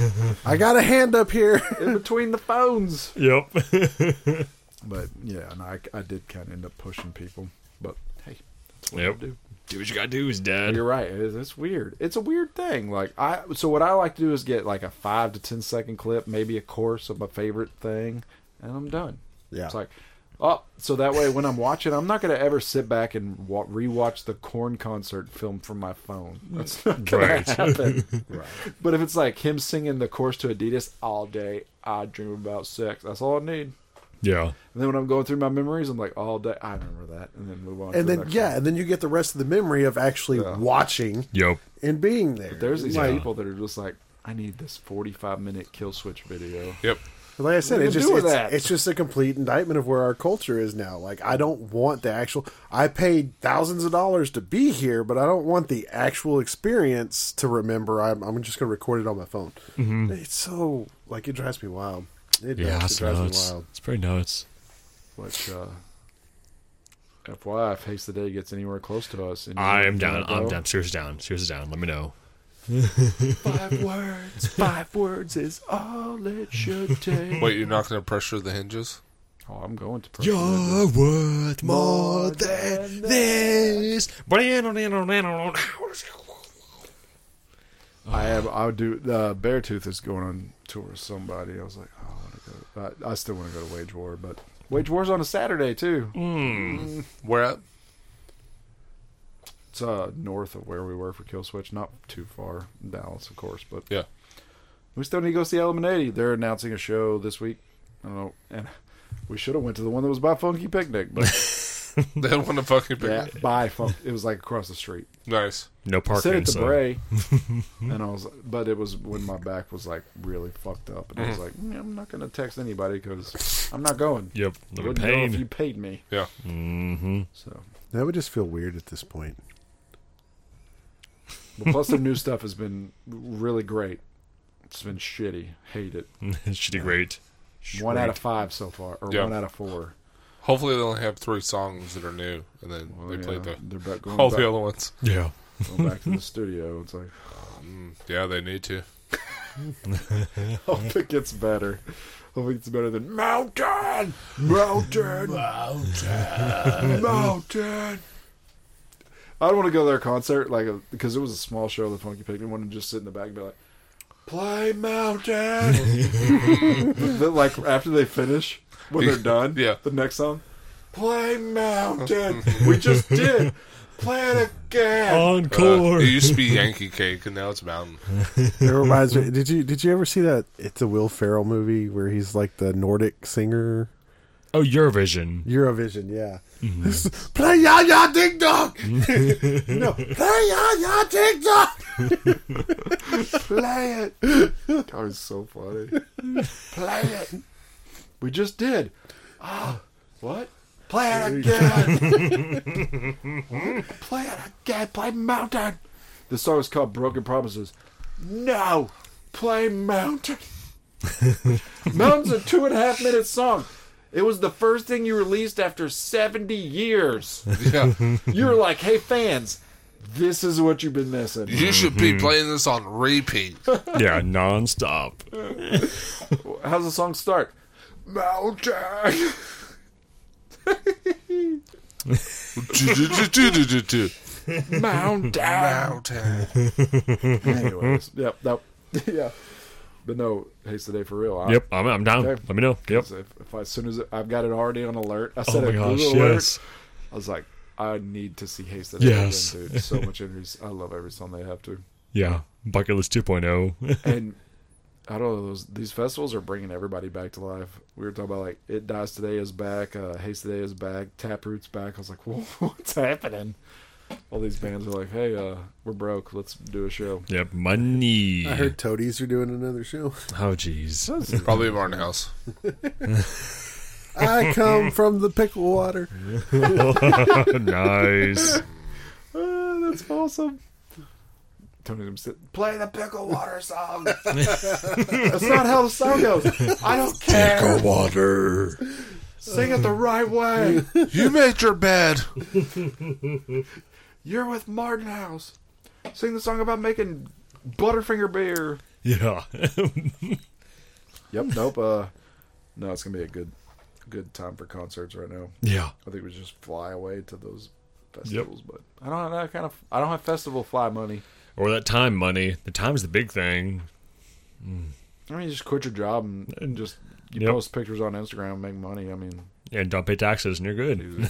I got a hand up here.
in between the phones.
Yep.
But yeah, and I I did kind of end up pushing people. But hey,
yep.
do.
Do what you gotta do, is dad.
you're right. It is, it's weird. It's a weird thing. Like I, so what I like to do is get like a five to ten second clip, maybe a course of my favorite thing, and I'm done.
Yeah.
It's like, oh, so that way when I'm watching, I'm not gonna ever sit back and wa- rewatch the corn concert film from my phone. That's not gonna
Right.
happen. But if it's like him singing the chorus to Adidas all day, I dream about sex. That's all I need.
Yeah.
And then when I'm going through my memories, I'm like, all day, I remember that, and then move on. to
and
the
then
next
yeah,
one.
and then you get the rest of the memory of actually watching
Yep.
and being there.
There's these
Yeah.
people that are just like, I need this 45 minute kill switch video.
Yep.
like I said,
What
it's
do you
just
do with
it's,
that?
it's just a complete indictment of where our culture is now. Like I don't want the actual. I paid thousands of dollars to be here, but I don't want the actual experience to remember. I'm, I'm just going to record it on my phone.
Mm-hmm.
It's so like it drives me wild. It does.
Yeah.
It
It's
drives
nuts.
me wild.
It's pretty nuts.
Which, uh, FYI, if Haste the Day gets anywhere close to us, and you-
I am
you
down.
wanna
I'm
go,
down. Seriously down. Seriously down. Let me know.
Five words, five words is all it should take.
Wait, you're not going to pressure the hinges?
Oh, I'm going to.
You're worth more than this.
I have. I would do. Uh, Beartooth is going on tour with somebody. I was like, oh, I want to go. I, I still want to go to Wage War, but Wage War's on a Saturday too.
Where at?
It's uh, north of where we were for Kill Switch, not too far. Dallas, of course, but
Yeah.
We still need to go see Eliminated. They're announcing a show this week. I don't know, and we should have went to the one that was by Funky Picnic, but
They had one to fucking pick.
yeah, by Funk, it was like across the street.
Nice.
No
I
parking.
Said it to
so-
Bray, and I was, but it was when my back was like really fucked up, and I was like, "Mm, I'm not gonna text anybody because I'm not going.
Yep.
I
Little
wouldn't go if
pain.
you paid me.
Yeah.
So,
That would just feel weird at this point.
but plus their new stuff has been really great. It's been shitty. Hate it.
Should be great.
One out of five so far, or
Yeah.
one out of four.
Hopefully, they only have three songs that are new, and then they play
Yeah,
the
they're back going
all
back,
the other ones.
Yeah.
going back to the studio. It's like
Yeah, they need to.
hope it gets better. Hope it gets better than mountain.
Mountain, mountain, mountain.
I don't want to go to their concert like uh, because it was a small show. The Funky Pig. I wanted to just sit in the back and be like,
Play mountain.
but, like after they finish when they're done.
Yeah.
The next song.
Play mountain. We just did. Play it again.
Uh,
Encore.
it used to be Yankee Cake, and now it's Mountain.
It reminds me. Did you did you ever see that? It's a Will Ferrell movie where he's like the Nordic singer.
oh, Eurovision.
Eurovision, yeah.
Mm-hmm.
Play ya ya ding dong. no, play ya ya ding dong.
Play it. God, it's so funny. Play it. We just did. Ah, what?
Play it again. Play it again. Play mountain.
The song is called Broken Promises.
No. Play mountain.
Mountain's a two and a half minute song. It was the first thing you released after 70 years.
Yeah,
You're like, hey, fans, this is what you've been missing.
you should be playing this on repeat.
Yeah, nonstop.
How's the song start?
Mountain.
Mountain.
Mountain.
Anyways, yep, no, yeah. But no, Haste the Day for real. I,
Yep, I'm, I'm down.
Okay.
Let me know. Yep.
If, if I, as soon as I've got it already on alert, I
Oh
said
my
a
gosh,
Google alert.
yes.
I was like, I need to see Haste the Day
Yes.
again, dude. So much energy. I love every song they have to.
Yeah. Bucket List oh. 2.0.
and I don't know those these festivals are bringing everybody back to life. We were talking about like it dies today is back, uh, haste today is back, taproot's back. I was like, Whoa, what's happening? All these bands are like, hey, uh, we're broke, let's do a show.
yep, money.
I heard Toadies are doing another show.
Oh, jeez.
Probably a barn house.
I come from the pickle water.
nice.
Ah, that's awesome. Tony, I'm sitting.
Play the pickle water song.
That's not how the song goes.
I don't care.
Water.
Sing it the right way.
You made your bed.
You're with Martin House. Sing the song about making Butterfinger beer.
Yeah.
Yep. Nope. Uh, no, it's gonna be a good, good time for concerts right now.
yeah.
I think we just fly away to those festivals, but I don't know. I kind of I don't have festival fly money.
Or that time money. The time's the big thing.
I mean, you just quit your job and, and just you
Yep.
post pictures on Instagram, and make money. I mean,
And don't pay taxes and you're good.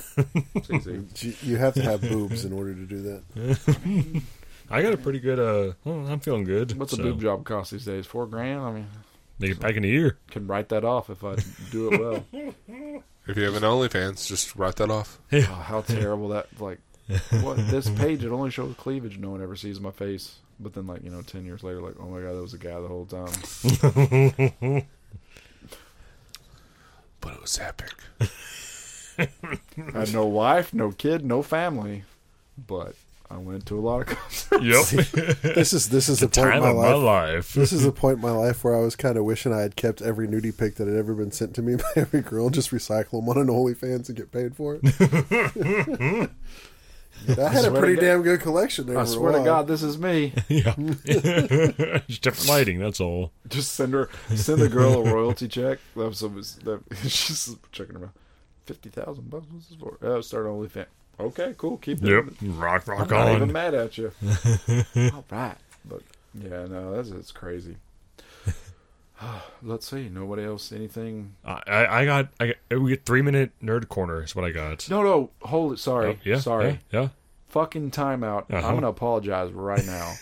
it's easy.
You you have to have boobs in order to do that.
I got a pretty good, uh, well, I'm feeling good.
What's
so.
a boob job cost these days? Four grand. I mean,
Make it back in a year.
can write that off if I do it well.
If you have an OnlyFans, just write that off.
oh, how terrible that like. What this page? It only shows cleavage. No one ever sees my face. But then, like you know, ten years later, like oh my god, that was a guy the whole time.
But it was epic.
I had no wife, no kid, no family. But I went to a lot of concerts.
Yep.
This is this is the, point in
time
my
of my
life.
life.
This is the point in my life where I was kind of wishing I had kept every nudie pic that had ever been sent to me by every girl and just recycle them on an OnlyFans and get paid for it. I had a
swear
pretty
to God-
damn good collection there.
I
for a
swear to
while.
God, this is me.
Yeah. Just different lighting, that's all.
Just send her, send the girl a royalty check. That was, that was- that, she's checking her out. Fifty thousand bucks. What's this for? Oh, start an OnlyFans. Okay, cool. Keep doing
Yep.
it.
Rock, rock
I'm not even
on.
mad at you. All right, but yeah, no, that's it's crazy. Let's see. Nobody else? Anything?
I, I I got, I got, we get three minute nerd corner is what I got.
No, no. Hold it. Sorry.
Oh, yeah.
Sorry.
Yeah. yeah.
fucking timeout.
Uh-huh.
I'm gonna apologize right now.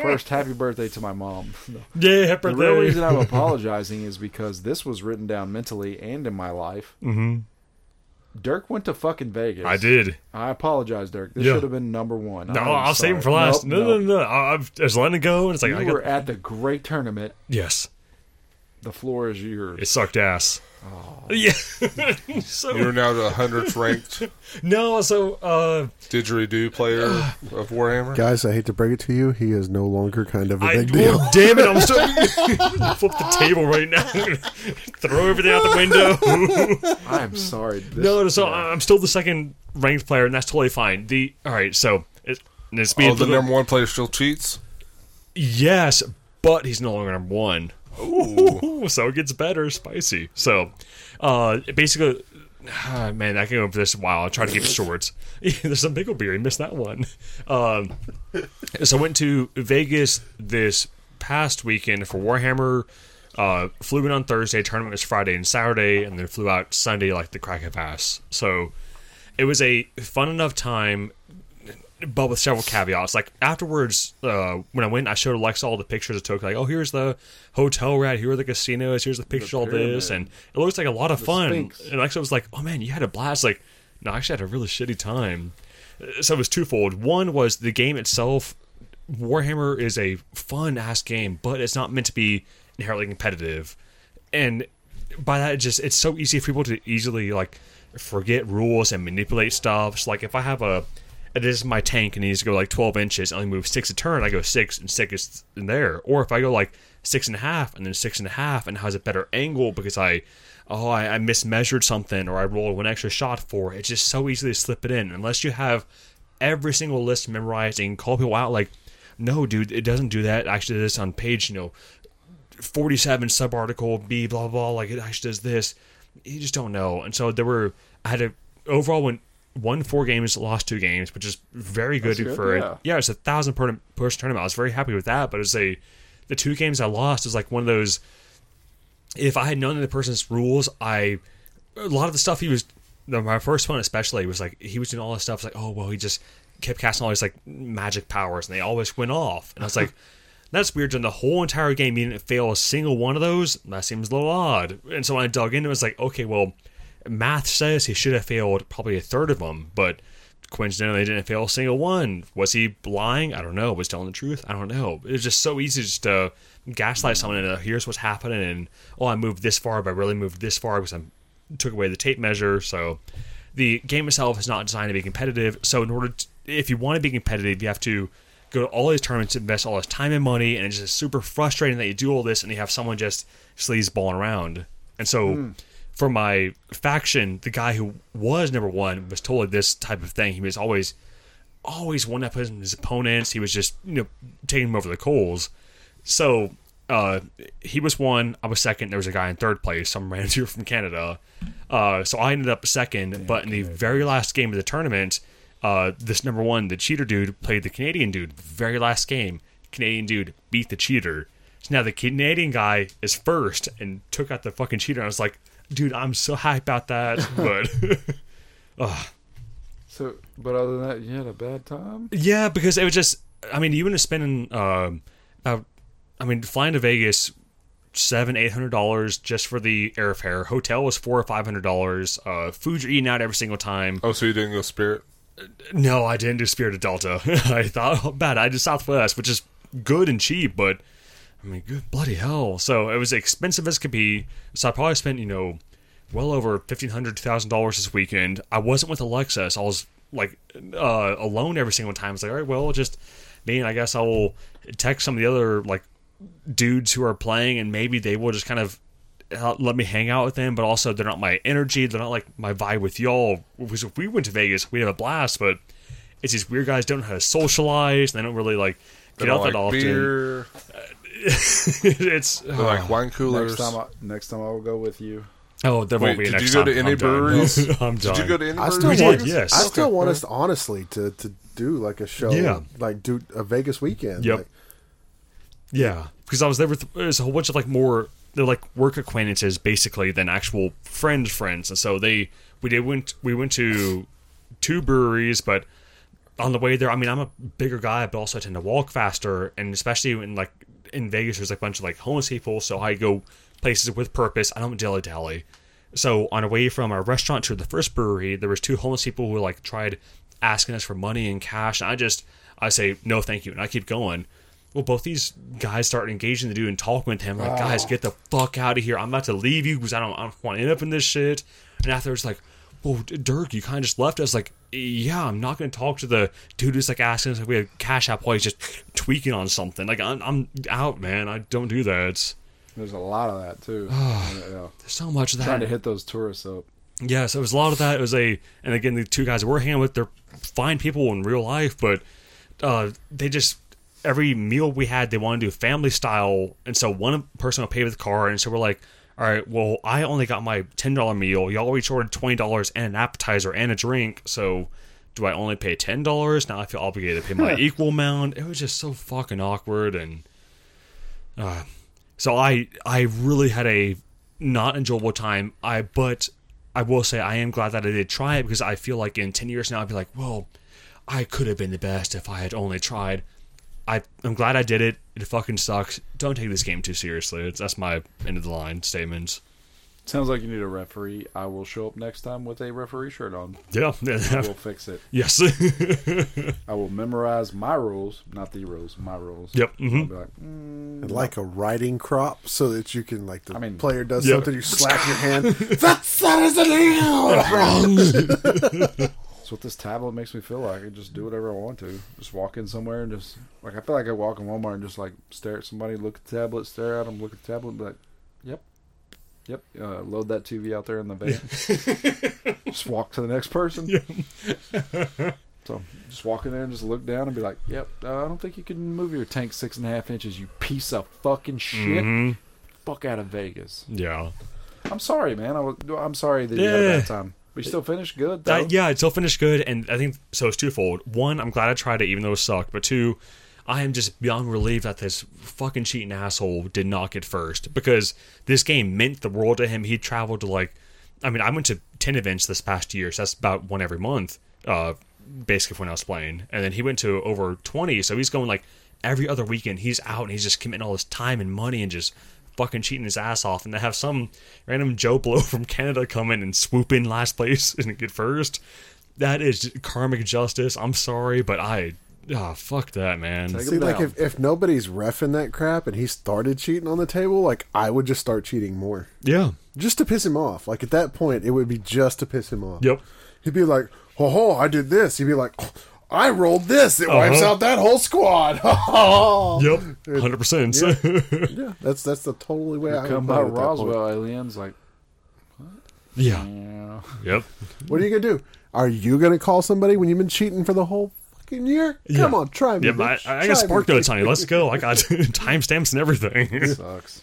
First, happy birthday to my mom.
Yeah, happy
The
birthday.
real reason I'm apologizing is because this was written down mentally and in my life. Mm-hmm. Dirk went to fucking Vegas.
I did.
I apologize, Dirk. This
Yeah.
should have been number one.
No,
I'm
I'll save
sorry.
him for last.
Nope,
no,
nope.
no, no, I- I've, I was letting it go, and it's like I
You were
got
at the great tournament.
yes.
The floor is yours.
It sucked ass. Yeah. so
You're now the hundredth ranked
no, so uh,
didgeridoo player of Warhammer.
Guys, I hate to break it to you, he is no longer kind of a
I
big deal.
well, damn it, I'm still flip the table right now. Throw everything out the window.
I am sorry. This,
no, no, so I'm still the second ranked player, and that's totally fine. The all right, so it's, it's being
Oh, the number one player still cheats.
yes, but he's no longer number one. Ooh, so it gets better spicy. So, uh, basically, ah, man, I can go for this a while. I try to keep it short. There's some pickle beer. You missed that one. Um, so I went to Vegas this past weekend for Warhammer. Uh, flew in on Thursday. Tournament was Friday and Saturday, and then flew out Sunday like the crack of ass. So it was a fun enough time but with several caveats. Like afterwards, uh, when I went, I showed Alexa all the pictures I took. Like, oh, here's the hotel we're at. Here are the casinos. Here's the pictures. all this, and it looks like a lot of fun.
Sphinx.
And Alexa was like, "Oh man, you had a blast!" Like, no, I actually had a really shitty time. Uh, So it was twofold. One was the game itself. Warhammer is a fun ass game, but it's not meant to be inherently competitive. And by that, it just it's so easy for people to easily like forget rules and manipulate stuff. So, like if I have a this is my tank and he needs to go like 12 inches, I only move six a turn, I go six and six is in there. Or if I go like six and a half and then six and a half and has a better angle because I, oh, I, I mismeasured something or I rolled one extra shot for it, it's just so easy to slip it in. Unless you have every single list memorized and call people out like, no, dude, it doesn't do that. I Actually, did this on page, you know, 47 sub article B blah, blah blah like it actually does this you just don't know and so there were I had a overall went won four games lost two games which is very good,
good,
for
yeah.
it yeah it's a thousand per person tournament I was very happy with that but it's a the two games I lost is like one of those if I had known the person's rules I a lot of the stuff he was the- my first one especially was like he was doing all this stuff like oh well he just kept casting all these like magic powers and they always went off and I was like that's weird during the whole entire game you didn't fail a single one of those that seems a little odd and so when I dug into it it's like okay well math says he should have failed probably a third of them but coincidentally he didn't fail a single one was he lying I don't know was he telling the truth I don't know it was just so easy just to gaslight someone and uh, here's what's happening and oh I moved this far but I really moved this far because I'm took away the tape measure. So the game itself is not designed to be competitive. So in order, to, if you want to be competitive, you have to go to all these tournaments, invest all this time and money, and it's just super frustrating that you do all this and you have someone just sleaze balling around. And so for my faction, the guy who was number one was totally this type of thing. He was always always one up his opponents. He was just you know taking him over the coals. So uh, he was one. I was second. There was a guy in third place, some random dude from Canada. Uh, so I ended up second. but in the very last game of the tournament, uh, this number one, the cheater dude, played the Canadian dude. Very last game, Canadian dude beat the cheater. So now the Canadian guy is first and took out the fucking cheater. And I was like, dude, I'm so hyped about that. But
So, but other than that, you had a bad time.
Yeah, because it was just. I mean, even spending, um, about, I mean, flying to Vegas, seven, eight hundred dollars just for the airfare. Hotel was four or five hundred dollars. Uh, food you're eating out every single time.
Oh, so you didn't go Spirit?
No, I didn't do Spirit of Delta. I thought oh, bad. I did Southwest, which is good and cheap, but I mean, good bloody hell. So it was expensive as could be. So I probably spent, you know, well over fifteen hundred, two thousand dollars this weekend. I wasn't with Alexa, so I was like uh, alone every single time. It's like, all right, well, just me, and I guess I will text some of the other like dudes who are playing, and maybe they will just kind of uh, let me hang out with them. But also, they're not my energy. They're not like my vibe with y'all. Because if we went to Vegas, we'd have a blast. But it's these weird guys don't know how to socialize. And they don't really like get
They don't
out
like
that often.
beer.
it's uh,
They like wine coolers.
Next time, I, next time I will go with you.
oh, there
Wait,
won't be a
did
next
you go
time.
to any
I'm done.
breweries?
I'm done.
Did you go to any
I
breweries?
still
We
want,
did, yes.
I still want us honestly to to do like a show,
Yeah.
like do a Vegas weekend.
Yep.
Like,
Yeah, because I was there with there's a whole bunch of like more they're like work acquaintances basically than actual friend friends, and so they we did went we went to two breweries, but on the way there, I mean, I'm a bigger guy, but also I tend to walk faster, and especially when like in Vegas, there's like a bunch of like homeless people, so I go places with purpose. I don't dilly dally. So on our way from our restaurant to the first brewery, there was two homeless people who like tried asking us for money and cash, and I just I say no, thank you, and I keep going. well, both these guys start engaging the dude and talking with him. Like, guys, get the fuck out of here. I'm about to leave you because I don't, I don't want to end up in this shit. And afterwards, like, well, D- Dirk, you kind of just left us. Like, yeah, I'm not going to talk to the dude who's like asking us if we have cash app while he's just tweaking on something. Like, I'm, I'm out, man. I don't do that. It's,
There's a lot of that too. yeah.
there's so much of that.
Trying to hit those tourists up.
Yeah, so it was a lot of that. It was a, and again, the two guys we're hanging with, they're fine people in real life, but uh, they just every meal we had, they wanted to do family style, and so one person would pay with the car, and so we're like, all right, well, I only got my ten dollar meal. Y'all each ordered twenty dollars and an appetizer and a drink, so do I only pay ten dollars? Now I feel obligated to pay my equal amount. It was just so fucking awkward and. So I I really had a not enjoyable time. I but I will say I am glad that I did try it because I feel like in ten years now I'd be like, well, I could have been the best if I had only tried. I I'm glad I did it. It fucking sucks. Don't take this game too seriously. It's, that's my end of the line statements.
Sounds like you need a referee. I will show up next time with a referee shirt on.
Yeah.
We'll fix it.
yes.
I will memorize my rules, not the rules, my rules.
Yep, mhm.
I'll be like, mm,
And like a riding crop so that you can like the
I mean-
player does
Yeah.
something you slap your hand that's that is an eagle
that's what this tablet makes me feel like. I can just do whatever I want to. Just walk in somewhere and just like I feel like I walk in Walmart and just like stare at somebody, look at the tablet, stare at them, look at the tablet, and be like, yep, yep. Uh, load that TV out there in the van. just walk to the next person. So just walk in there and just look down and be like, "Yep, uh, I don't think you can move your tank six and a half inches. You piece of fucking shit. Fuck out of Vegas.
yeah.
I'm sorry, man. I was, I'm sorry that you had a
Yeah.
bad time. We still finished good though.
That, yeah, it still finished good, and I think so. It's twofold. One, I'm glad I tried it, even though it sucked. But two, I am just beyond relieved that this fucking cheating asshole did not get first because this game meant the world to him. He traveled to like, I mean, I went to ten events this past year, so that's about one every month, uh, basically from when I was playing. And then he went to over twenty, so he's going like every other weekend. He's out and he's just committing all his time and money and just fucking cheating his ass off and to have some random Joe Blow from Canada come in and swoop in last place and get first. That is karmic justice. I'm sorry, but I ah fuck that man.
Take
see
them
like
down.
if, if nobody's refing that crap and he started cheating on the table like i would just start cheating more
Yeah.
just to piss him off like at that point it would be just to piss him off
Yep.
he'd be like ho ho i did this he'd be like i rolled this it wipes
Uh-huh.
out that whole squad
Yep. Hundred percent. So
yeah that's that's the totally way i would
come
play
by
it at that point.
Roswell aliens like,
yeah.
yeah.
Yep.
What are you gonna do? Are you gonna call somebody when you've been cheating for the whole fucking year? Come on, try me.
Yep. I,
bitch.
I
Try
got spark
me.
notes on you. Let's go. I got timestamps and everything.
sucks.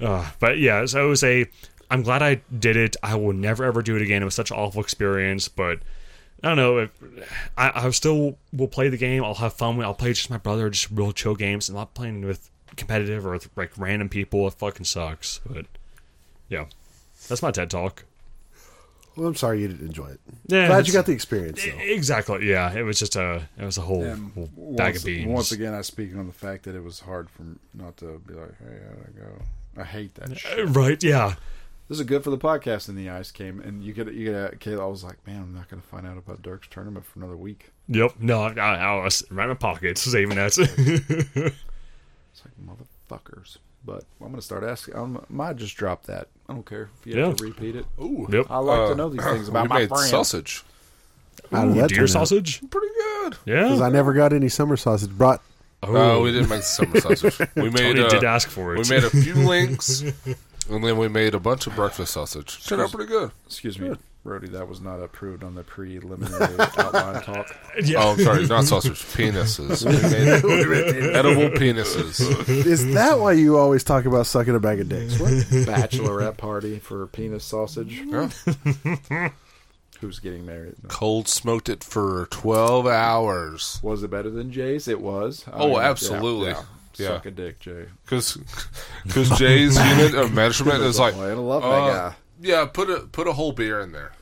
Uh, but yeah, so it was a. I'm glad I did it. I will never ever do it again. It was such an awful experience, but I don't know. If, I, I still will play the game. I'll have fun. with I'll play just my brother, just real chill games. I'm not playing with competitive or with, like random people. It fucking sucks. But yeah, that's my TED talk.
Well, I'm sorry you didn't enjoy it.
Yeah,
Glad you
it's-
got the experience though.
Exactly. Yeah, it was just a. It was a whole, whole bag
Once,
of beans.
once again, I speak on the fact that it was hard for m- not to be like, hey, I gotta go. I hate that shit.
Uh, Right. Yeah.
This is good for the podcast. And the ice came, and you could, you could. Kayla, I was like, man, I'm not gonna find out about Dirk's tournament for another week.
Yep. No. I, I was right in my pocket saving that.
It's like motherfuckers. But I'm gonna start asking. I'm, I might just drop that. I don't care if you have to
Yeah.
repeat it.
Ooh,
Yep.
I like
Uh,
to know these things
we
about my
made
brand.
sausage.
How did that turn
Deer
out?
sausage.
Pretty good.
Because
Yeah.
I never got any summer sausage. Brought
No, Uh, we didn't make summer sausage. We made.
Oh. Tony
uh,
did ask for it.
We made a few links, and then we made a bunch of breakfast sausage. Turned out pretty good.
Excuse me, Brody. That was not approved on the preliminary outline talk.
Yeah.
Oh, I'm sorry, not sausage, penises. We made edible penises.
is that why you always talk about sucking a bag of dicks? What?
Bachelorette party for penis sausage.
Yeah.
Who's getting married? No.
Cold smoked it for twelve hours.
Was it better than Jay's? It was. I
Oh,
mean, yeah,
absolutely.
yeah.
Yeah.
Suck a dick, Jay.
Because Jay's unit of measurement is like,
Boy, I love
uh,
that guy.
yeah, put a put a whole beer in there.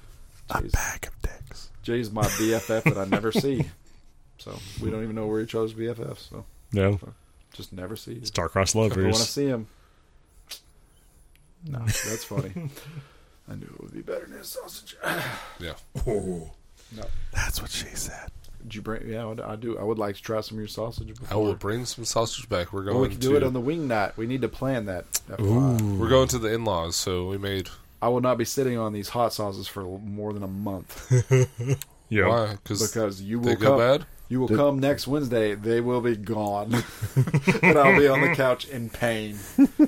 Bag of dicks.
Jay's my BFF that I never see. So we don't even know where each other's BFFs. So
No.
just never see.
Star-crossed
I want to
lovers.
see him. No, that's funny. I knew it would be better than his sausage.
Yeah,
That's what she said.
Did you bring? Yeah, I would- I do. I would like to try some of your sausage.
I
Before.
will bring some sausage back. We're going
Well, we can
to
do it on the wing night. We need to plan that.
We're going to the in-laws, so we made
I will not be sitting on these hot sauces for more than a month
Yeah.
why because
because you will
they go
come.
bad.
You will come next Wednesday. They will be gone, and I'll be on the couch in pain.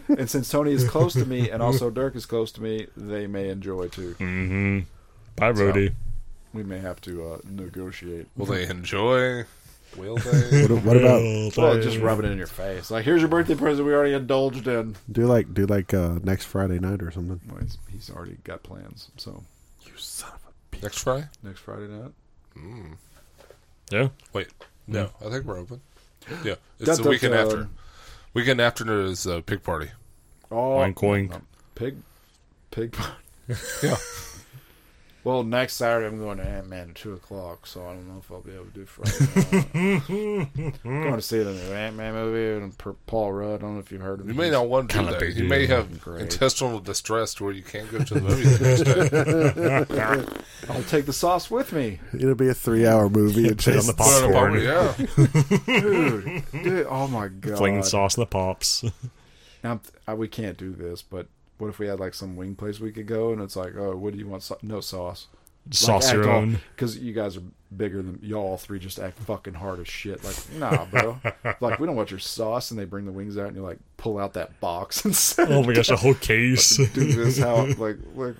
And since Tony is close to me, and also Dirk is close to me, they may enjoy too.
Hmm.
Bye, Rody.
We may have to uh, negotiate.
Will they enjoy? Will they?
What, what about
Well, just rub it in your face. Like, here's your birthday present we already indulged in.
do like do like uh, next Friday night or something?
Well, he's, he's already got plans. So
Next Friday?
next Friday night.
Yeah.
Wait, no. I think we're open. Yeah, it's
Dun,
the
dun,
weekend
dun.
after. Weekend after is a pig party.
Oh,
Oink, oink.
pig, pig. par-
Yeah.
Well, next Saturday I'm going to Ant Man at two o'clock, so I don't know if I'll be able to do Friday. night. I'm going to see the new Ant Man movie and per- Paul Rudd. I don't know if you've heard of
You
him.
may not want to do
Kinda
that.
big
You may
deal.
have
Great.
intestinal distress to where you can't go to the movie the next day.
I'll take the sauce with me,
It'll be a three hour movie. It
Put on the
just-
Put on a
popcorn.
bumper, yeah.
dude. dude oh my god!
Flinging sauce in the pops.
Now, I, we can't do this, but what if we had like some wing place we could go and it's like, oh, what do you want? Sau- no sauce.
Sauce your own.
Because you guys are bigger than y'all all three just act fucking hard as shit. Like, nah, bro. like, we don't want your sauce. And they bring the wings out and you like pull out that box and say,
Oh my gosh, a whole case.
do this. How, like, like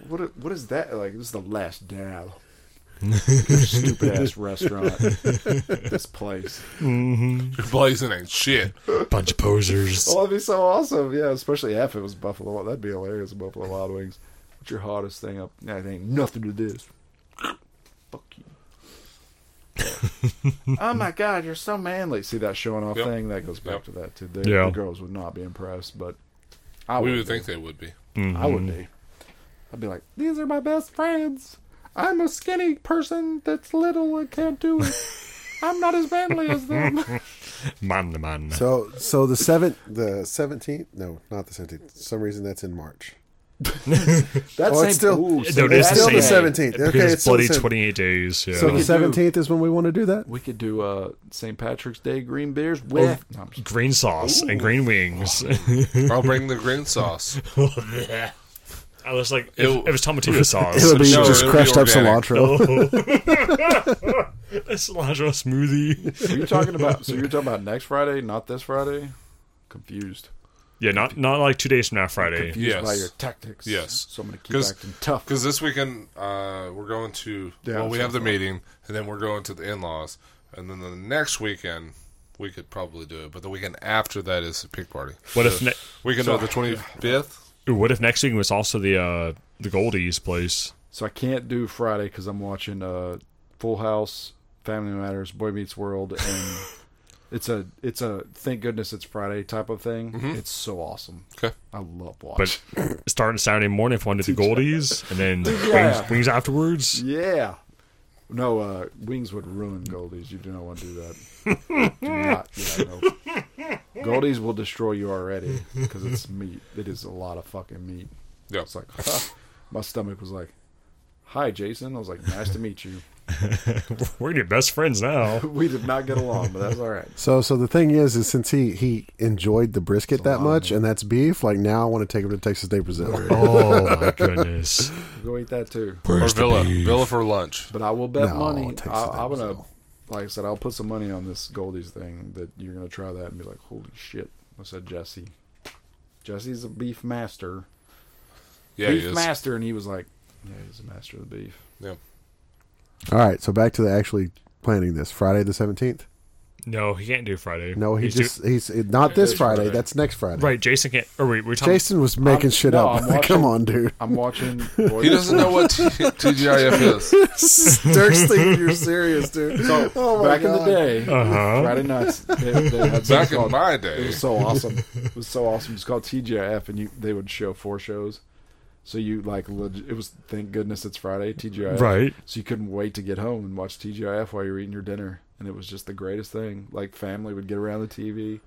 what, i- what is that? Like, this is the last dab. Stupid ass restaurant. this place.
Your blazing ain't shit.
Bunch of posers.
Oh, that'd be so awesome. Yeah, especially if it was Buffalo. Wild- That'd be hilarious. Buffalo Wild Wings. What's your hottest thing up? Nah, it ain't nothing to this. Fuck you. oh my God, you're so manly. See that showing off
Yep.
thing? That goes back
Yep.
to that too. They,
Yeah.
The girls would not be impressed, but I
We
would,
would
be.
think they would be.
I would be. I'd be like,
These are my best friends. I'm a skinny person that's little and can't do it. I'm not as manly as them.
Man to man.
So so the seventh the seventeenth no not the seventeenth. For some reason that's in March.
that's
Oh, it's still-
No, it is
It's
the
still the
same.
17th.
Because
Okay,
it's,
it's still the
bloody
same.
28 days. Yeah.
So the
do-
seventeenth is when we want to do that.
we could do uh, St. Patrick's Day green beers. with.
Well,
Oh.
green sauce and green wings.
I'll bring the green sauce.
I was like, it,
Ew.
it was tomatillo sauce.
It'll be
No,
just
it'll be
crushed up
organic.
cilantro.
a cilantro smoothie.
Are you talking about? So you're talking about next Friday, not this Friday? Confused.
Yeah, not not like two days from now, Friday.
confused by
Yes.
your tactics.
Yes.
So I'm going to keep
'Cause-
acting tough.
Because this weekend uh, we're going to well, we have the meeting, and then we're going to the in-laws, and then the next weekend we could probably do it. But the weekend after that is the pig party.
What if ne-
Weekend of the twenty fifth.
Ooh, what if next week was also the uh, the Goldies place?
So I can't do Friday because I'm watching uh, Full House, Family Matters, Boy Meets World, and it's a it's a thank goodness it's Friday type of thing.
Mm-hmm.
It's so awesome.
Okay,
I love watching.
But starting Saturday morning, if one did the Goldies, and then wings, wings afterwards.
yeah. No, uh, Wings would ruin Goldie's. You do not want to do that. do not. Yeah, no. Goldie's will destroy you already because it's meat. It is a lot of fucking meat.
yeah.
It's like, my stomach was like, "Hi, Jason." I was like, "Nice to meet you."
We're your best friends now.
We did not get along, but that's all right.
So so the thing is is since he he enjoyed the brisket that much and that's beef, like now I want to take him to Texas Day Brazil.
Oh my goodness!
Go eat that too.
Or Villa, Villa for lunch.
But I will bet
No,
money.
it takes
I,
a
I'm
thing,
gonna,
so.
like I said, I'll put some money on this Goldie's thing that you're gonna try that and be like, "Holy shit!" I said, "Jesse, Jesse's a beef master,
Yeah,
beef
he is.
master," and he was like, "Yeah, he's a master of the beef."
Yeah.
All right, so back to the actually planning this Friday the seventeenth.
No, he can't do Friday.
No, he
He's
just he's not this Friday.
Friday.
That's next Friday.
do- right. Jason can't. Or wait, we're talking.
Jason was making
I'm-
shit
no,
up.
I'm watching-
Come on, dude.
I'm watching.
He doesn't know what T- TGIF is.
Dirk's thinking you're serious, dude.
So,
Oh my
back in the
God.
day,
Uh-huh.
Friday nights, they, they had something
Back in
called-
my
It
day,
was so awesome. It was so awesome. It's called TGIF, and you they would show four shows. So you like leg- it was thank goodness it's Friday TGIF.
Right.
So you couldn't wait to get home and watch TGIF while you were eating your dinner, and it was just the greatest thing. Like family would get around the TV,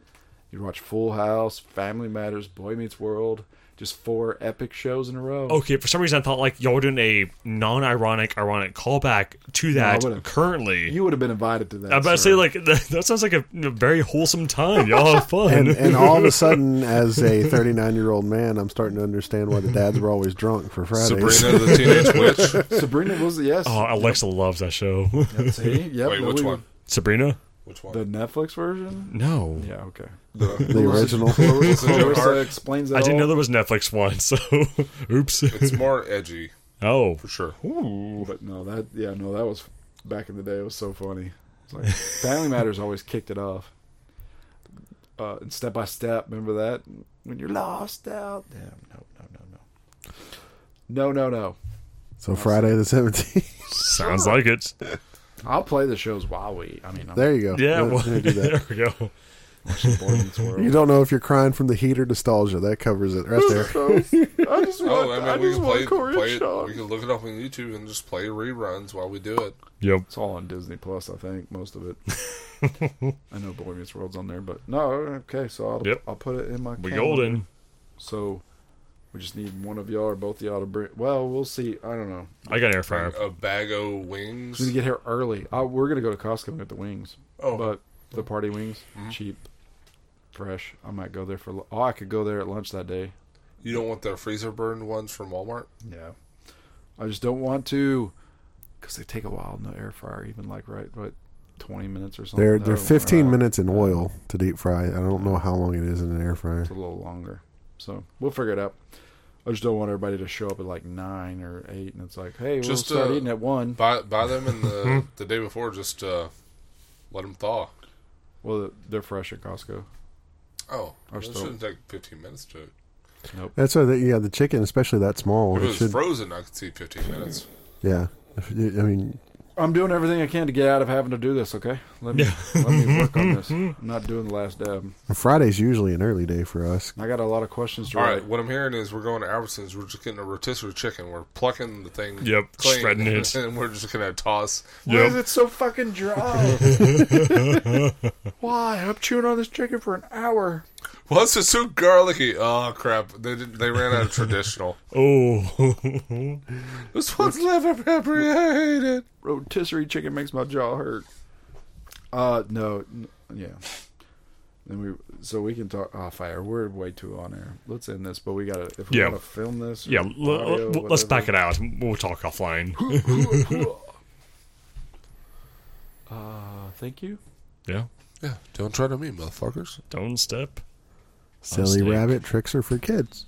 You'd watch Full House, Family Matters, Boy Meets World, just four epic shows in a row.
Okay, for some reason I thought like y'all were doing a non-ironic, ironic callback to that
would've-
currently.
You would have been invited to that.
I'm about to
sir.
say like that, that sounds like a, a very wholesome time. Y'all have fun.
And, and all of a sudden, as a 39 year old man, I'm starting to understand why the dads were always drunk for Fridays.
Sabrina the Teenage Witch.
Sabrina was yes.
oh, Alexa loves that show.
See? Yep,
Wait,
no,
which
we-
one?
Sabrina?
Which one?
The Netflix version?
No.
Yeah, okay.
the original.
Clarissa explains it
I didn't know
all,
there was Netflix one, so oops.
It's more edgy
Oh.
for sure.
But no, that yeah, no, that was back in the day. It was so funny. It's like Family Matters always kicked it off. Uh, and step by step, remember that when you're lost out. Yeah, no, no, no, no, no, no, no.
So Friday the 17th.
Sounds like it.
I'll play the shows while we. I mean, I'm
There you go.
Yeah,
Let-
well,
let me do that.
there we go.
bored in this world.
You don't know if you're crying from the heat or nostalgia. That covers it right there.
I just want.
Oh, I mean,
I
we
just
can
want
play,
Corey
play
and
it.
Sean.
We can look it up on YouTube and just play reruns while we do it.
Yep.
It's all on Disney Plus, I think, most of it. I know Boy Meets World's on there, but no. Okay, so I'll
Yep.
I'll put it in my.
We
calendar.
golden.
So we just need one of y'all or both of y'all to bring. Well, we'll see. I don't know.
I got an air fryer.
A bag of
We need
wings.
to get here early. Uh, we're gonna go to Costco and get the wings.
Oh.
but the party wings, cheap, fresh. I might go there for. lu- Oh, I could go there at lunch that day.
You don't want the freezer burned ones from Walmart?
Yeah. I just don't want to, because they take a while in the air fryer. Even like right, what, twenty minutes or something.
They're
No,
they're
an
15
hour.
minutes in oil to deep fry. I don't know how long it is in an air fryer.
It's a little longer, so we'll figure it out. I just don't want everybody to show up at like nine or eight, and it's like, hey,
Just,
we'll start
uh,
eating at one.
Buy buy them in the the day before. Just uh, let them thaw.
Well, they're fresh at Costco.
Oh,
Or
it
still-
shouldn't take 15 minutes to.
That's why, they, yeah, the chicken, especially that small,
If it
it
was
should,
frozen, I could see 15 minutes.
yeah. If you- I mean,
I'm doing everything I can to get out of having to do this. Okay, let me let me work on this. I'm not doing the last dab.
Friday's usually an early day for us.
I got a lot of questions to
All
write.
right, what I'm hearing is we're going to Albertsons. We're just getting a rotisserie chicken. We're plucking the thing.
Yep, shredding it.
And we're just gonna toss.
Why
Yep.
is it so fucking dry? Why? I'm chewing on this chicken for an hour.
Well, it's just so garlicky. Oh crap! They did, they ran out of traditional.
Oh.
This one's liver pepper. I hate it.
Rotisserie chicken makes my jaw hurt. Uh, no, n- yeah. Then we so we can talk off air. We're way too on air. Let's end this, but we gotta if we
Yeah.
gotta film this.
yeah, l- l- l- let's back it out. We'll talk offline.
Uh, thank you.
yeah.
Yeah, don't try to me, motherfuckers.
Don't step.
Silly
Steak.
rabbit tricks are for kids.